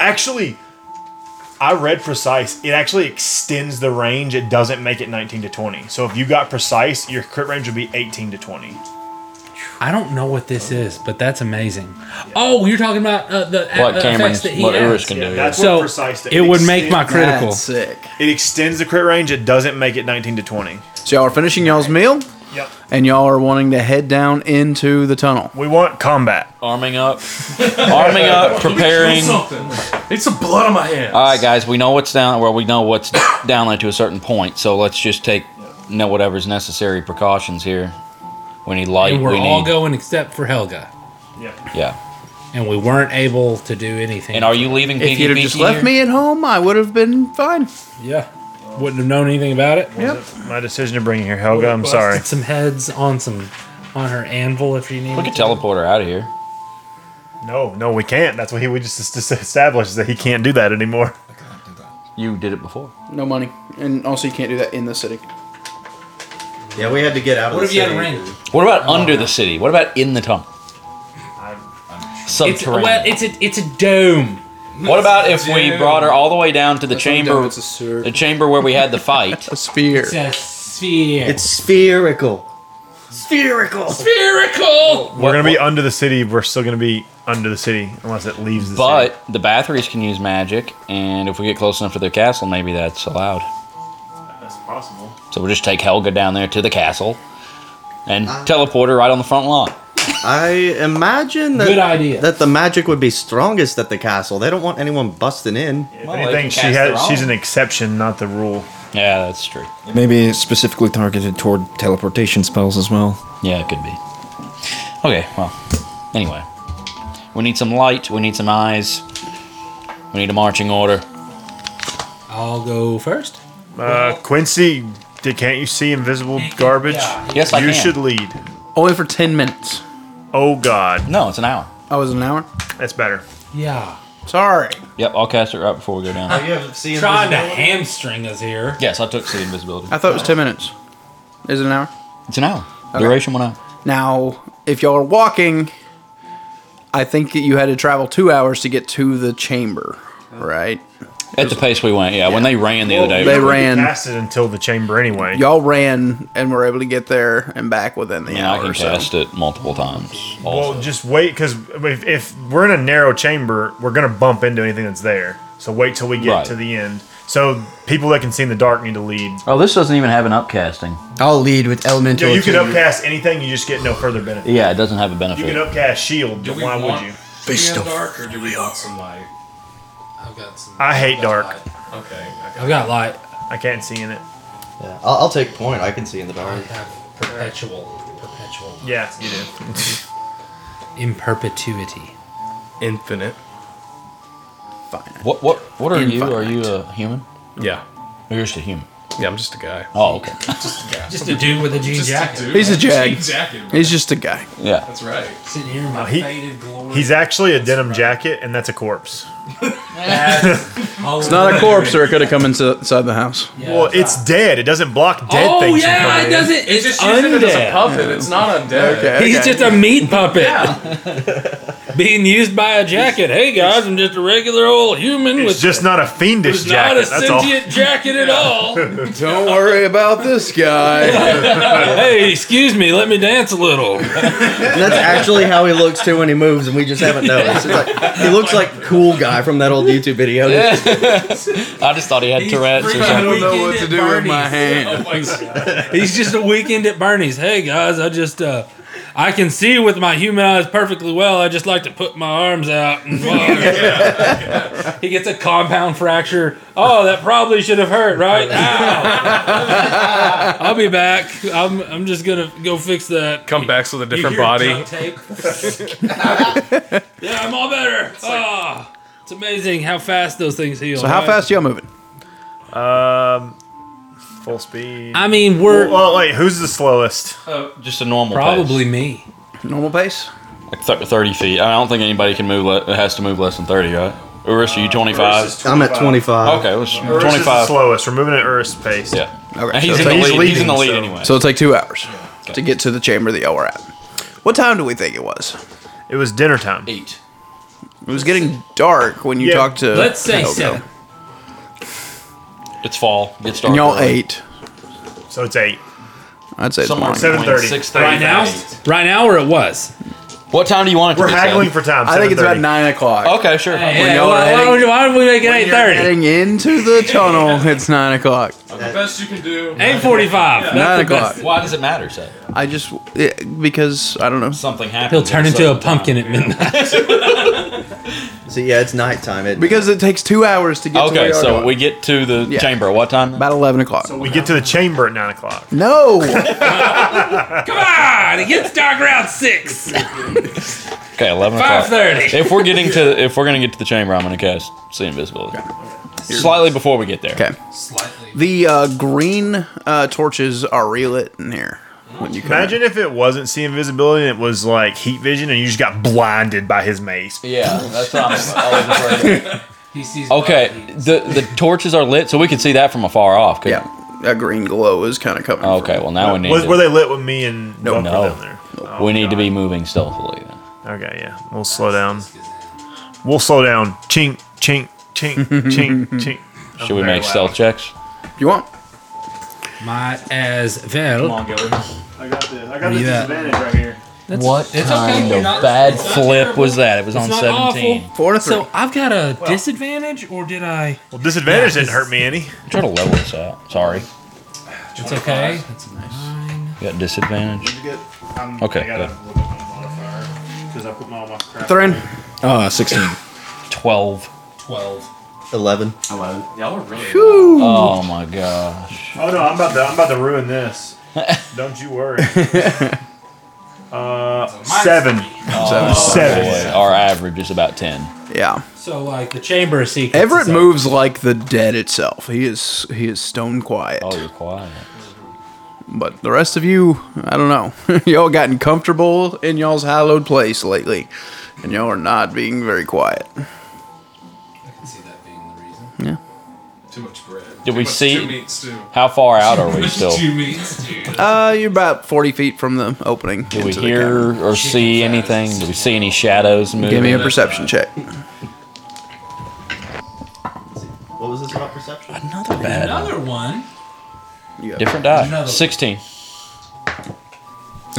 [SPEAKER 6] Actually, I read precise. It actually extends the range. It doesn't make it 19 to 20. So if you got precise, your crit range would be 18 to 20.
[SPEAKER 4] I don't know what this is, but that's amazing. Oh, you're talking about uh, the
[SPEAKER 6] What
[SPEAKER 4] the
[SPEAKER 6] Cameron's-
[SPEAKER 4] effects that he
[SPEAKER 6] what
[SPEAKER 4] adds.
[SPEAKER 6] Urus can do, Yeah, that's
[SPEAKER 4] so
[SPEAKER 6] what precise did.
[SPEAKER 4] it would make my
[SPEAKER 6] That's
[SPEAKER 4] critical.
[SPEAKER 1] sick.
[SPEAKER 6] It extends the crit range. It doesn't make it 19 to 20.
[SPEAKER 1] So y'all are finishing y'all's meal.
[SPEAKER 6] Yep.
[SPEAKER 1] And y'all are wanting to head down into the tunnel.
[SPEAKER 6] We want combat.
[SPEAKER 13] Arming up. Arming up, preparing.
[SPEAKER 9] Need some blood on my hand.
[SPEAKER 13] All right, guys, we know what's down. Well, we know what's downline to a certain point. So let's just take you know whatever's necessary precautions here. We need light.
[SPEAKER 4] and we're
[SPEAKER 13] we
[SPEAKER 4] all
[SPEAKER 13] need.
[SPEAKER 4] going except for Helga,
[SPEAKER 13] yeah.
[SPEAKER 4] and we weren't able to do anything.
[SPEAKER 13] And are you leaving?
[SPEAKER 1] If
[SPEAKER 13] Pinky
[SPEAKER 1] you'd have just
[SPEAKER 13] Pinky
[SPEAKER 1] left
[SPEAKER 13] here?
[SPEAKER 1] me at home, I would have been fine.
[SPEAKER 4] Yeah, wouldn't have known anything about it.
[SPEAKER 1] Yep.
[SPEAKER 6] My decision to bring you here, Helga. I'm sorry.
[SPEAKER 4] Some heads on some on her anvil if you need.
[SPEAKER 13] we could teleport her out of here.
[SPEAKER 6] No, no, we can't. That's what he we just es- established that he can't do that anymore.
[SPEAKER 13] You did it before.
[SPEAKER 1] No money, and also you can't do that in the city.
[SPEAKER 5] Yeah, we had to get out
[SPEAKER 1] What
[SPEAKER 5] of
[SPEAKER 1] if
[SPEAKER 5] the
[SPEAKER 1] you had
[SPEAKER 5] city.
[SPEAKER 1] rain?
[SPEAKER 13] What about under the city? What about in the tunnel?
[SPEAKER 4] It's,
[SPEAKER 13] Subterranean.
[SPEAKER 4] well, it's a it's a dome.
[SPEAKER 13] What about if we brought her all the way down to the
[SPEAKER 4] what I'm
[SPEAKER 13] chamber,
[SPEAKER 4] doing, it's a sphere.
[SPEAKER 13] the chamber where we had the fight?
[SPEAKER 1] a sphere.
[SPEAKER 4] It's a sphere.
[SPEAKER 5] It's spherical.
[SPEAKER 4] spherical. Spherical.
[SPEAKER 6] We're going to be under the city. We're still going to be under the city unless it leaves the city.
[SPEAKER 13] But the Bathories can use magic, and if we get close enough to their castle, maybe that's allowed.
[SPEAKER 6] That's possible.
[SPEAKER 13] So we'll just take Helga down there to the castle and
[SPEAKER 1] Ah.
[SPEAKER 13] teleport her right on the front lawn.
[SPEAKER 5] I imagine that
[SPEAKER 13] Good idea.
[SPEAKER 5] that the magic would be strongest at the castle. They don't want anyone busting in.
[SPEAKER 6] If anything, she has, she's an exception, not the rule. Uh,
[SPEAKER 13] Yeah, that's true.
[SPEAKER 11] Maybe specifically targeted toward teleportation spells as well.
[SPEAKER 13] Yeah, it could be. Okay, well,
[SPEAKER 3] Anyway, we need some light. We need some eyes. We need a marching order.
[SPEAKER 4] I'll go first.
[SPEAKER 6] Uh, Quincy, d- can't you see invisible garbage?
[SPEAKER 3] Yes, I
[SPEAKER 6] You
[SPEAKER 3] can.
[SPEAKER 6] should lead.
[SPEAKER 1] Only for 10 minutes.
[SPEAKER 6] Oh, God.
[SPEAKER 3] No, it's an hour.
[SPEAKER 1] Oh, is it an hour?
[SPEAKER 6] That's better.
[SPEAKER 4] Yeah.
[SPEAKER 1] Sorry.
[SPEAKER 3] Yep, I'll cast it right before we go down.
[SPEAKER 4] you have trying to hamstring us here.
[SPEAKER 3] Yes, I took see invisibility.
[SPEAKER 1] I thought it was 10 minutes. Is it an hour?
[SPEAKER 3] It's an hour.
[SPEAKER 1] Okay.
[SPEAKER 3] Duration one hour.
[SPEAKER 1] Now, if y'all are walking, I think that you had to travel two hours to get to the chamber, right?
[SPEAKER 3] At the pace we went, yeah. When they ran the other day,
[SPEAKER 1] They ran.
[SPEAKER 6] Cast it until the chamber anyway.
[SPEAKER 1] Y'all ran and were able to get there and back within the
[SPEAKER 3] And I
[SPEAKER 1] hour.
[SPEAKER 3] can
[SPEAKER 1] or so.
[SPEAKER 3] cast it multiple times.
[SPEAKER 6] Well, just wait, because if, if we're in a narrow chamber, we're going to bump into anything that's there. So wait till we get
[SPEAKER 3] Right.
[SPEAKER 6] to the end. So people that can see in the dark need to lead.
[SPEAKER 3] Oh, this doesn't even have an upcasting.
[SPEAKER 14] I'll lead with elemental.
[SPEAKER 6] Yeah, you can
[SPEAKER 14] attunement.
[SPEAKER 6] upcast anything, you just get no further benefit.
[SPEAKER 3] Yeah, it doesn't have a benefit.
[SPEAKER 6] You can upcast shield, but why would you?
[SPEAKER 8] Based off dark, or do we want some light? I've got some.
[SPEAKER 6] I hate dark.
[SPEAKER 8] Okay.
[SPEAKER 4] I've got light.
[SPEAKER 6] I can't see in it.
[SPEAKER 5] Yeah, I'll, I'll take point. I can see in the dark.
[SPEAKER 4] Perpetual. Perpetual.
[SPEAKER 6] Yeah, you do.
[SPEAKER 4] In perpetuity.
[SPEAKER 15] Infinite.
[SPEAKER 3] What what what are you? Are you
[SPEAKER 15] Infinite.
[SPEAKER 3] a human?
[SPEAKER 15] Yeah.
[SPEAKER 3] You're just a human.
[SPEAKER 15] Yeah, I'm just a guy.
[SPEAKER 3] Oh, okay.
[SPEAKER 4] Just a dude with a jean
[SPEAKER 8] Just a
[SPEAKER 4] jacket.
[SPEAKER 8] dude.
[SPEAKER 1] He's a
[SPEAKER 8] Jean
[SPEAKER 1] jag.
[SPEAKER 8] jacket, man.
[SPEAKER 1] He's just a guy.
[SPEAKER 3] Yeah.
[SPEAKER 8] That's right.
[SPEAKER 4] Sitting here in
[SPEAKER 6] No,
[SPEAKER 4] my
[SPEAKER 6] Uh, he-
[SPEAKER 4] faded glory.
[SPEAKER 6] He's actually a denim jacket, and that's a corpse.
[SPEAKER 1] It's not a corpse, or it could have come insi- inside the house.
[SPEAKER 6] well, it's dead. It doesn't block dead
[SPEAKER 4] Oh,
[SPEAKER 6] things.
[SPEAKER 4] yeah, it doesn't- It's
[SPEAKER 8] just
[SPEAKER 4] using it as a
[SPEAKER 8] a
[SPEAKER 4] undead.
[SPEAKER 8] puppet. It's not undead.
[SPEAKER 4] He's just a meat puppet. Being used by a jacket. Hey guys, I'm just a regular old human
[SPEAKER 6] It's
[SPEAKER 4] with
[SPEAKER 6] just not a fiendish
[SPEAKER 4] who's not
[SPEAKER 6] jacket.
[SPEAKER 4] a
[SPEAKER 6] that's all.
[SPEAKER 4] sentient jacket at all.
[SPEAKER 1] Don't worry about this guy.
[SPEAKER 4] hey, excuse me, let me dance a little.
[SPEAKER 5] And that's actually how he looks too when he moves, and we just haven't noticed. It's like, he looks like cool guy from that old YouTube video.
[SPEAKER 3] I just thought he had Tourette's or
[SPEAKER 4] I don't
[SPEAKER 3] something.
[SPEAKER 4] know what to do with my
[SPEAKER 1] hand.
[SPEAKER 4] He's just a weekend at Bernie's. Hey guys, I just uh I can see with my human eyes perfectly well. I just like to put my arms out and He gets a compound fracture. Oh, that probably should have hurt, right? Ow. I'll be back. I'm, I'm just gonna go fix that.
[SPEAKER 15] Come back with a
[SPEAKER 4] You
[SPEAKER 15] different
[SPEAKER 4] hear
[SPEAKER 15] body.
[SPEAKER 4] duct tape? yeah, I'm all better. It's, it's amazing how fast those things heal.
[SPEAKER 1] so how
[SPEAKER 4] right?
[SPEAKER 1] fast y'all moving?
[SPEAKER 6] Um, full speed.
[SPEAKER 4] I mean, we're
[SPEAKER 6] Well, wait, who's the slowest?
[SPEAKER 3] Just a normal
[SPEAKER 4] probably me.
[SPEAKER 1] Normal pace.
[SPEAKER 3] pace. Like th- 30 feet. I don't think anybody can move. Le- it has to move less than 30, right? Urus, are you 25?
[SPEAKER 5] I'm at 25.
[SPEAKER 3] okay, let's
[SPEAKER 6] Urus is the
[SPEAKER 3] 25.
[SPEAKER 6] slowest. We're moving at Urus pace.
[SPEAKER 3] Yeah.
[SPEAKER 1] Okay,
[SPEAKER 3] And he's,
[SPEAKER 1] so
[SPEAKER 3] in the
[SPEAKER 6] he's
[SPEAKER 3] lead. he's in the lead
[SPEAKER 6] leading, so-
[SPEAKER 3] anyway.
[SPEAKER 1] So it'll take two hours to get to the chamber that y'all were at. What time do we think it was?
[SPEAKER 6] It was dinner time.
[SPEAKER 3] Eight.
[SPEAKER 1] It was getting dark when you
[SPEAKER 6] Yeah,
[SPEAKER 1] talked to.
[SPEAKER 4] Let's say
[SPEAKER 1] Helgo.
[SPEAKER 4] seven.
[SPEAKER 3] It's fall. It's dark.
[SPEAKER 1] And y'all ate.
[SPEAKER 6] So it's eight.
[SPEAKER 1] I'd say it's
[SPEAKER 3] Somewhere
[SPEAKER 1] morning.
[SPEAKER 3] between
[SPEAKER 6] 7:30.
[SPEAKER 3] 6:30
[SPEAKER 4] Right now,
[SPEAKER 3] and eight.
[SPEAKER 4] right now, or it was.
[SPEAKER 3] What time do you want it to
[SPEAKER 6] We're
[SPEAKER 3] be?
[SPEAKER 6] haggling
[SPEAKER 3] Seth?
[SPEAKER 6] for time.
[SPEAKER 1] I think it's about
[SPEAKER 6] 7:30.
[SPEAKER 1] nine o'clock.
[SPEAKER 3] Okay, sure.
[SPEAKER 1] When y'all
[SPEAKER 4] why,
[SPEAKER 1] are
[SPEAKER 4] why
[SPEAKER 1] heading-
[SPEAKER 4] don't you- why don't we make it eight
[SPEAKER 1] When you're
[SPEAKER 4] thirty?
[SPEAKER 1] Heading into the tunnel. It's nine o'clock.
[SPEAKER 8] The best you can do.
[SPEAKER 4] Eight forty-five.
[SPEAKER 1] Nine o'clock.
[SPEAKER 3] Why does it matter, Seth?
[SPEAKER 1] I just yeah, because I don't know.
[SPEAKER 3] Something happens.
[SPEAKER 4] He'll turn
[SPEAKER 3] at
[SPEAKER 4] into a
[SPEAKER 3] certain time.
[SPEAKER 4] pumpkin at midnight. Oh.
[SPEAKER 5] So yeah, it's nighttime. It,
[SPEAKER 1] Because it takes two hours to get to where
[SPEAKER 3] Okay,
[SPEAKER 1] y'all
[SPEAKER 3] so
[SPEAKER 1] going.
[SPEAKER 3] we get to the
[SPEAKER 1] Yeah.
[SPEAKER 3] chamber. What time?
[SPEAKER 1] about eleven o'clock.
[SPEAKER 6] We get to the chamber at nine o'clock.
[SPEAKER 1] no,
[SPEAKER 4] Come on, it gets dark around six.
[SPEAKER 3] Okay, eleven o'clock.
[SPEAKER 4] 5:30.
[SPEAKER 3] If we're getting to, if we're gonna get to the chamber, I'm gonna cast see invisibility. Slightly before we get there.
[SPEAKER 1] okay.
[SPEAKER 8] Slightly.
[SPEAKER 1] The uh, green uh, torches are relit in here when you come. in.
[SPEAKER 6] Imagine if it wasn't see invisibility and it was like heat vision and you just got blinded by his mace.
[SPEAKER 3] Yeah, that's what I'm always afraid.
[SPEAKER 4] He sees.
[SPEAKER 3] of. Okay, the the torches are lit, so we can see that from afar off. couldn't we?
[SPEAKER 1] Yeah, that green glow is kind of coming.
[SPEAKER 3] Okay, well now we need.
[SPEAKER 6] Was,
[SPEAKER 3] to,
[SPEAKER 6] were they lit with me and
[SPEAKER 3] No,
[SPEAKER 6] Buck
[SPEAKER 3] no.
[SPEAKER 6] were down there? Oh,
[SPEAKER 3] we need to be moving stealthily. Then.
[SPEAKER 6] Okay, yeah. We'll slow down. We'll slow down. Chink, chink, chink, chink, chink.
[SPEAKER 3] Should we make stealth checks?
[SPEAKER 1] If you want?
[SPEAKER 4] Might as well.
[SPEAKER 6] I got the, I got
[SPEAKER 4] the Yeah.
[SPEAKER 6] right here.
[SPEAKER 3] what
[SPEAKER 4] it's
[SPEAKER 3] kind
[SPEAKER 4] okay,
[SPEAKER 3] of
[SPEAKER 4] not-
[SPEAKER 3] bad
[SPEAKER 4] it's not
[SPEAKER 3] flip
[SPEAKER 4] terrible.
[SPEAKER 3] was that? It was
[SPEAKER 4] It's
[SPEAKER 3] on
[SPEAKER 4] not
[SPEAKER 3] 17.
[SPEAKER 4] awful.
[SPEAKER 1] Four to three.
[SPEAKER 4] So I've got a disadvantage, or did I?
[SPEAKER 6] Well, disadvantage
[SPEAKER 4] Yeah,
[SPEAKER 6] didn't hurt me any.
[SPEAKER 3] Try to level this out. Sorry,
[SPEAKER 4] It's okay.
[SPEAKER 3] you got disadvantage. Okay, I gotta good.
[SPEAKER 6] Because I put my, all my crap.
[SPEAKER 1] Thrin,
[SPEAKER 11] Uh, 16.
[SPEAKER 3] Twelve.
[SPEAKER 4] Twelve.
[SPEAKER 5] 11.
[SPEAKER 8] Y'all are really.
[SPEAKER 3] Oh my gosh.
[SPEAKER 6] Oh no, I'm about to I'm about to ruin this. Don't you worry. Uh, seven.
[SPEAKER 3] Oh, boy.
[SPEAKER 6] Seven.
[SPEAKER 3] Our average is about 10.
[SPEAKER 1] Yeah.
[SPEAKER 10] So like the chamber of secrets.
[SPEAKER 1] Everett moves like the dead itself. He is he is stone quiet. Oh,
[SPEAKER 3] you're quiet.
[SPEAKER 1] But the rest of you, I don't know. y'all gotten comfortable in y'all's hallowed place lately, and y'all are not being very quiet.
[SPEAKER 9] Too much bread.
[SPEAKER 3] Did
[SPEAKER 9] Too
[SPEAKER 3] we
[SPEAKER 9] much-
[SPEAKER 3] see?
[SPEAKER 9] Too meat stew.
[SPEAKER 3] How far out are
[SPEAKER 9] Too
[SPEAKER 3] we
[SPEAKER 9] much
[SPEAKER 3] still?
[SPEAKER 9] Too meat stew.
[SPEAKER 1] Uh, you're about forty feet from the opening.
[SPEAKER 3] Do we hear or see anything? Do we see any shadows moving?
[SPEAKER 1] Give me a perception check.
[SPEAKER 5] What was this about perception?
[SPEAKER 3] Another bad
[SPEAKER 10] Another one.
[SPEAKER 3] Different die.
[SPEAKER 10] Another-
[SPEAKER 3] 16.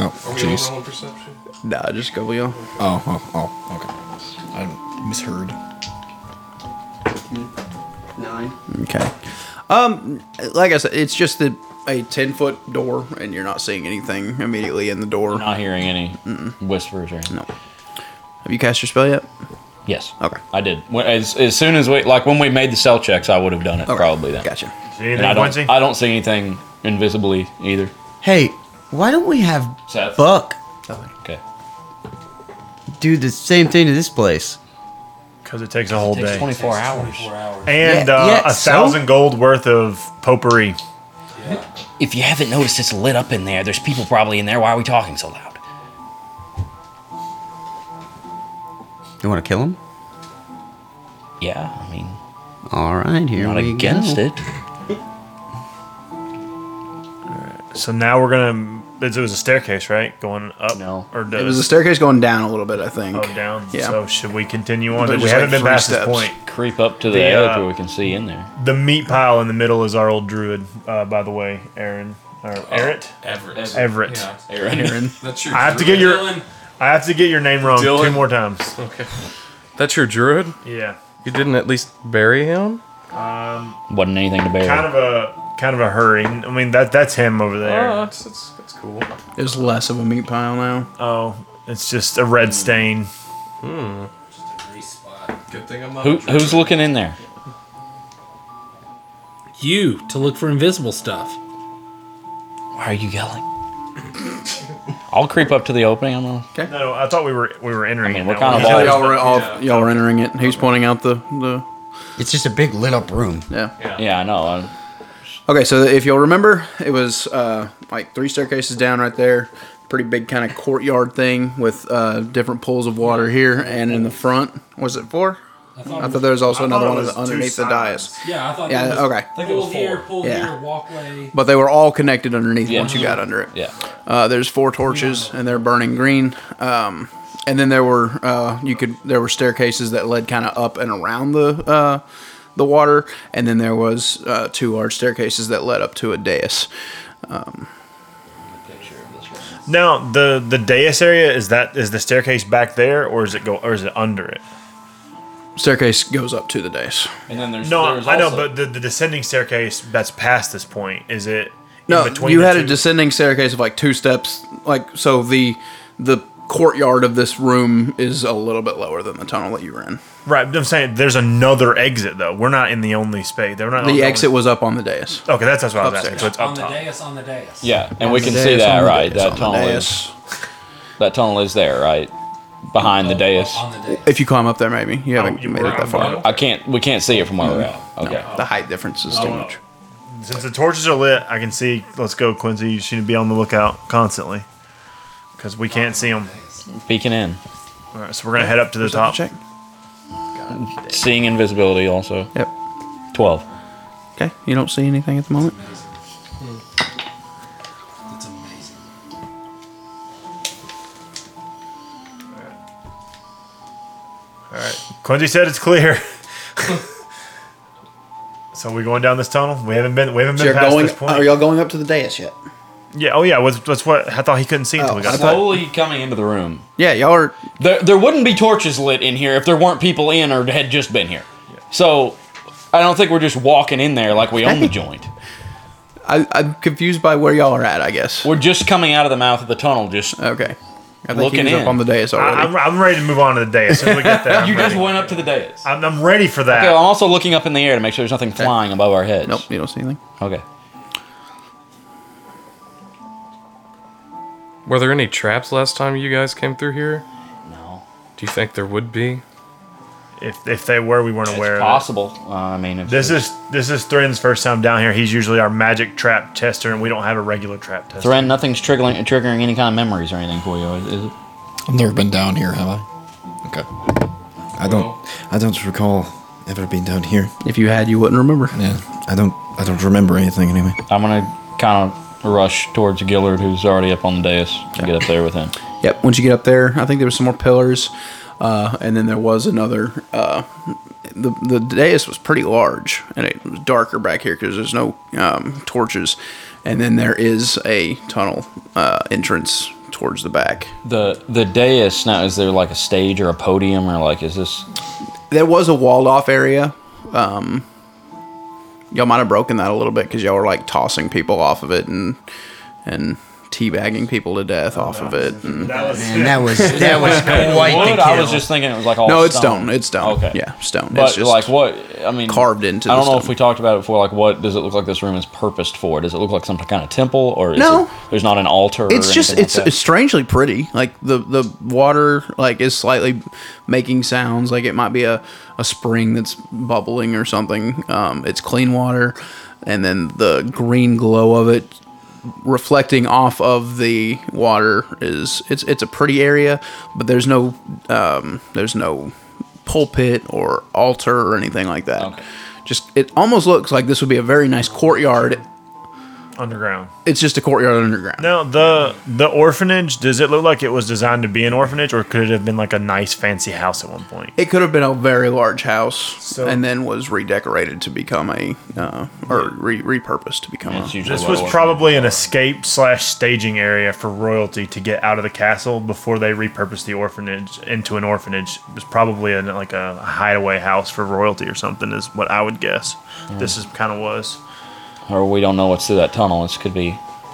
[SPEAKER 7] Oh,
[SPEAKER 9] Are we all
[SPEAKER 7] jeez.
[SPEAKER 9] rolling perception?
[SPEAKER 1] Nah, just go wheel.
[SPEAKER 7] Oh, oh, oh, okay. I misheard.
[SPEAKER 2] Nine.
[SPEAKER 1] Okay. Um, like I said, it's just a, a ten foot door, and you're not seeing anything immediately in the door.
[SPEAKER 3] Not hearing any whispers or anything.
[SPEAKER 1] No. Have you cast your spell yet?
[SPEAKER 3] Yes.
[SPEAKER 1] Okay.
[SPEAKER 3] I did. When- As, as soon as we, like when we made the cell checks, I would have done it probably then.
[SPEAKER 1] Gotcha.
[SPEAKER 6] anything,
[SPEAKER 3] I don't,
[SPEAKER 6] Quincy?
[SPEAKER 3] I don't see anything invisibly either.
[SPEAKER 2] Hey, why don't we have
[SPEAKER 3] Seth?
[SPEAKER 2] Buck
[SPEAKER 3] Okay.
[SPEAKER 2] do the same thing to this place?
[SPEAKER 6] Because it takes a whole
[SPEAKER 3] takes
[SPEAKER 6] day.
[SPEAKER 3] 24 hours.
[SPEAKER 6] And
[SPEAKER 2] Yeah,
[SPEAKER 6] uh,
[SPEAKER 2] yeah,
[SPEAKER 6] a
[SPEAKER 2] so?
[SPEAKER 6] thousand gold worth of potpourri.
[SPEAKER 13] If you haven't noticed, it's lit up in there. There's people probably in there. Why are we talking so loud?
[SPEAKER 2] You want to kill him?
[SPEAKER 13] Yeah, I mean,
[SPEAKER 2] All right, here
[SPEAKER 13] not
[SPEAKER 2] we
[SPEAKER 13] against
[SPEAKER 2] go.
[SPEAKER 13] it.
[SPEAKER 6] So now we're gonna. It was a staircase, right? Going up. No. Or
[SPEAKER 1] It was a staircase going down a little bit, I think.
[SPEAKER 6] Oh, down.
[SPEAKER 1] Yeah.
[SPEAKER 6] So should we continue on?
[SPEAKER 1] But
[SPEAKER 6] we
[SPEAKER 1] just
[SPEAKER 6] haven't
[SPEAKER 1] like
[SPEAKER 6] been
[SPEAKER 1] three
[SPEAKER 6] past
[SPEAKER 1] steps.
[SPEAKER 6] this point.
[SPEAKER 3] Creep up to the,
[SPEAKER 6] The,
[SPEAKER 3] edge
[SPEAKER 6] uh,
[SPEAKER 3] where we can see in there.
[SPEAKER 6] The meat pile in the middle is our old druid, uh, by the way, Aaron. Or Everett.
[SPEAKER 9] Everett.
[SPEAKER 6] Everett.
[SPEAKER 9] Yeah.
[SPEAKER 3] Aaron.
[SPEAKER 9] That's your
[SPEAKER 6] I have to get your.
[SPEAKER 9] druid. Dylan.
[SPEAKER 6] I have to get your name wrong two
[SPEAKER 8] Dylan.
[SPEAKER 6] more times.
[SPEAKER 8] Okay. That's your druid?
[SPEAKER 6] Yeah.
[SPEAKER 8] You didn't at least bury him?
[SPEAKER 6] Um,
[SPEAKER 3] Wasn't anything to bear.
[SPEAKER 6] kind of a kind of a hurry. I mean that that's him over there.
[SPEAKER 8] Oh, that's, that's, that's cool.
[SPEAKER 1] There's less of a meat pile now.
[SPEAKER 6] oh, it's just a red stain.
[SPEAKER 8] Hmm.
[SPEAKER 9] Good thing I'm not.
[SPEAKER 3] Who,
[SPEAKER 9] a druid.
[SPEAKER 3] who's looking in there?
[SPEAKER 4] You to look for invisible stuff.
[SPEAKER 3] Why are you yelling? I'll creep up to the opening. I'm gonna,
[SPEAKER 6] No, no, I thought we were we were entering.
[SPEAKER 3] I mean,
[SPEAKER 6] it
[SPEAKER 3] we're
[SPEAKER 6] now.
[SPEAKER 3] kind of
[SPEAKER 6] Yeah.
[SPEAKER 3] all-
[SPEAKER 1] y'all were all, y'all were entering it. He's pointing out the the
[SPEAKER 2] It's just a big lit up room.
[SPEAKER 1] yeah.
[SPEAKER 3] yeah, I know. I'm-
[SPEAKER 1] Okay, so if you'll remember, it was uh, like three staircases down right there. Pretty big kind of courtyard thing with uh, different pools of water here, and in the front was it four? I thought, there was also
[SPEAKER 6] I
[SPEAKER 1] another
[SPEAKER 6] thought it
[SPEAKER 1] one
[SPEAKER 6] was two
[SPEAKER 1] underneath the
[SPEAKER 6] sides.
[SPEAKER 1] dais.
[SPEAKER 10] Yeah, I thought.
[SPEAKER 1] Yeah,
[SPEAKER 10] it was
[SPEAKER 1] okay.
[SPEAKER 10] Pull
[SPEAKER 1] think
[SPEAKER 3] it was
[SPEAKER 10] here,
[SPEAKER 3] four.
[SPEAKER 10] pull
[SPEAKER 1] Yeah.
[SPEAKER 10] here, walkway.
[SPEAKER 1] But they were all connected underneath
[SPEAKER 3] Yeah.
[SPEAKER 1] once you got under it.
[SPEAKER 3] Yeah.
[SPEAKER 1] Uh, there's four torches, and they're burning green. Um, and then there were uh, you could there were staircases that led kind of up and around the uh, the water, and then there was uh, two large staircases that led up to a dais.
[SPEAKER 6] Now the the dais area is that is the staircase back there or is it go or is it under it?
[SPEAKER 1] Staircase goes up to the dais.
[SPEAKER 3] And then there's
[SPEAKER 6] No,
[SPEAKER 3] there's
[SPEAKER 6] I know,
[SPEAKER 3] also-
[SPEAKER 6] but the, the descending staircase that's past this point is it?
[SPEAKER 1] No,
[SPEAKER 6] in between
[SPEAKER 1] you
[SPEAKER 6] the
[SPEAKER 1] had
[SPEAKER 6] two?
[SPEAKER 1] a descending staircase of like two steps. Like so, the the courtyard of this room is a little bit lower than the tunnel that you were in.
[SPEAKER 6] right. I'm saying there's another exit though. We're not in the only space. They're not
[SPEAKER 1] The
[SPEAKER 6] only-
[SPEAKER 1] exit was up on the dais.
[SPEAKER 6] Okay, that's, that's what I was asking.
[SPEAKER 1] Upstairs.
[SPEAKER 6] So it's
[SPEAKER 10] On
[SPEAKER 6] up
[SPEAKER 10] the
[SPEAKER 6] top.
[SPEAKER 10] dais, on the dais.
[SPEAKER 3] yeah, and we
[SPEAKER 1] On
[SPEAKER 3] can
[SPEAKER 1] the
[SPEAKER 3] see
[SPEAKER 1] dais,
[SPEAKER 3] that
[SPEAKER 1] on the
[SPEAKER 3] right.
[SPEAKER 1] dais,
[SPEAKER 3] That
[SPEAKER 1] on the
[SPEAKER 3] tunnel is
[SPEAKER 1] dais.
[SPEAKER 3] that tunnel is there right behind Oh, the dais.
[SPEAKER 10] On the dais.
[SPEAKER 1] If you climb up there, maybe you haven't
[SPEAKER 6] you
[SPEAKER 1] made
[SPEAKER 6] were
[SPEAKER 1] it that
[SPEAKER 6] on
[SPEAKER 1] far.
[SPEAKER 9] one?
[SPEAKER 3] I can't. We can't see it from where we're at. Okay.
[SPEAKER 1] The height difference is too much.
[SPEAKER 6] Since the torches are lit, I can see. Let's go, Quincy. You should be on the lookout constantly because we can't see them.
[SPEAKER 3] Peeking in,
[SPEAKER 6] All right, so we're gonna head up to the top.
[SPEAKER 1] Check.
[SPEAKER 3] seeing invisibility also.
[SPEAKER 1] Yep.
[SPEAKER 3] Twelve.
[SPEAKER 1] Okay. You don't see anything at the moment.
[SPEAKER 10] That's amazing.
[SPEAKER 6] Quincy said it's clear. so we going down this tunnel? We haven't been. We haven't been
[SPEAKER 1] You're
[SPEAKER 6] past
[SPEAKER 1] going.
[SPEAKER 6] this point.
[SPEAKER 1] Are y'all going up to the dais yet?
[SPEAKER 6] yeah. Oh yeah. What's, what's what? I thought he couldn't see until we
[SPEAKER 1] Oh, I
[SPEAKER 6] got.
[SPEAKER 1] thought-
[SPEAKER 3] Slowly coming into the room.
[SPEAKER 1] Yeah, y'all are.
[SPEAKER 3] There, there wouldn't be torches lit in here if there weren't people in or had just been here. So, I don't think we're just walking in there like we own the joint.
[SPEAKER 1] I, I'm confused by where y'all are at. I guess.
[SPEAKER 3] We're just coming out of the mouth of the tunnel. Just
[SPEAKER 1] Okay. I think
[SPEAKER 3] Looking
[SPEAKER 1] he was
[SPEAKER 3] in.
[SPEAKER 1] up on the dais
[SPEAKER 6] I,
[SPEAKER 1] already.
[SPEAKER 6] am I'm ready to move on to the day as soon as we get there. I'm
[SPEAKER 3] you just
[SPEAKER 6] ready.
[SPEAKER 3] went up to the dais.
[SPEAKER 6] I'm, I'm ready for that.
[SPEAKER 3] Okay, I'm also looking up in the air to make sure there's nothing flying above our heads.
[SPEAKER 1] nope. You don't see anything.
[SPEAKER 3] Okay.
[SPEAKER 8] Were there any traps last time you guys came through here? No. Do you think there would be?
[SPEAKER 6] If if they were, we weren't aware.
[SPEAKER 3] Possible. Uh, I mean, if
[SPEAKER 6] This is this is Thren's first time down here. He's usually our magic trap tester, and we don't have a regular trap tester.
[SPEAKER 3] Thren, nothing's triggering triggering any kind of memories or anything for you, is it?
[SPEAKER 11] I've never been down here, have I? Okay. I don't. I don't recall ever being down here.
[SPEAKER 1] If you had, you wouldn't remember.
[SPEAKER 11] Yeah. I don't. I don't remember anything anyway.
[SPEAKER 3] I'm gonna kind of rush towards Gillard, who's already up on the dais, and get up there with him.
[SPEAKER 1] Yep. Once you get up there, I think there was some more pillars, uh, and then there was another. Uh, the the dais was pretty large, and it was darker back here because there's no um, torches. And then there is a tunnel uh, entrance towards the back.
[SPEAKER 3] The the dais now is there like a stage or a podium or like is this?
[SPEAKER 1] There was a walled off area. Um, y'all might have broken that a little bit because y'all were like tossing people off of it and and teabagging people to death off of it. And
[SPEAKER 6] that was
[SPEAKER 2] Man, that was- that was quite the
[SPEAKER 3] Wood? I was
[SPEAKER 2] kill.
[SPEAKER 3] just thinking it was like all
[SPEAKER 1] no, it's stone. It's stone.
[SPEAKER 3] Okay.
[SPEAKER 1] Yeah, stone.
[SPEAKER 3] But
[SPEAKER 1] it's just
[SPEAKER 3] like what? I mean,
[SPEAKER 1] carved into.
[SPEAKER 3] I don't
[SPEAKER 1] the
[SPEAKER 3] know
[SPEAKER 1] stone.
[SPEAKER 3] if we talked about it before. Like, what does it look like? This room is purposed for? Does it look like some kind of temple, or is
[SPEAKER 1] No.
[SPEAKER 3] it, there's not an altar? or
[SPEAKER 1] it's just
[SPEAKER 3] anything like
[SPEAKER 1] it's,
[SPEAKER 3] that?
[SPEAKER 1] it's strangely pretty like the the water like is slightly making sounds like it might be a, a spring that's bubbling or something um, it's clean water and then the green glow of it reflecting off of the water is it's it's a pretty area but there's no um, there's no pulpit or altar or anything like that just it almost looks like this would be a very nice courtyard
[SPEAKER 6] underground.
[SPEAKER 1] it's just a courtyard underground
[SPEAKER 6] Now the the orphanage. Does it look like it was designed to be an orphanage, or could it have been like a nice fancy house at one point?
[SPEAKER 1] It could have been a very large house, and then was redecorated to become a, uh, or re- repurposed to become. a,
[SPEAKER 6] This was probably an escape slash staging area for royalty to get out of the castle before they repurposed the orphanage into an orphanage. It was probably an, like a hideaway house for royalty or something, is what I would guess. This is kind of was.
[SPEAKER 3] or we don't know what's through that tunnel. This could be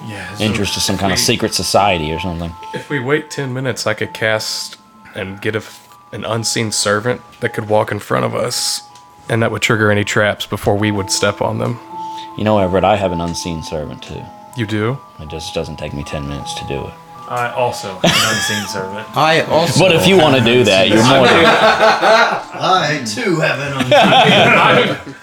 [SPEAKER 6] Yeah,
[SPEAKER 8] so
[SPEAKER 3] interest to some kind of
[SPEAKER 8] we-
[SPEAKER 3] secret society or something.
[SPEAKER 8] If we wait 10 minutes, I could cast and get a, an unseen servant that could walk in front of us, and that would trigger any traps before we would step on them.
[SPEAKER 3] You know, Everett, I have an unseen servant too.
[SPEAKER 8] You do?
[SPEAKER 3] It just doesn't take me ten minutes to do it.
[SPEAKER 6] I also an unseen servant.
[SPEAKER 2] I also-
[SPEAKER 3] But if you want to do that, you're more than.
[SPEAKER 2] I too have an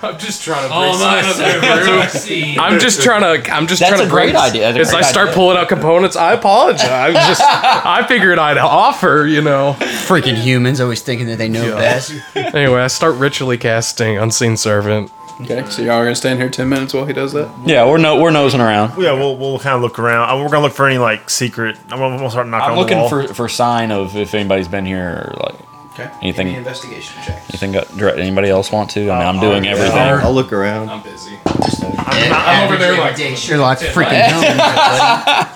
[SPEAKER 8] I'm, just trying to
[SPEAKER 9] All my servants
[SPEAKER 8] I'm just trying to. I'm just
[SPEAKER 9] That's
[SPEAKER 8] trying to.
[SPEAKER 9] a great
[SPEAKER 8] break-
[SPEAKER 9] idea. That's a
[SPEAKER 8] As
[SPEAKER 9] great
[SPEAKER 8] I start
[SPEAKER 9] idea.
[SPEAKER 8] pulling out components, I apologize. I'm just. I figured I'd offer. You know,
[SPEAKER 2] freaking humans always thinking that they know best.
[SPEAKER 8] anyway, I start ritually casting unseen servant.
[SPEAKER 1] Okay, so y'all are gonna stand here ten minutes while he does that.
[SPEAKER 3] Yeah, we're no, we're nosing around.
[SPEAKER 6] Yeah, we'll, we'll kind of look around. Uh, We're gonna look for any like secret. I'm gonna we'll start knocking
[SPEAKER 3] I'm
[SPEAKER 6] on the
[SPEAKER 3] looking
[SPEAKER 6] wall.
[SPEAKER 3] for for sign of if anybody's been here or like
[SPEAKER 1] Okay.
[SPEAKER 3] anything.
[SPEAKER 1] investigation check.
[SPEAKER 3] Anything got direct? Anybody else want to? I mean, I'm
[SPEAKER 6] I'll-
[SPEAKER 3] doing
[SPEAKER 6] yeah.
[SPEAKER 3] everything.
[SPEAKER 6] I'll- I'll
[SPEAKER 3] look around.
[SPEAKER 9] I'm busy.
[SPEAKER 6] I'm,
[SPEAKER 9] I'm over there like
[SPEAKER 2] Day Sherlock
[SPEAKER 9] Yeah.
[SPEAKER 2] freaking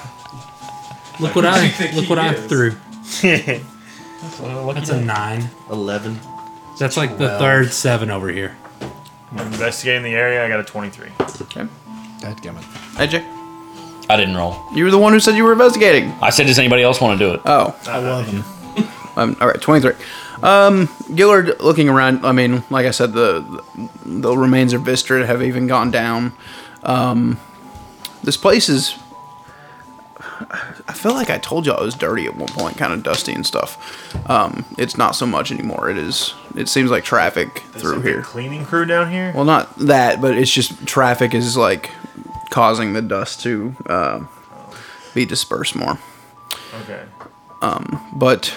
[SPEAKER 2] Holmes.
[SPEAKER 10] Look what I
[SPEAKER 9] Who do you think
[SPEAKER 10] look what
[SPEAKER 9] he
[SPEAKER 10] I
[SPEAKER 9] is?
[SPEAKER 10] threw.
[SPEAKER 9] looking
[SPEAKER 10] That's a
[SPEAKER 9] at.
[SPEAKER 10] nine.
[SPEAKER 5] Eleven.
[SPEAKER 10] That's like the
[SPEAKER 6] Twelve.
[SPEAKER 10] third seven over here.
[SPEAKER 6] I'm investigating the area. I got a 23.
[SPEAKER 1] Okay.
[SPEAKER 11] Dadgummit.
[SPEAKER 1] Hey, Jake.
[SPEAKER 3] I didn't roll.
[SPEAKER 1] You were the one who said you were investigating.
[SPEAKER 3] I said, does anybody else want to do it?
[SPEAKER 1] Oh,
[SPEAKER 6] I love him.
[SPEAKER 1] Um, all right, 23. Um, Gillard, looking around, I mean, like I said, the the remains of Vistra have even gone down. Um, this place is. I feel like I told y'all it was dirty at one point, kind of dusty and stuff. Um, it's not so much anymore. It is. It seems like traffic through here.
[SPEAKER 6] Cleaning crew down here.
[SPEAKER 1] Well, not that, but it's just traffic is like causing the dust to uh, be dispersed more.
[SPEAKER 6] Okay.
[SPEAKER 1] Um, but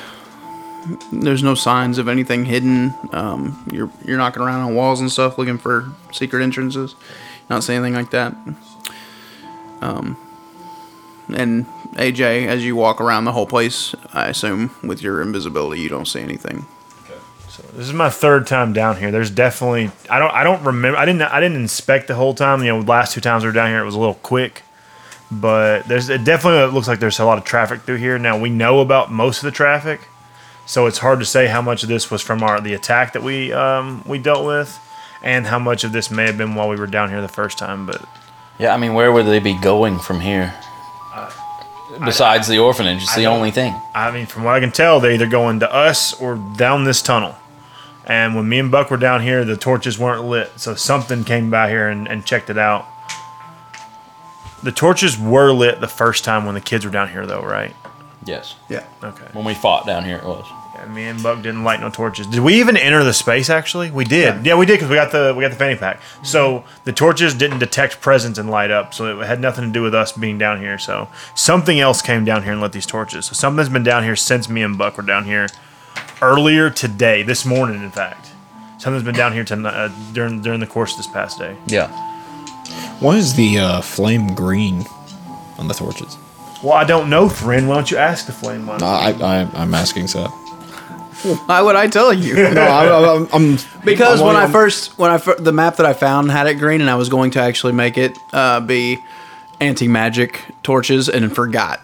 [SPEAKER 1] there's no signs of anything hidden. Um, you're you're knocking around on walls and stuff looking for secret entrances. Not seeing anything like that. Um, and AJ, as you walk around the whole place, I assume with your invisibility, you don't see anything.
[SPEAKER 6] So this is my third time down here. There's definitely I don't I don't remember I didn't I didn't inspect the whole time. You know, the last two times we were down here, it was a little quick. But there's it definitely looks like there's a lot of traffic through here. Now we know about most of the traffic, so it's hard to say how much of this was from our the attack that we um, we dealt with, and how much of this may have been while we were down here the first time. But
[SPEAKER 3] Yeah, I mean, where would they be going from here? Besides the orphanage, it's
[SPEAKER 6] Uh, I
[SPEAKER 3] the
[SPEAKER 6] don't-
[SPEAKER 3] only thing.
[SPEAKER 6] I mean, from what I can tell, they're either going to us or down this tunnel. And when me and Buck were down here, the torches weren't lit, so something came by here and, and checked it out. The torches were lit the first time when the kids were down here, though, right?
[SPEAKER 3] Yes.
[SPEAKER 1] Yeah.
[SPEAKER 6] Okay.
[SPEAKER 3] When we fought down here, it was.
[SPEAKER 6] Yeah, me and Buck didn't light no torches. Did we even enter the space? Actually, we did. Yeah, we did because we got the we got the fanny pack. So the torches didn't detect presence and light up, so it had nothing to do with us being down here. So something else came down here and lit these torches. So something's been down here since me and Buck were down here earlier today, this morning, in fact. Something's been down here tonight uh, during during the course of this past day.
[SPEAKER 3] Yeah.
[SPEAKER 7] Why is the uh, flame green on the torches?
[SPEAKER 6] Well, I don't know, Thren. Why don't you ask the flame one?
[SPEAKER 11] Uh,
[SPEAKER 7] No, I, I, I'm asking, so.
[SPEAKER 1] Why would I tell you?
[SPEAKER 7] No, I, am I'm
[SPEAKER 1] because
[SPEAKER 7] I'm
[SPEAKER 1] when
[SPEAKER 7] only-
[SPEAKER 1] I first when I fir- the map that I found had it green, and I was going to actually make it uh, be anti magic torches, and forgot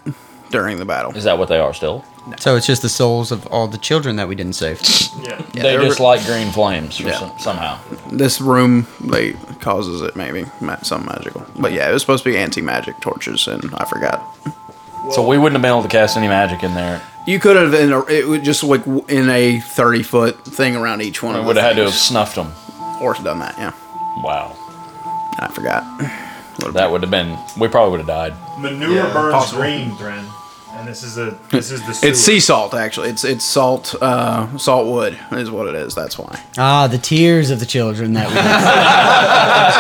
[SPEAKER 1] during the battle.
[SPEAKER 3] Is that what they are still?
[SPEAKER 2] So it's just the souls of all the children that we didn't save.
[SPEAKER 6] Yeah.
[SPEAKER 3] they
[SPEAKER 1] they're-
[SPEAKER 3] just like green flames or
[SPEAKER 1] Yeah.
[SPEAKER 3] some, somehow.
[SPEAKER 1] This room they causes it maybe ma- some magical, but yeah, it was supposed to be anti magic torches, and I forgot.
[SPEAKER 3] so we wouldn't have been able to cast any magic in there.
[SPEAKER 1] You could have in a, it would just like w- in a thirty foot thing around each one.
[SPEAKER 3] We
[SPEAKER 1] of
[SPEAKER 3] would
[SPEAKER 1] the
[SPEAKER 3] have had to have
[SPEAKER 1] things.
[SPEAKER 3] snuffed them.
[SPEAKER 1] or done that. Yeah,
[SPEAKER 3] Wow.
[SPEAKER 1] I forgot.
[SPEAKER 3] That would have been. We probably would have died.
[SPEAKER 6] Manure
[SPEAKER 1] Yeah,
[SPEAKER 6] burns
[SPEAKER 1] possible.
[SPEAKER 6] green, Thren. And this is the this is the
[SPEAKER 1] It's sea salt actually. It's it's salt uh, salt wood is what it is. That's why.
[SPEAKER 2] Ah, the tears of the children that we.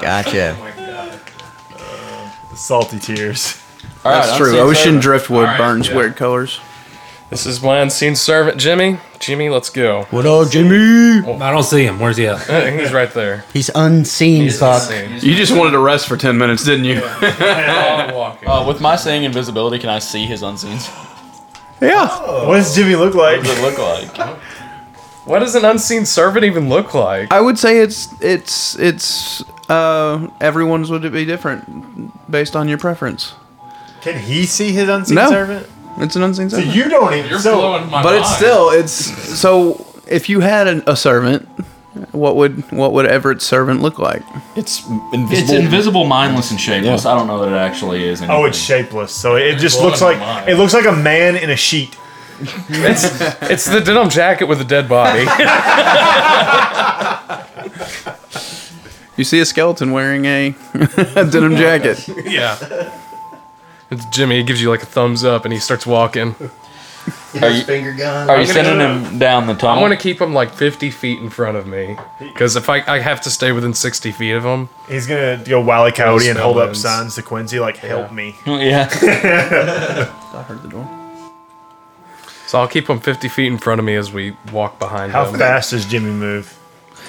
[SPEAKER 2] gotcha.
[SPEAKER 6] salty tears.
[SPEAKER 1] That's true. Ocean driftwood burns weird colors.
[SPEAKER 8] This is my unseen servant, Jimmy. Jimmy, let's go.
[SPEAKER 2] What up, Jimmy?
[SPEAKER 8] I don't see him. Where's he at? He's right there.
[SPEAKER 2] He's unseen, fuck.
[SPEAKER 16] You just wanted to rest for 10 minutes, didn't you?
[SPEAKER 3] Uh, with my saying invisibility, can I see his unseen?
[SPEAKER 1] Yeah.
[SPEAKER 6] Oh. What does Jimmy look like?
[SPEAKER 3] What does it look like?
[SPEAKER 8] What does an unseen servant even look like?
[SPEAKER 1] I would say it's it's it's uh, everyone's would be different based on your preference.
[SPEAKER 6] Can he see his unseen
[SPEAKER 1] No.
[SPEAKER 6] servant?
[SPEAKER 1] It's an unseen
[SPEAKER 6] So
[SPEAKER 1] servant.
[SPEAKER 6] you don't even. so,
[SPEAKER 1] but it's still it's so if you had an, a servant, what would what would Everett's servant look like?
[SPEAKER 7] It's
[SPEAKER 3] It's invisible, mindless, and shapeless. I don't know that it actually is. Anything.
[SPEAKER 6] Oh, it's shapeless. So it just
[SPEAKER 3] Blowing
[SPEAKER 6] looks
[SPEAKER 3] my
[SPEAKER 6] like
[SPEAKER 3] mind.
[SPEAKER 6] it looks like a man in a sheet.
[SPEAKER 8] It's it's the denim jacket with a dead body.
[SPEAKER 1] You see a skeleton wearing a, a denim jacket.
[SPEAKER 8] yeah. It's Jimmy. He gives you like a thumbs up, and he starts walking.
[SPEAKER 3] Are you-
[SPEAKER 5] finger gun.
[SPEAKER 3] Are you sending him down the
[SPEAKER 8] I
[SPEAKER 3] tunnel?
[SPEAKER 8] want to keep him like 50 feet in front of me, because if I, I have to stay within 60 feet of him.
[SPEAKER 6] He's gonna go wily coyote and
[SPEAKER 8] Spell
[SPEAKER 6] hold up
[SPEAKER 8] ends.
[SPEAKER 6] signs to Quincy like, "Help
[SPEAKER 8] Yeah.
[SPEAKER 6] me."
[SPEAKER 1] I heard the door.
[SPEAKER 8] So I'll keep him 50 feet in front of me as we walk behind
[SPEAKER 6] How
[SPEAKER 8] him.
[SPEAKER 6] fast does Jimmy move?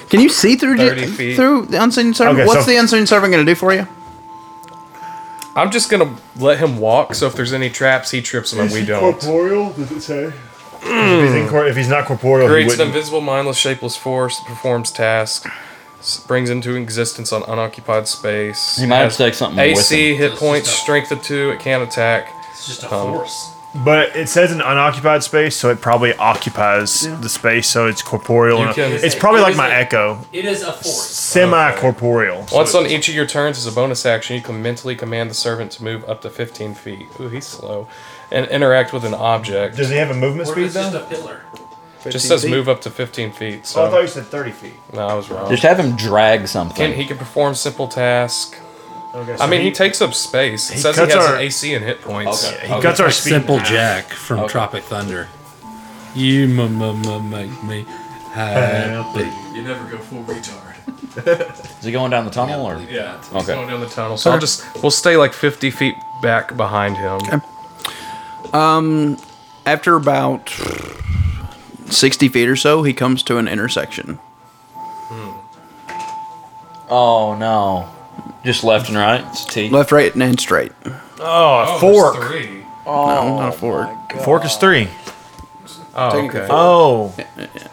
[SPEAKER 1] Can you see through
[SPEAKER 8] 30
[SPEAKER 1] Ji-
[SPEAKER 8] feet.
[SPEAKER 1] through the unseen servant?
[SPEAKER 8] Okay,
[SPEAKER 1] What's
[SPEAKER 8] so-
[SPEAKER 1] the unseen servant going to do for you?
[SPEAKER 8] I'm just gonna let him walk. So if there's any traps, he trips them and we don't.
[SPEAKER 6] corporeal? Does it say? If, he's in cor- if he's not corporeal, he
[SPEAKER 8] Creates an
[SPEAKER 6] wouldn't.
[SPEAKER 8] invisible, mindless, shapeless force. Performs tasks. s- Brings into existence on unoccupied space.
[SPEAKER 3] He might have
[SPEAKER 8] has
[SPEAKER 3] to take something with
[SPEAKER 8] AC,
[SPEAKER 3] him.
[SPEAKER 8] hit points, strength of two. It can't attack. It's just a
[SPEAKER 10] force.
[SPEAKER 6] But it says an unoccupied space, so it probably occupies the space, so it's corporeal.
[SPEAKER 8] You
[SPEAKER 6] and-
[SPEAKER 8] can-
[SPEAKER 6] it's probably
[SPEAKER 8] It
[SPEAKER 6] like
[SPEAKER 8] is
[SPEAKER 6] my
[SPEAKER 8] a-
[SPEAKER 6] echo,
[SPEAKER 10] It is a force.
[SPEAKER 6] semi-corporeal. So
[SPEAKER 8] Once on e- each of your turns as a bonus action, you can mentally command the servant to move up to 15 feet. Ooh, he's slow. And interact with an object.
[SPEAKER 6] does he have a movement
[SPEAKER 10] What if
[SPEAKER 6] speed
[SPEAKER 10] it's
[SPEAKER 6] though?
[SPEAKER 10] just a pillar?
[SPEAKER 8] Just
[SPEAKER 6] 15
[SPEAKER 8] says
[SPEAKER 6] feet?
[SPEAKER 8] move up to 15 feet. So
[SPEAKER 6] Oh, I thought you said thirty feet.
[SPEAKER 8] no, I was wrong.
[SPEAKER 3] Just have him drag
[SPEAKER 8] Can,
[SPEAKER 3] something.
[SPEAKER 8] he can perform simple task.
[SPEAKER 6] Okay,
[SPEAKER 8] I
[SPEAKER 6] so
[SPEAKER 8] mean, he,
[SPEAKER 6] he-
[SPEAKER 8] takes up space. It
[SPEAKER 6] he
[SPEAKER 8] says he
[SPEAKER 6] cuts
[SPEAKER 8] has
[SPEAKER 6] our-
[SPEAKER 8] an AC and hit points.
[SPEAKER 6] Okay, he Okay. cuts our
[SPEAKER 8] Like
[SPEAKER 6] speed
[SPEAKER 4] Simple
[SPEAKER 6] in half.
[SPEAKER 4] Jack from
[SPEAKER 8] Okay.
[SPEAKER 4] Tropic Thunder. You m- m- m- make me happy.
[SPEAKER 9] You never go full retard.
[SPEAKER 3] Is he going down the tunnel or?
[SPEAKER 9] Yeah.
[SPEAKER 8] He's
[SPEAKER 3] Okay.
[SPEAKER 8] going down the tunnel. So I'll just we'll stay like 50 feet back behind him.
[SPEAKER 1] Um, after about sixty feet or so, he comes to an intersection.
[SPEAKER 3] Oh no. Just left and right. It's T.
[SPEAKER 1] Left, right, and then straight.
[SPEAKER 6] Oh, a
[SPEAKER 8] there's
[SPEAKER 6] fork.
[SPEAKER 8] Three.
[SPEAKER 1] no, not a fork.
[SPEAKER 6] Fork is three.
[SPEAKER 8] Oh,
[SPEAKER 1] Take
[SPEAKER 8] okay.
[SPEAKER 1] the fork.
[SPEAKER 6] Oh,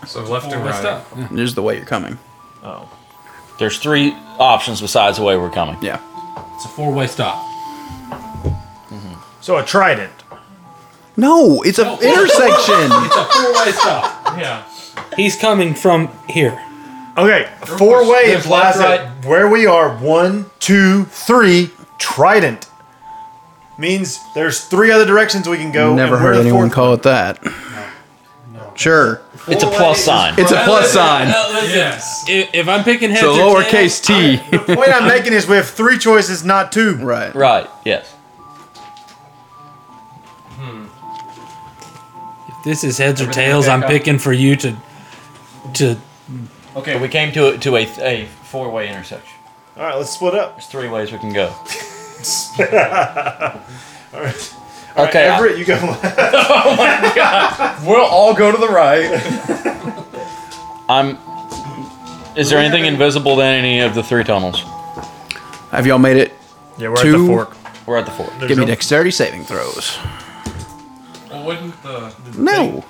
[SPEAKER 8] So left and
[SPEAKER 4] Oh, Messed
[SPEAKER 8] right.
[SPEAKER 4] up.
[SPEAKER 1] This is the way you're coming.
[SPEAKER 6] oh.
[SPEAKER 3] There's three options besides the way we're coming.
[SPEAKER 1] Yeah.
[SPEAKER 4] It's a four way stop.
[SPEAKER 6] So a trident.
[SPEAKER 1] No, it's an intersection.
[SPEAKER 4] It's a four way stop.
[SPEAKER 8] Yeah.
[SPEAKER 4] He's coming from here.
[SPEAKER 6] Okay, four way
[SPEAKER 4] There's
[SPEAKER 6] implies
[SPEAKER 4] left,
[SPEAKER 6] that where we are one, two, three, trident means there's three other directions we can go.
[SPEAKER 1] Never
[SPEAKER 6] and we're
[SPEAKER 1] heard
[SPEAKER 6] the
[SPEAKER 1] anyone
[SPEAKER 6] fourth-
[SPEAKER 1] call it that.
[SPEAKER 4] No.
[SPEAKER 1] Sure.
[SPEAKER 3] Oh, It's a plus sign.
[SPEAKER 1] It's a plus sign.
[SPEAKER 4] Yes. If, if I'm picking heads,
[SPEAKER 1] So
[SPEAKER 4] or tails,
[SPEAKER 1] lowercase t.
[SPEAKER 6] The point I'm making is we have three choices, not two.
[SPEAKER 1] Right.
[SPEAKER 3] Right. Yes.
[SPEAKER 4] if this is heads or tails, I'm picking for you to to
[SPEAKER 3] Okay. We came to a, to a, a four way intersection.
[SPEAKER 6] All right, let's split up.
[SPEAKER 3] There's three ways we can go.
[SPEAKER 6] All right. All right,
[SPEAKER 3] Okay, I-
[SPEAKER 6] Everett, you go left.
[SPEAKER 17] oh my god. We'll all go to the right.
[SPEAKER 3] I'm. Is there anything invisible in any of the three tunnels?
[SPEAKER 1] Have y'all made it?
[SPEAKER 3] Yeah,
[SPEAKER 1] we're at the to- fork.
[SPEAKER 3] We're at the fork.
[SPEAKER 1] Give me dexterity saving throws.
[SPEAKER 17] Well, wouldn't the. the
[SPEAKER 1] No.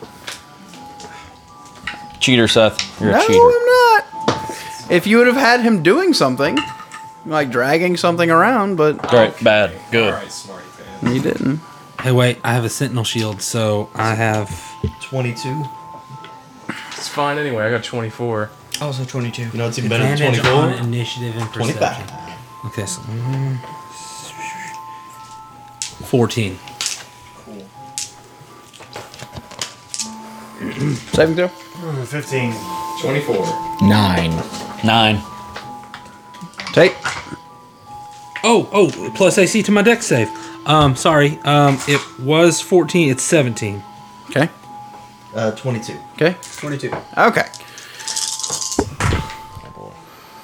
[SPEAKER 3] Cheater, Seth. You're
[SPEAKER 1] no,
[SPEAKER 3] a cheater.
[SPEAKER 1] I'm not. If you would have had him doing something, like dragging something around, but
[SPEAKER 3] Great. Bad. Good.
[SPEAKER 1] you didn't.
[SPEAKER 4] Hey, wait! I have a sentinel shield, so I have twenty-two.
[SPEAKER 8] It's fine anyway. I got 24.
[SPEAKER 2] Also 22. You
[SPEAKER 8] know, it's
[SPEAKER 4] even better than Advantage 24. on initiative and perception. 25. Okay, so mm, fourteen.
[SPEAKER 1] Saving throw?
[SPEAKER 6] 15.
[SPEAKER 17] 24.
[SPEAKER 2] Nine.
[SPEAKER 3] Nine.
[SPEAKER 1] Take.
[SPEAKER 4] Oh, oh! Plus AC to my deck save. Um, sorry. Um, it was fourteen. It's seventeen.
[SPEAKER 1] Okay.
[SPEAKER 5] Uh, 22.
[SPEAKER 1] Okay.
[SPEAKER 5] 22.
[SPEAKER 1] Okay.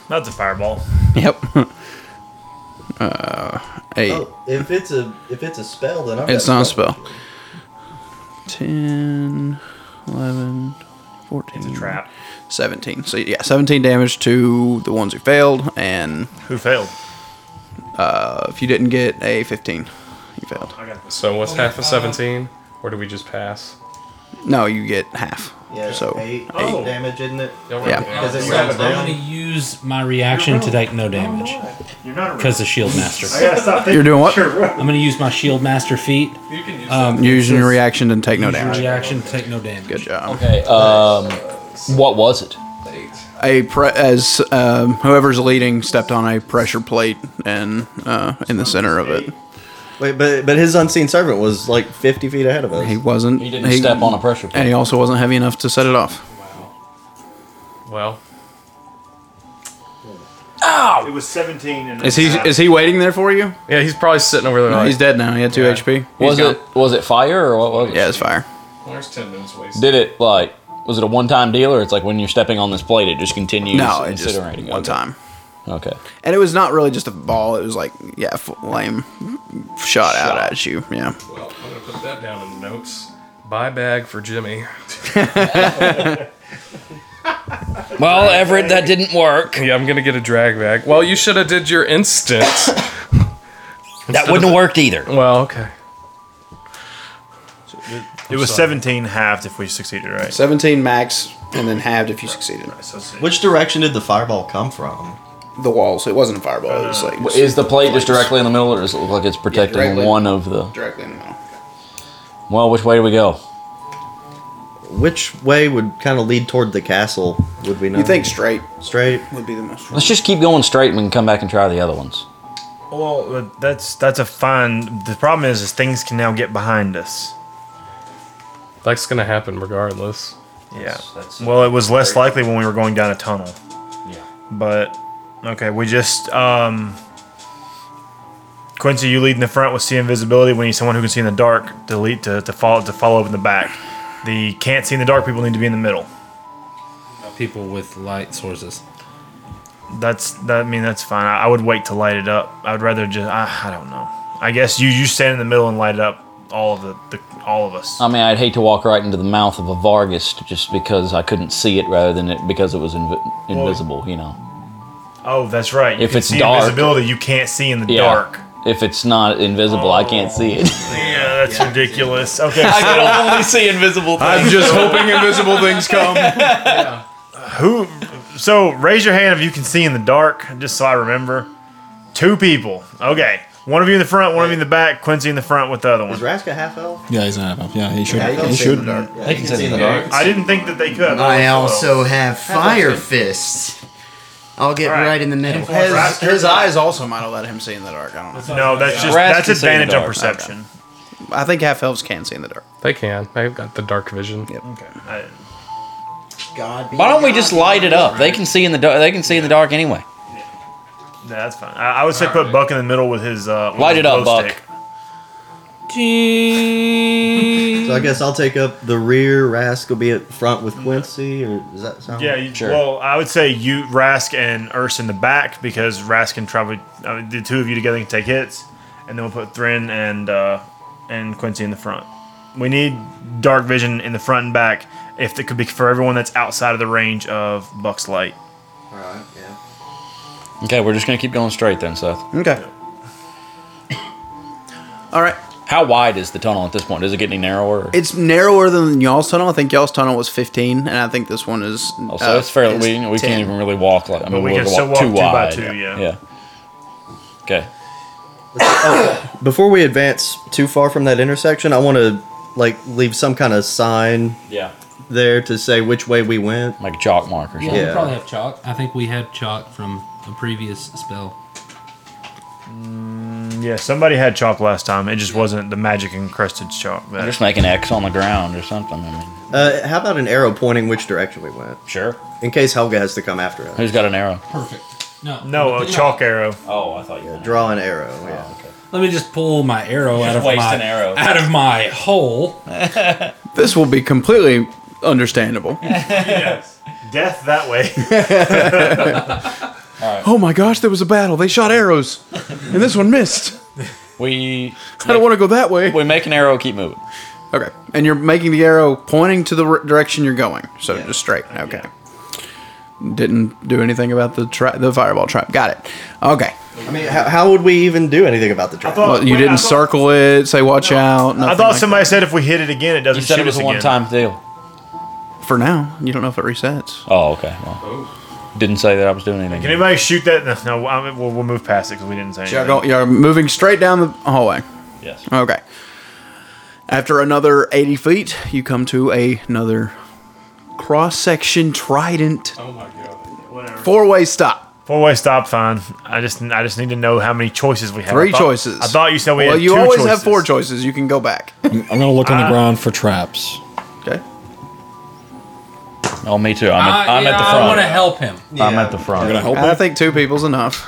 [SPEAKER 6] That's a fireball.
[SPEAKER 1] Yep. uh, eight.
[SPEAKER 5] Oh, if it's a if it's a spell, then I'm.
[SPEAKER 1] It's not a spell. 10, 11, 14. It's a
[SPEAKER 6] trap.
[SPEAKER 1] 17. So, yeah, 17 damage to the ones who failed, and.
[SPEAKER 6] Who failed?
[SPEAKER 1] Uh, if you didn't get a 15, you failed.
[SPEAKER 8] So what's half of 17? Or do we just pass?
[SPEAKER 1] No, you get half.
[SPEAKER 5] Yeah, Oh.
[SPEAKER 1] so,
[SPEAKER 5] eight,
[SPEAKER 1] eight.
[SPEAKER 5] eight damage, isn't it?
[SPEAKER 1] Yeah.
[SPEAKER 5] Because it's
[SPEAKER 4] I'm
[SPEAKER 5] not a
[SPEAKER 4] going to
[SPEAKER 5] down.
[SPEAKER 4] use my reaction to take no damage because of Shield Master.
[SPEAKER 6] I gotta stop
[SPEAKER 1] You're doing what?
[SPEAKER 4] I'm going to use my Shield Master feat. You can use um,
[SPEAKER 1] You're using your reaction and take no
[SPEAKER 4] use your
[SPEAKER 1] damage.
[SPEAKER 4] reaction to take no damage.
[SPEAKER 1] Good job.
[SPEAKER 3] Okay. Um, what was it?
[SPEAKER 1] a pre- as um, whoever's leading stepped on a pressure plate and uh, in the center of it.
[SPEAKER 5] Wait, but but his unseen servant was like 50 feet ahead of us.
[SPEAKER 1] He wasn't.
[SPEAKER 5] He didn't step on a pressure plate.
[SPEAKER 1] and he also wasn't heavy enough to set it off.
[SPEAKER 8] Well,
[SPEAKER 6] Ow! It was 17. And
[SPEAKER 1] Is he is he waiting there for you?
[SPEAKER 8] Yeah, he's probably sitting over there.
[SPEAKER 1] No,
[SPEAKER 8] like-
[SPEAKER 1] he's dead now. He had two HP. He's
[SPEAKER 3] Was
[SPEAKER 1] gone.
[SPEAKER 3] it was it fire or what was it?
[SPEAKER 1] Yeah, it's fire.
[SPEAKER 17] There's 10 minutes wasted.
[SPEAKER 3] Did it like was it a one time deal or it's like when you're stepping on this plate it just continues
[SPEAKER 1] No, it just
[SPEAKER 3] incinerating?
[SPEAKER 1] one time.
[SPEAKER 3] Okay.
[SPEAKER 1] And it was not really just a ball. It was like yeah, flame shot, out at you. Yeah.
[SPEAKER 8] Well, I'm going to put that down in the notes. Buy bag for Jimmy.
[SPEAKER 3] Well, Everett, that didn't work.
[SPEAKER 8] Yeah, I'm going to get a drag bag. Well, you should have did your instant.
[SPEAKER 3] That wouldn't have worked either.
[SPEAKER 8] Well, okay.
[SPEAKER 6] It was
[SPEAKER 1] sorry.
[SPEAKER 6] 17 halved if we succeeded, right?
[SPEAKER 1] Seventeen max, and then halved if you succeeded.
[SPEAKER 5] Which direction did the fireball come from?
[SPEAKER 1] The walls. It wasn't a fireball. It was like
[SPEAKER 3] Is the plate just directly in the middle or does it look like it's protecting
[SPEAKER 1] directly-
[SPEAKER 3] one of the
[SPEAKER 1] directly in the middle?
[SPEAKER 3] Well, which way do we go?
[SPEAKER 5] Which way would kind of lead toward the castle? Would we know?
[SPEAKER 1] You think straight
[SPEAKER 5] straight?
[SPEAKER 1] would be the most.
[SPEAKER 3] Let's just keep going straight and we can come back and try the other ones.
[SPEAKER 6] Well, uh, that's that's a fine. The problem is, is things can now get behind us.
[SPEAKER 8] That's going to happen regardless.
[SPEAKER 6] Yeah. well, it was less likely when we were going down a tunnel.
[SPEAKER 3] Yeah.
[SPEAKER 6] But okay, we just um. Quincy, you lead in the front with see invisibility. We need someone who can see in the dark to lead to, to follow to follow up in the back. The can't see in the dark people need to be in the middle.
[SPEAKER 4] People with light sources.
[SPEAKER 6] That's that. I mean, that's fine. I, I would wait to light it up. I would rather just. I, I don't know. I guess you you stand in the middle and light it up. All of the, the all of us.
[SPEAKER 3] I mean, I'd hate to walk right into the mouth of a Vargas just because I couldn't see it rather than it because it was invi- invisible, you know.
[SPEAKER 6] Oh, that's right. You
[SPEAKER 3] If
[SPEAKER 6] can
[SPEAKER 3] it's
[SPEAKER 6] see
[SPEAKER 3] dark-
[SPEAKER 6] invisibility, you can't see in the
[SPEAKER 3] Yeah.
[SPEAKER 6] dark.
[SPEAKER 3] If it's not invisible, I can't see it.
[SPEAKER 6] Yeah, that's ridiculous. Okay,
[SPEAKER 3] I can
[SPEAKER 6] so
[SPEAKER 3] only see invisible things.
[SPEAKER 18] I'm just hoping invisible things come.
[SPEAKER 6] who? So raise your hand if you can see in the dark, just so I remember. Two people. Okay, one of you in the front, one of you in the back. Quincy in the front with the other one.
[SPEAKER 5] Is Raska half elf?
[SPEAKER 11] Yeah, he's not up. Yeah, he should.
[SPEAKER 5] Yeah, he
[SPEAKER 11] he
[SPEAKER 5] can see
[SPEAKER 11] should.
[SPEAKER 5] in the dark. Yeah, He he can can see see in in the the dark.
[SPEAKER 6] I didn't think that they could.
[SPEAKER 2] I also have
[SPEAKER 1] about
[SPEAKER 2] Fire
[SPEAKER 1] ten?
[SPEAKER 2] Fist. I'll get right. in the middle.
[SPEAKER 1] His, his eyes also might have let him see in the dark. I don't know.
[SPEAKER 6] No, that's just that's advantage on
[SPEAKER 3] dark.
[SPEAKER 6] perception.
[SPEAKER 1] I think half elves can see in the dark.
[SPEAKER 8] They can. They've got the dark vision.
[SPEAKER 1] Yep.
[SPEAKER 6] Okay.
[SPEAKER 2] God.
[SPEAKER 3] Why don't we just light it up? They can see in the dark. They can see in the dark anyway.
[SPEAKER 6] Nah, that's fine. I, I would say put Buck in the middle with his uh, with
[SPEAKER 3] Light
[SPEAKER 6] his
[SPEAKER 3] it up,
[SPEAKER 6] glow
[SPEAKER 3] Buck.
[SPEAKER 6] stick.
[SPEAKER 5] So I guess I'll take up the rear. Rask will be at front with Quincy, or does that sound?
[SPEAKER 6] Yeah, you, well, I would say you, Rask, and Urs in the back because Rask can probably I mean, the two of you together can take hits, and then we'll put Thrin and uh, and Quincy in the front. We need dark vision in the front and back if it could be for everyone that's outside of the range of Buck's light.
[SPEAKER 5] All right. Yeah.
[SPEAKER 3] Okay, we're just gonna keep going straight then, Seth.
[SPEAKER 1] Okay. All right.
[SPEAKER 3] How wide is the tunnel at this point? Is it getting narrower?
[SPEAKER 1] It's narrower than y'all's tunnel. I think y'all's tunnel was 15, and I think this one is. uh,
[SPEAKER 3] Oh, so it's fairly we, we can't even really walk like I
[SPEAKER 1] But
[SPEAKER 3] mean
[SPEAKER 1] we
[SPEAKER 3] we'll
[SPEAKER 1] can still
[SPEAKER 3] walk too
[SPEAKER 1] walk
[SPEAKER 3] wide.
[SPEAKER 1] two by two, yeah.
[SPEAKER 3] yeah. Okay.
[SPEAKER 5] Before we advance too far from that intersection, I want to like leave some kind of sign.
[SPEAKER 3] Yeah.
[SPEAKER 5] There to say which way we went,
[SPEAKER 3] like chalk mark or
[SPEAKER 5] Yeah.
[SPEAKER 4] we probably have chalk. I think we have chalk from a previous spell.
[SPEAKER 6] Mm, yeah, somebody had chalk last time. It just wasn't the magic encrusted chalk. but-
[SPEAKER 3] We'll just make an X on the ground or something. I mean,
[SPEAKER 5] Uh, how about an arrow pointing which direction we went?
[SPEAKER 3] Sure.
[SPEAKER 5] In case Helga has to come after us.
[SPEAKER 3] Who's got an arrow?
[SPEAKER 4] Perfect. No.
[SPEAKER 6] No, a chalk arrow.
[SPEAKER 3] Oh, I thought you.
[SPEAKER 5] Draw an arrow. Yeah.
[SPEAKER 3] Oh,
[SPEAKER 4] Let me just pull my arrow
[SPEAKER 3] Just
[SPEAKER 4] out of
[SPEAKER 3] waste
[SPEAKER 4] my
[SPEAKER 3] an arrow.
[SPEAKER 4] out of my hole.
[SPEAKER 1] This will be completely understandable.
[SPEAKER 6] yes. Death that way.
[SPEAKER 1] Oh my gosh, there was a battle. They shot arrows, and this one missed.
[SPEAKER 3] We.
[SPEAKER 1] I don't want to go that way.
[SPEAKER 3] We make an arrow. Keep moving.
[SPEAKER 1] Okay, and you're making the arrow pointing to the r- direction you're going, so just straight. Okay. Didn't do anything about the tra- the fireball trap. Got it. Okay.
[SPEAKER 5] I mean, how, how would we even do anything about the trap?
[SPEAKER 1] Well, you didn't circle it. Say watch out.
[SPEAKER 6] I
[SPEAKER 1] nothing
[SPEAKER 6] thought
[SPEAKER 1] like
[SPEAKER 6] somebody said if we hit it again, it doesn't
[SPEAKER 3] You said
[SPEAKER 6] shoot
[SPEAKER 3] it was
[SPEAKER 6] us
[SPEAKER 3] a
[SPEAKER 6] again.
[SPEAKER 3] one-time deal.
[SPEAKER 1] that. for now. You don't know if it resets.
[SPEAKER 3] Oh, okay. Well, didn't say that I was doing anything.
[SPEAKER 6] Can anybody shoot that? No, no I mean, we'll, we'll move past it because we didn't say anything.
[SPEAKER 1] You're, go- you're moving straight down the hallway.
[SPEAKER 3] Yes.
[SPEAKER 1] Okay. After another 80 feet, you come to a- another cross section trident. Oh my god. Four way stop.
[SPEAKER 6] Four way stop, fine. I just I just need to know how many choices we have.
[SPEAKER 1] Three
[SPEAKER 6] I thought-
[SPEAKER 1] choices.
[SPEAKER 6] I thought you said we
[SPEAKER 1] well,
[SPEAKER 6] had
[SPEAKER 1] you
[SPEAKER 6] two
[SPEAKER 1] always
[SPEAKER 6] choices.
[SPEAKER 1] have four choices. You can go back.
[SPEAKER 11] I'm, I'm gonna look on the
[SPEAKER 1] Ah.
[SPEAKER 11] ground for traps.
[SPEAKER 1] Okay.
[SPEAKER 3] Oh, me too. I'm, at,
[SPEAKER 4] Ah,
[SPEAKER 3] I'm at the
[SPEAKER 4] yeah, I
[SPEAKER 3] front.
[SPEAKER 4] wanna help him.
[SPEAKER 3] I'm at the front.
[SPEAKER 11] You're gonna help
[SPEAKER 1] I think two people's enough.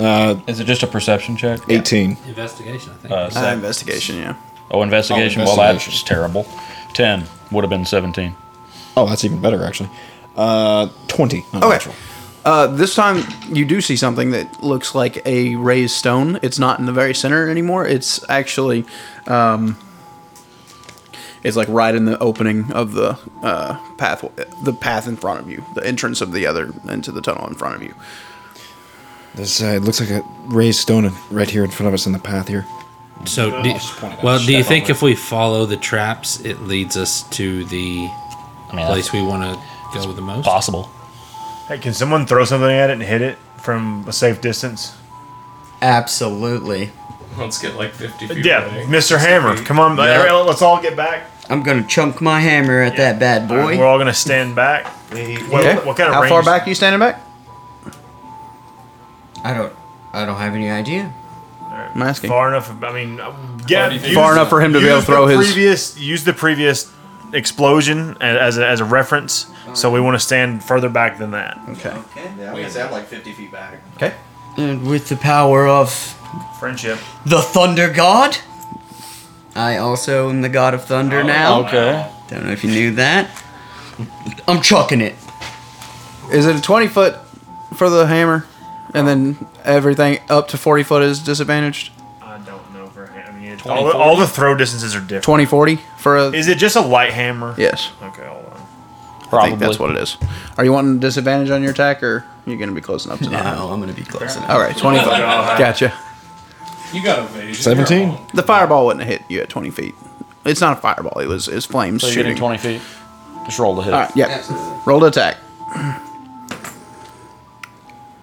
[SPEAKER 11] Uh,
[SPEAKER 3] Is it just a perception check?
[SPEAKER 11] 18.
[SPEAKER 4] Investigation, I think.
[SPEAKER 3] Uh,
[SPEAKER 1] Uh,
[SPEAKER 3] seven.
[SPEAKER 1] investigation, yeah.
[SPEAKER 3] oh, investigation.
[SPEAKER 11] Oh,
[SPEAKER 3] Well, that's
[SPEAKER 11] investigation.
[SPEAKER 3] just terrible. Ten would have been seventeen.
[SPEAKER 11] Oh, that's even better actually. Uh, 20. not
[SPEAKER 1] Okay.
[SPEAKER 11] natural.
[SPEAKER 1] Uh, this time you do see something that looks like a raised stone. It's not in the very center anymore. It's actually, um, it's like right in the opening of the uh, path, the path in front of you, the entrance of the other into the tunnel in front of you.
[SPEAKER 11] This uh, it looks like a raised stone right here in front of us in the path here.
[SPEAKER 4] So, do, well, do you think if we follow the traps, it leads us to the place we want to go the most?
[SPEAKER 3] Possible.
[SPEAKER 6] Hey, can someone throw something at it and hit it from a safe distance?
[SPEAKER 2] Absolutely.
[SPEAKER 19] Let's get like 50 feet
[SPEAKER 6] Yeah,
[SPEAKER 19] away.
[SPEAKER 6] Mr. Hammer, come on,
[SPEAKER 2] Yeah.
[SPEAKER 6] everyone, let's all get back.
[SPEAKER 2] I'm gonna chunk my hammer at that bad
[SPEAKER 6] All
[SPEAKER 2] boy.
[SPEAKER 6] right, we're all gonna stand back. What, what kind of
[SPEAKER 1] How
[SPEAKER 6] range?
[SPEAKER 1] far back are you standing back?
[SPEAKER 2] I don't. I don't have any idea.
[SPEAKER 1] I'm asking.
[SPEAKER 6] Far enough. I mean, uh, yeah,
[SPEAKER 1] feet. Far enough for him to be able
[SPEAKER 6] use
[SPEAKER 1] to throw
[SPEAKER 6] the
[SPEAKER 1] his-
[SPEAKER 6] Previous, use the previous explosion a- as a, as a reference, so we want to stand further back than that.
[SPEAKER 1] Okay.
[SPEAKER 5] Okay. Yeah, I'm gonna say I'm like 50 feet back.
[SPEAKER 1] Okay.
[SPEAKER 2] And with the power of
[SPEAKER 6] Friendship.
[SPEAKER 2] the Thunder God, I also am the God of Thunder now.
[SPEAKER 3] Oh, Okay.
[SPEAKER 2] Don't know if you knew that. I'm chucking it.
[SPEAKER 1] Is it a twenty foot for the hammer, and then everything up to forty foot is disadvantaged?
[SPEAKER 6] I don't know for him. I mean, it- all, the, all the throw distances are different.
[SPEAKER 1] Twenty forty for a.
[SPEAKER 6] Is it just a light hammer?
[SPEAKER 1] Yes.
[SPEAKER 6] Okay, hold on.
[SPEAKER 1] I think that's what it is. Are you wanting disadvantage on your attack, or you're going to be close enough to not? No,
[SPEAKER 2] I'm going to be close enough.
[SPEAKER 1] All right, 20 foot. gotcha.
[SPEAKER 19] You got evasion.
[SPEAKER 1] The fireball wouldn't have hit you at 20 feet. It's not a fireball. It was it's flames
[SPEAKER 3] So you're
[SPEAKER 1] shooting.
[SPEAKER 3] getting twenty feet. Just roll to hit.
[SPEAKER 1] All right, yep. Roll to attack.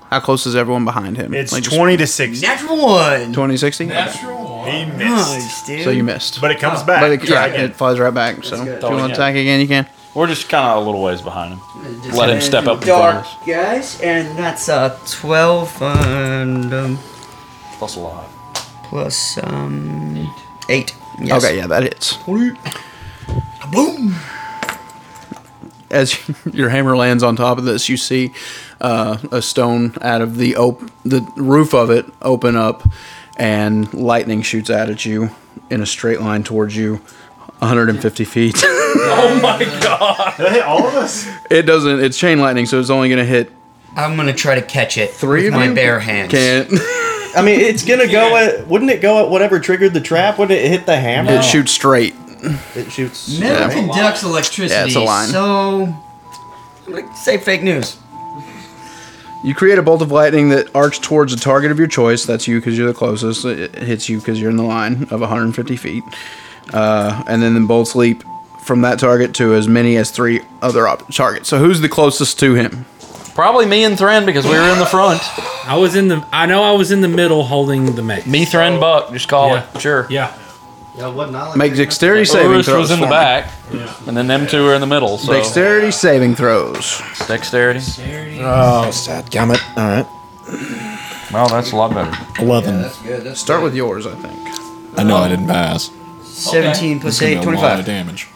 [SPEAKER 1] How close is everyone behind him?
[SPEAKER 6] It's
[SPEAKER 1] Like, just-
[SPEAKER 6] 20 to 60.
[SPEAKER 2] Natural one.
[SPEAKER 1] 20, 60?
[SPEAKER 6] He missed.
[SPEAKER 1] Okay. So you missed.
[SPEAKER 6] But it comes back.
[SPEAKER 1] But it, yeah,
[SPEAKER 6] Try again.
[SPEAKER 1] it flies right back. So if you want to attack again, you can.
[SPEAKER 3] We're just kind of a little ways behind him. Let him step up in front of
[SPEAKER 2] Dark
[SPEAKER 3] us.
[SPEAKER 2] guys, and that's a twelve and um,
[SPEAKER 3] Plus a lot.
[SPEAKER 2] plus um
[SPEAKER 1] Eight.
[SPEAKER 2] yes.
[SPEAKER 1] Okay, yeah, that hits.
[SPEAKER 2] Boom.
[SPEAKER 1] As your hammer lands on top of this, you see uh, a stone out of the op- the roof of it open up, and lightning shoots out at you in a straight line towards you, 150 feet.
[SPEAKER 9] Oh my god!
[SPEAKER 6] Did I hit all of us?
[SPEAKER 1] it doesn't. It's chain lightning, so it's only going to hit
[SPEAKER 2] I'm gonna try to catch it
[SPEAKER 1] three
[SPEAKER 2] with
[SPEAKER 1] of
[SPEAKER 2] my
[SPEAKER 1] you?
[SPEAKER 2] bare hands.
[SPEAKER 1] Can't.
[SPEAKER 5] I mean, it's gonna go at. Wouldn't it go at whatever triggered the trap? Would it hit the hammer?
[SPEAKER 1] It shoots straight.
[SPEAKER 5] It shoots.
[SPEAKER 2] Metal
[SPEAKER 5] straight.
[SPEAKER 2] conducts electricity.
[SPEAKER 1] Yeah, it's a line.
[SPEAKER 2] So I'm gonna say fake news.
[SPEAKER 1] You create a bolt of lightning that arcs towards a target of your choice. That's you because you're the closest. It it hits you because you're in the line of 150 feet. Uh, and then the bolts leap from that target to as many as three other op- targets. So who's the closest to him?
[SPEAKER 13] Probably me and Thren because we were in the front.
[SPEAKER 4] I was in the. I know I was in the middle holding the mace.
[SPEAKER 13] Me, Thren, Buck. Just call it. Sure.
[SPEAKER 4] Yeah.
[SPEAKER 5] Yeah, what knowledge?
[SPEAKER 1] Make dexterity saving
[SPEAKER 13] Urus
[SPEAKER 1] throws.
[SPEAKER 13] was in the
[SPEAKER 1] for me.
[SPEAKER 13] back, and then them two were in the middle. So
[SPEAKER 1] Dexterity saving throws.
[SPEAKER 13] dexterity.
[SPEAKER 11] Oh, sad gamut. All right.
[SPEAKER 13] Well, that's a lot better.
[SPEAKER 11] 11.
[SPEAKER 2] good. That's
[SPEAKER 1] Start with yours, I think.
[SPEAKER 11] I know I didn't pass.
[SPEAKER 2] 17 plus
[SPEAKER 11] This is
[SPEAKER 2] 8,
[SPEAKER 11] gonna be a lot
[SPEAKER 2] 25.
[SPEAKER 11] of damage.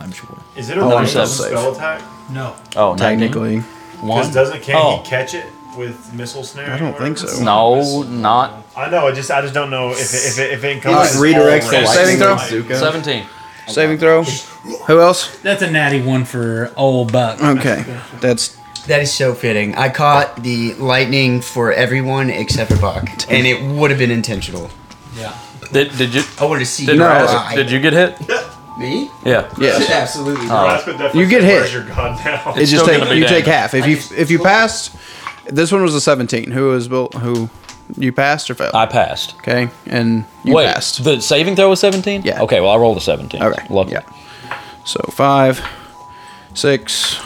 [SPEAKER 11] I'm sure.
[SPEAKER 6] Is it a
[SPEAKER 1] Oh,
[SPEAKER 6] random
[SPEAKER 1] it's a safe.
[SPEAKER 6] spell attack?
[SPEAKER 10] No.
[SPEAKER 13] Oh,
[SPEAKER 1] Technically.
[SPEAKER 6] Because doesn't can
[SPEAKER 13] Oh.
[SPEAKER 6] he catch it with missile snare?
[SPEAKER 1] I don't
[SPEAKER 6] or
[SPEAKER 1] think
[SPEAKER 6] whatever?
[SPEAKER 1] so.
[SPEAKER 13] No, not
[SPEAKER 6] I know. I just I just don't know if it, if it, if it encompasses
[SPEAKER 1] Alright, redirects the
[SPEAKER 6] all range.
[SPEAKER 1] lightning Saving
[SPEAKER 13] throw? seventeen.
[SPEAKER 1] Saving throw. Who else?
[SPEAKER 4] That's a natty one for old Buck.
[SPEAKER 1] Okay. That's
[SPEAKER 2] That is so fitting. I caught the lightning for everyone except for Buck, and it would have been intentional.
[SPEAKER 4] Yeah.
[SPEAKER 13] Did, did you?
[SPEAKER 2] I wanted to see
[SPEAKER 13] Did,
[SPEAKER 2] you.
[SPEAKER 13] Raz- did you get hit?
[SPEAKER 2] Me?
[SPEAKER 13] Yeah.
[SPEAKER 1] Yes.
[SPEAKER 2] Absolutely.
[SPEAKER 13] Oh.
[SPEAKER 2] not.
[SPEAKER 6] Rasp would definitely
[SPEAKER 1] You get
[SPEAKER 6] say,
[SPEAKER 1] hit.
[SPEAKER 6] Where's your gun now?
[SPEAKER 1] It just
[SPEAKER 13] still
[SPEAKER 1] take,
[SPEAKER 13] gonna be
[SPEAKER 1] you
[SPEAKER 13] damage.
[SPEAKER 1] take half. If you if you passed, this one was a 17. Who was built? Who you passed or failed?
[SPEAKER 13] I passed.
[SPEAKER 1] Okay, and you
[SPEAKER 13] Wait,
[SPEAKER 1] passed.
[SPEAKER 13] the saving throw was seventeen. Yeah. Okay. Well, I rolled a seventeen.
[SPEAKER 1] Okay.
[SPEAKER 13] Lucky.
[SPEAKER 1] Yeah. So five, six,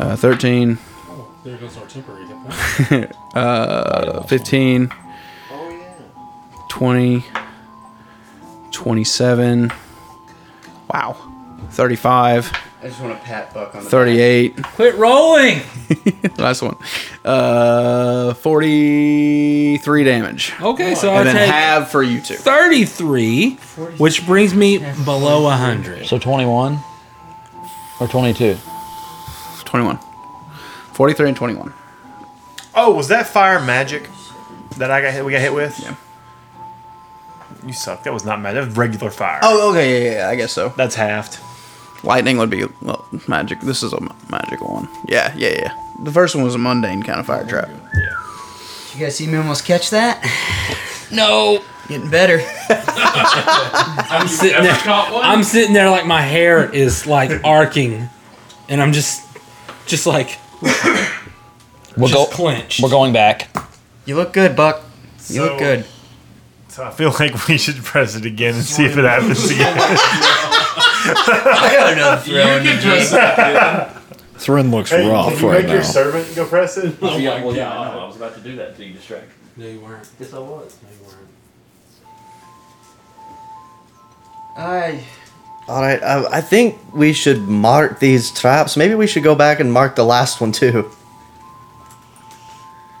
[SPEAKER 1] uh, thirteen,
[SPEAKER 10] Oh, There goes our temporary hit point.
[SPEAKER 1] uh, fifteen,
[SPEAKER 5] Oh,
[SPEAKER 1] twenty, twenty-seven. Wow, thirty-five,
[SPEAKER 2] I just want to pat Buck on the
[SPEAKER 1] thirty-eight.
[SPEAKER 4] Quit rolling.
[SPEAKER 1] Last one. Uh, forty-three damage.
[SPEAKER 4] Okay, so I'll
[SPEAKER 1] and then
[SPEAKER 4] take
[SPEAKER 1] half for you two.
[SPEAKER 4] 33, which brings me below 100.
[SPEAKER 13] So twenty-one or twenty-two.
[SPEAKER 1] 21. 43 and 21.
[SPEAKER 6] Oh, was that fire magic that I got hit? We got hit with. Yeah. You suck. That was not magic. That was regular fire.
[SPEAKER 1] Oh, okay, yeah, yeah, yeah, I guess so.
[SPEAKER 6] That's halved.
[SPEAKER 1] Lightning would be well, magic. This is a ma- magical one. Yeah, yeah, yeah. The first one was a mundane kind of fire trap.
[SPEAKER 2] You guys see me almost catch that? No. Getting better.
[SPEAKER 4] I'm sitting there, I'm sitting there like my hair is like arcing, and I'm just, just like,
[SPEAKER 13] We're
[SPEAKER 4] Just clenched.
[SPEAKER 13] We're going back.
[SPEAKER 2] You look good, Buck. You
[SPEAKER 6] So-
[SPEAKER 2] look good.
[SPEAKER 6] So I feel like we should press it again and see if it happens again.
[SPEAKER 2] I got enough throw in the game.
[SPEAKER 11] Thren looks
[SPEAKER 6] Hey,
[SPEAKER 11] rough
[SPEAKER 6] can you
[SPEAKER 11] right
[SPEAKER 6] make your
[SPEAKER 11] now.
[SPEAKER 6] servant go press it?
[SPEAKER 9] Oh my god!
[SPEAKER 13] I was about to do that to you, distract.
[SPEAKER 4] No, you weren't.
[SPEAKER 13] Yes, I was.
[SPEAKER 2] I
[SPEAKER 5] All right. uh, I, I think we should mark these traps. Maybe we should go back and mark the last one too.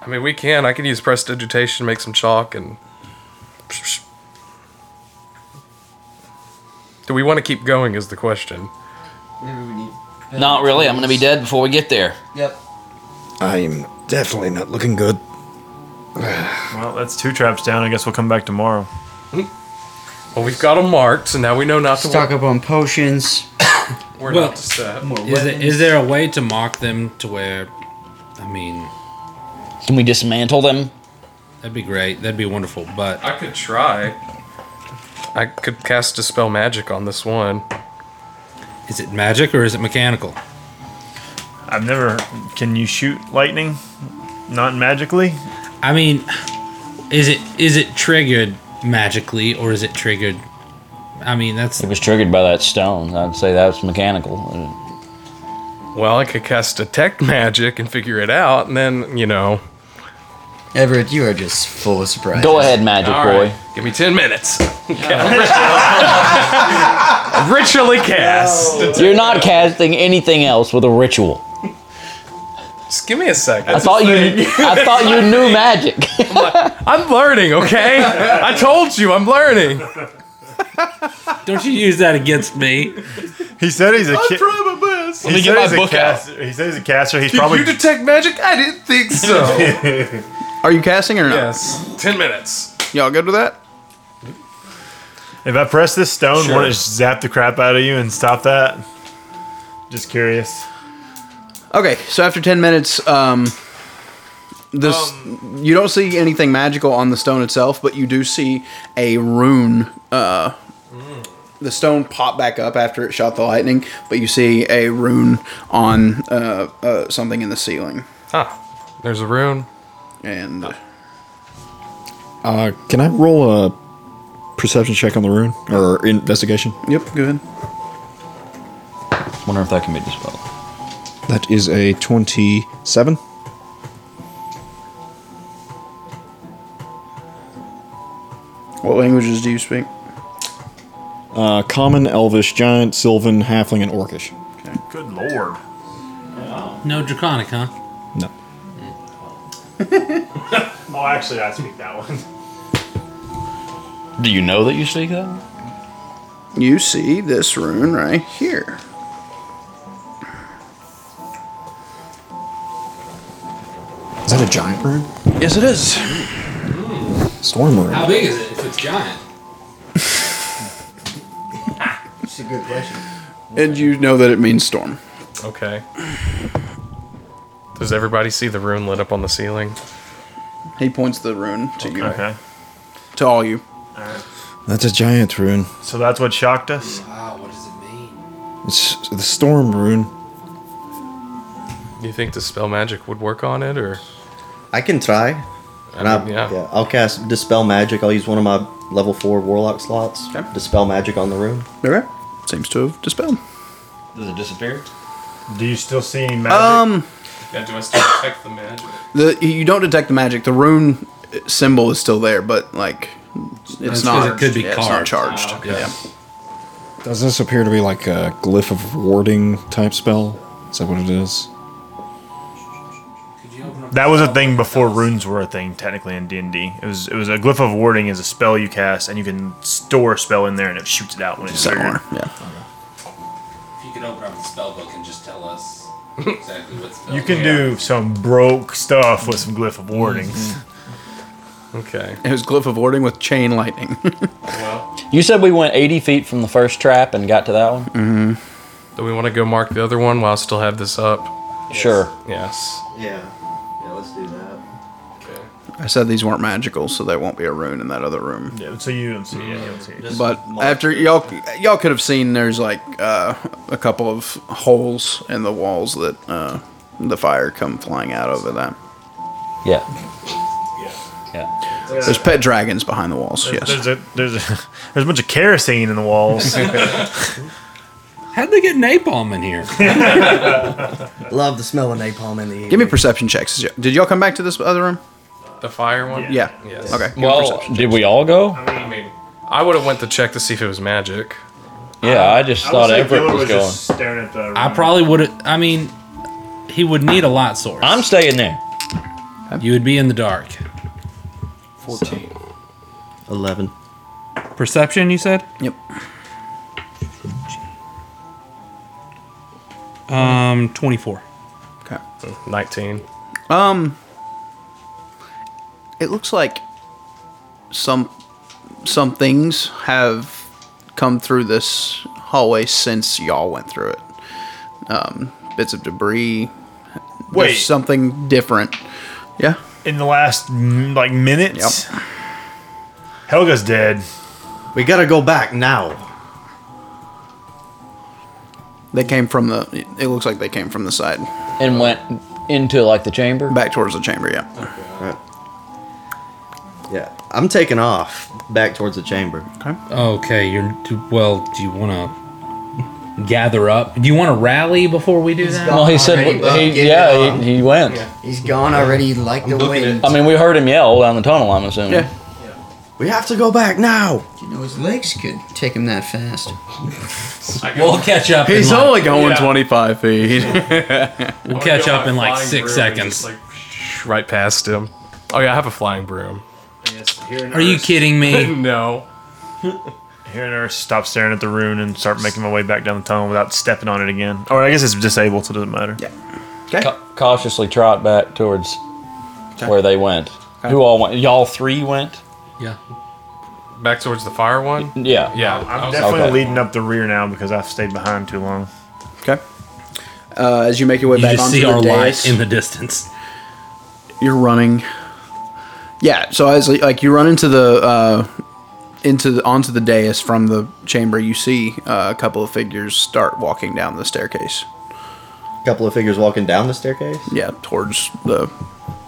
[SPEAKER 8] I mean, we can. I can use prestidigitation, make some chalk, and. Do we want to keep going? Is the question.
[SPEAKER 2] maybe we need. better
[SPEAKER 13] Not really. I'm gonna be dead before we get there.
[SPEAKER 2] Yep.
[SPEAKER 11] I'm definitely not looking good.
[SPEAKER 6] Well, that's two traps down. I guess we'll come back tomorrow.
[SPEAKER 8] Well, we've got them marked, so now we know not to.
[SPEAKER 2] Stock up on potions.
[SPEAKER 8] We're
[SPEAKER 4] Well,
[SPEAKER 8] not to set.
[SPEAKER 2] More
[SPEAKER 4] Is, it, is there a way to mark them to where, I mean,
[SPEAKER 13] Can we dismantle them?
[SPEAKER 4] that'd be great. That'd be wonderful. But
[SPEAKER 8] I could try. I could cast dispel magic on this one.
[SPEAKER 4] is it magic or is it mechanical?
[SPEAKER 6] I've never. Can you shoot lightning? Not magically.
[SPEAKER 4] I mean, is it is it triggered magically or is it triggered? I mean, that's
[SPEAKER 13] It was triggered by that stone. I'd say that's mechanical.
[SPEAKER 8] Well, I could cast detect magic and figure it out, and then you know.
[SPEAKER 2] Everett, you are just full of surprises.
[SPEAKER 13] Go ahead, magic
[SPEAKER 8] All
[SPEAKER 13] boy.
[SPEAKER 8] right, give me ten minutes. Ritually cast.
[SPEAKER 13] You're not casting anything else with a ritual.
[SPEAKER 8] Just give me a second.
[SPEAKER 20] I thought you. I thought you knew magic.
[SPEAKER 8] I'm learning, okay? I told you, I'm learning.
[SPEAKER 4] Don't you use that against me?
[SPEAKER 6] He said he's a kid.
[SPEAKER 16] trying my best.
[SPEAKER 6] he said he's a caster. He says he's a caster. He's
[SPEAKER 16] Did
[SPEAKER 6] probably
[SPEAKER 16] you detect magic? I didn't think so.
[SPEAKER 1] Are you casting or not?
[SPEAKER 8] Yes. Ten minutes.
[SPEAKER 1] Y'all good with that?
[SPEAKER 6] If I press this stone,
[SPEAKER 1] Sure.
[SPEAKER 6] will it zap the crap out of you and stop that? Just curious.
[SPEAKER 1] Okay, so after ten minutes, um, this you don't see anything magical on the stone itself, but you do see a rune. Uh, The stone popped back up after it shot the lightning, but you see a rune on uh, uh, something in the ceiling.
[SPEAKER 8] Huh. There's a rune.
[SPEAKER 1] And
[SPEAKER 11] Uh, can I roll a perception check on the rune or investigation?
[SPEAKER 1] Yep, go ahead.
[SPEAKER 13] Wonder if that can be dispelled.
[SPEAKER 11] That is a 27.
[SPEAKER 1] what languages do you speak?
[SPEAKER 11] Uh, common, elvish, giant, sylvan, halfling, and orcish.
[SPEAKER 6] Good lord.
[SPEAKER 4] No draconic, huh?
[SPEAKER 11] No.
[SPEAKER 6] Oh, actually, I speak that one.
[SPEAKER 13] Do you know that you speak that?
[SPEAKER 1] You see this rune right here.
[SPEAKER 11] Is that a giant rune?
[SPEAKER 1] Yes, it is.
[SPEAKER 11] Storm rune.
[SPEAKER 4] How big is it if it's giant?
[SPEAKER 11] That's a good question.
[SPEAKER 1] And you know that it means storm.
[SPEAKER 8] Okay. Does everybody see the rune lit up on the ceiling?
[SPEAKER 1] He points the rune to you.
[SPEAKER 8] Okay.
[SPEAKER 1] To all you.
[SPEAKER 11] That's a giant rune.
[SPEAKER 6] So that's what shocked us.
[SPEAKER 4] Wow, what does it mean?
[SPEAKER 11] It's the storm rune.
[SPEAKER 8] Do you think the spell magic would work on it, or
[SPEAKER 5] I can try. And
[SPEAKER 8] I
[SPEAKER 5] I
[SPEAKER 8] mean,
[SPEAKER 5] will
[SPEAKER 8] yeah.
[SPEAKER 5] yeah. I'll cast Dispel Magic. I'll use one of my level 4 Warlock slots. Dispel Magic on the room.
[SPEAKER 1] Okay. Seems to have dispelled.
[SPEAKER 13] Does it disappear?
[SPEAKER 6] Do you still see any magic?
[SPEAKER 1] Um,
[SPEAKER 8] Yeah, do I still detect the magic?
[SPEAKER 1] the you don't detect the magic. The rune symbol is still there, but like it's
[SPEAKER 4] That's 'cause
[SPEAKER 1] not.
[SPEAKER 4] it could be
[SPEAKER 1] yeah, it's not
[SPEAKER 4] carved.
[SPEAKER 1] charged.
[SPEAKER 4] Oh, okay.
[SPEAKER 1] Yeah.
[SPEAKER 11] Does this appear to be like a glyph of warding type spell? Is that what it is?
[SPEAKER 6] That was a thing before runes were a thing, technically in D and D. It was it was a glyph of warding is a spell you cast, and you can store a spell in there, and it shoots it out when it's triggered.
[SPEAKER 1] Yeah.
[SPEAKER 4] If you could open up the spell book and just tell us exactly what's.
[SPEAKER 6] You can do some broke stuff with some glyph of wardings.
[SPEAKER 8] Okay.
[SPEAKER 1] It was glyph of warding with chain lightning.
[SPEAKER 13] You said we went 80 feet from the first trap and got to that one?
[SPEAKER 8] Mm-hmm. Do we want to go mark the other one while I still have this up?
[SPEAKER 13] Sure.
[SPEAKER 8] Yes.
[SPEAKER 5] Yeah. Yeah, let's do that.
[SPEAKER 1] I said these weren't magical, so there won't be a rune in that other room.
[SPEAKER 6] Yeah, so you don't see it. You don't see it.
[SPEAKER 1] But after y'all, y'all could have seen there's like uh, a couple of holes in the walls that uh, the fire come flying out of and that.
[SPEAKER 13] Yeah.
[SPEAKER 6] Yeah.
[SPEAKER 1] There's pet dragons behind the walls.
[SPEAKER 6] There's,
[SPEAKER 1] Yes.
[SPEAKER 6] there's a there's a there's a bunch of kerosene in the walls.
[SPEAKER 4] How'd they get napalm in here?
[SPEAKER 5] Love the smell of napalm in the evening.
[SPEAKER 1] Give me perception checks. Did y'all come back to this other room?
[SPEAKER 8] The fire one?
[SPEAKER 1] Yeah.
[SPEAKER 8] Yes.
[SPEAKER 1] Okay. give me
[SPEAKER 13] Well,
[SPEAKER 1] perception.
[SPEAKER 13] did we all go?
[SPEAKER 8] I mean, I would have went to check to see if it was magic.
[SPEAKER 13] Yeah, I just
[SPEAKER 4] I would thought say Everett Gilbert
[SPEAKER 6] was was going. just staring at the
[SPEAKER 4] I probably would have. I mean, he would need a light source. I'm
[SPEAKER 13] staying there.
[SPEAKER 4] You would be in the dark.
[SPEAKER 13] 14.
[SPEAKER 5] 11.
[SPEAKER 10] Perception, you said?
[SPEAKER 1] Yep.
[SPEAKER 10] Um, 24.
[SPEAKER 1] Okay.
[SPEAKER 8] 19.
[SPEAKER 1] Um, it looks like some some things have come through this hallway since y'all went through it. Um, bits of debris.
[SPEAKER 6] Wait.
[SPEAKER 1] There's something different. Yeah.
[SPEAKER 6] in the last mm, like minutes. Yep. Helga's dead.
[SPEAKER 5] We gotta go back now.
[SPEAKER 1] They came from the. It looks like they came from the side.
[SPEAKER 13] And went into like the chamber.
[SPEAKER 1] Back towards the chamber. Yeah.
[SPEAKER 5] Yeah. I'm taking off back towards the chamber.
[SPEAKER 1] Okay.
[SPEAKER 4] Okay, you're do- well. Do you want to gather up? Do you want to rally before we do that?
[SPEAKER 13] Well, he said, he, yeah, he, he went.
[SPEAKER 20] He's gone already like the wind.
[SPEAKER 13] I mean, we heard him yell down the tunnel, I'm assuming.
[SPEAKER 1] Yeah.
[SPEAKER 5] We have to go back now.
[SPEAKER 2] You know, his legs could take him that fast.
[SPEAKER 4] We'll catch up.
[SPEAKER 1] He's
[SPEAKER 4] in
[SPEAKER 1] only
[SPEAKER 4] like,
[SPEAKER 1] going
[SPEAKER 4] Yeah.
[SPEAKER 1] 25 feet.
[SPEAKER 4] We'll catch up in like six
[SPEAKER 8] broom and
[SPEAKER 4] seconds.
[SPEAKER 8] just, like, right past him. Oh yeah, I have a flying broom.
[SPEAKER 4] Are you kidding me?
[SPEAKER 8] no.
[SPEAKER 6] Here and there, stop staring at the rune and start making my way back down the tunnel without stepping on it again. Or I guess it's disabled, so it doesn't matter. Yeah.
[SPEAKER 3] Ca- cautiously trot back towards where they went. Who all went? Y'all three went.
[SPEAKER 4] Yeah.
[SPEAKER 8] Back towards the fire one.
[SPEAKER 3] Yeah.
[SPEAKER 8] Yeah.
[SPEAKER 6] I'm
[SPEAKER 8] Okay.
[SPEAKER 6] definitely leading up the rear now because I've stayed behind too long.
[SPEAKER 1] Okay. Uh, as you make your way
[SPEAKER 6] You
[SPEAKER 1] back
[SPEAKER 6] just
[SPEAKER 1] onto
[SPEAKER 6] see
[SPEAKER 1] the
[SPEAKER 6] our light
[SPEAKER 1] dais,
[SPEAKER 6] in the
[SPEAKER 4] distance.
[SPEAKER 1] You're running. Yeah, so as like you run into the uh, into the, onto the dais from the chamber, you see uh, a couple of figures start walking down the staircase.
[SPEAKER 5] A couple of figures walking down the staircase.
[SPEAKER 1] Yeah, towards the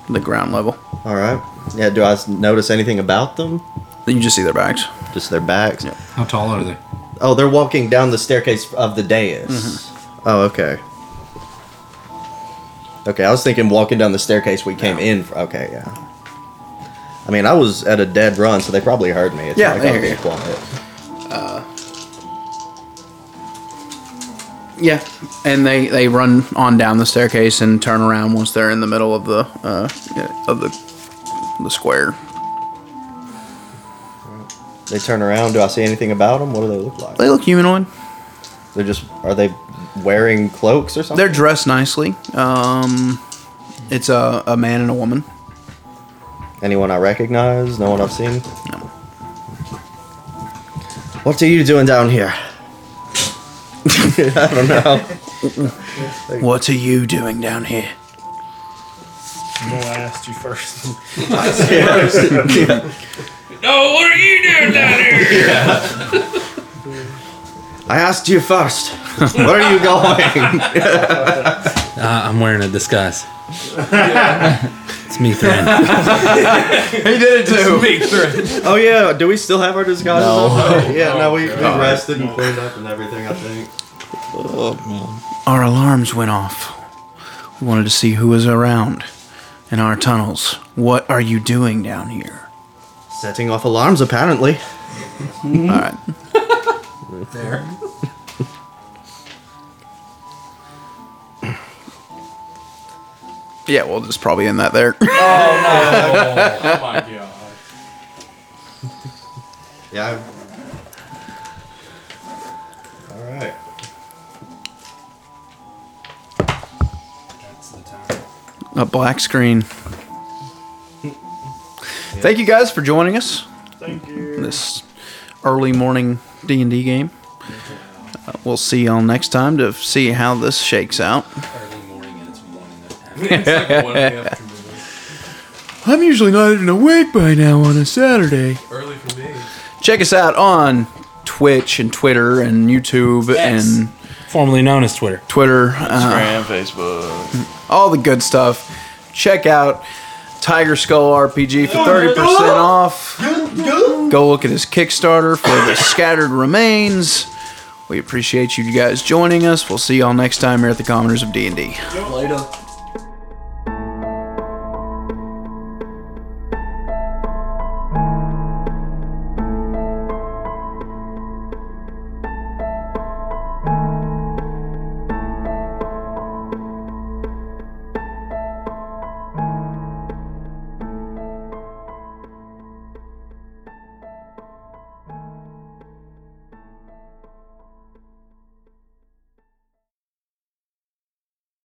[SPEAKER 1] the ground level.
[SPEAKER 5] All right. Yeah. Do I s- notice anything about them?
[SPEAKER 1] You just see their backs.
[SPEAKER 5] Just their backs.
[SPEAKER 4] How tall are they?
[SPEAKER 5] Oh, they're walking down the staircase of the dais.
[SPEAKER 1] Mm-hmm.
[SPEAKER 5] Oh, okay. Okay, I was thinking walking down the staircase we came in. fr- Okay, yeah. I mean, I was at a dead run, so they probably heard me. It's
[SPEAKER 1] Yeah,
[SPEAKER 5] not
[SPEAKER 1] they
[SPEAKER 5] like I'm
[SPEAKER 1] hear
[SPEAKER 5] being quiet.
[SPEAKER 1] Yeah, and they they run on down the staircase and turn around once they're in the middle of the uh, of the the square.
[SPEAKER 5] They turn around. Do I see anything about them? What do they look like?
[SPEAKER 1] They look humanoid.
[SPEAKER 5] They're just. Are they wearing cloaks or something?
[SPEAKER 1] They're dressed nicely. Um, it's a, a man and a woman.
[SPEAKER 5] Anyone I recognize? No one I've seen? No. What are you doing down here? I don't know.
[SPEAKER 1] What are you doing down here?
[SPEAKER 6] No, I asked you first.
[SPEAKER 16] No, what are you doing down here?
[SPEAKER 5] I asked you first. Where are you going?
[SPEAKER 4] Uh, I'm wearing a disguise. it's me, Thran.
[SPEAKER 5] he did it too. oh yeah, do we still have our disguises?
[SPEAKER 1] No.
[SPEAKER 5] on? Oh, Yeah, no, we, we
[SPEAKER 1] God.
[SPEAKER 5] rested and cleaned up and everything. I think. Oh man.
[SPEAKER 1] Our alarms went off. We wanted to see who was around in our tunnels. What are you doing down here?
[SPEAKER 5] Setting off alarms, apparently.
[SPEAKER 1] All right.
[SPEAKER 4] There.
[SPEAKER 1] Yeah, we'll just probably end that there. Oh, no.
[SPEAKER 5] Oh, my
[SPEAKER 1] God.
[SPEAKER 5] Yeah. All right.
[SPEAKER 1] A black screen. Thank you guys for joining us. Thank you. This early morning D and D game. Uh, we'll see y'all next time to see how this shakes out. I'm usually not even awake by now on a Saturday.
[SPEAKER 9] Early for me.
[SPEAKER 1] Check us out on Twitch and Twitter and YouTube and
[SPEAKER 4] formerly known as Twitter.
[SPEAKER 1] Twitter,
[SPEAKER 9] Instagram,
[SPEAKER 1] uh,
[SPEAKER 9] Facebook.
[SPEAKER 1] all the good stuff. Check out Tiger Skull RPG for thirty percent off. Go look at his Kickstarter for the Scattered Remains. We appreciate you guys joining us. We'll see y'all next time here at the Commoners of D and D.
[SPEAKER 2] Later.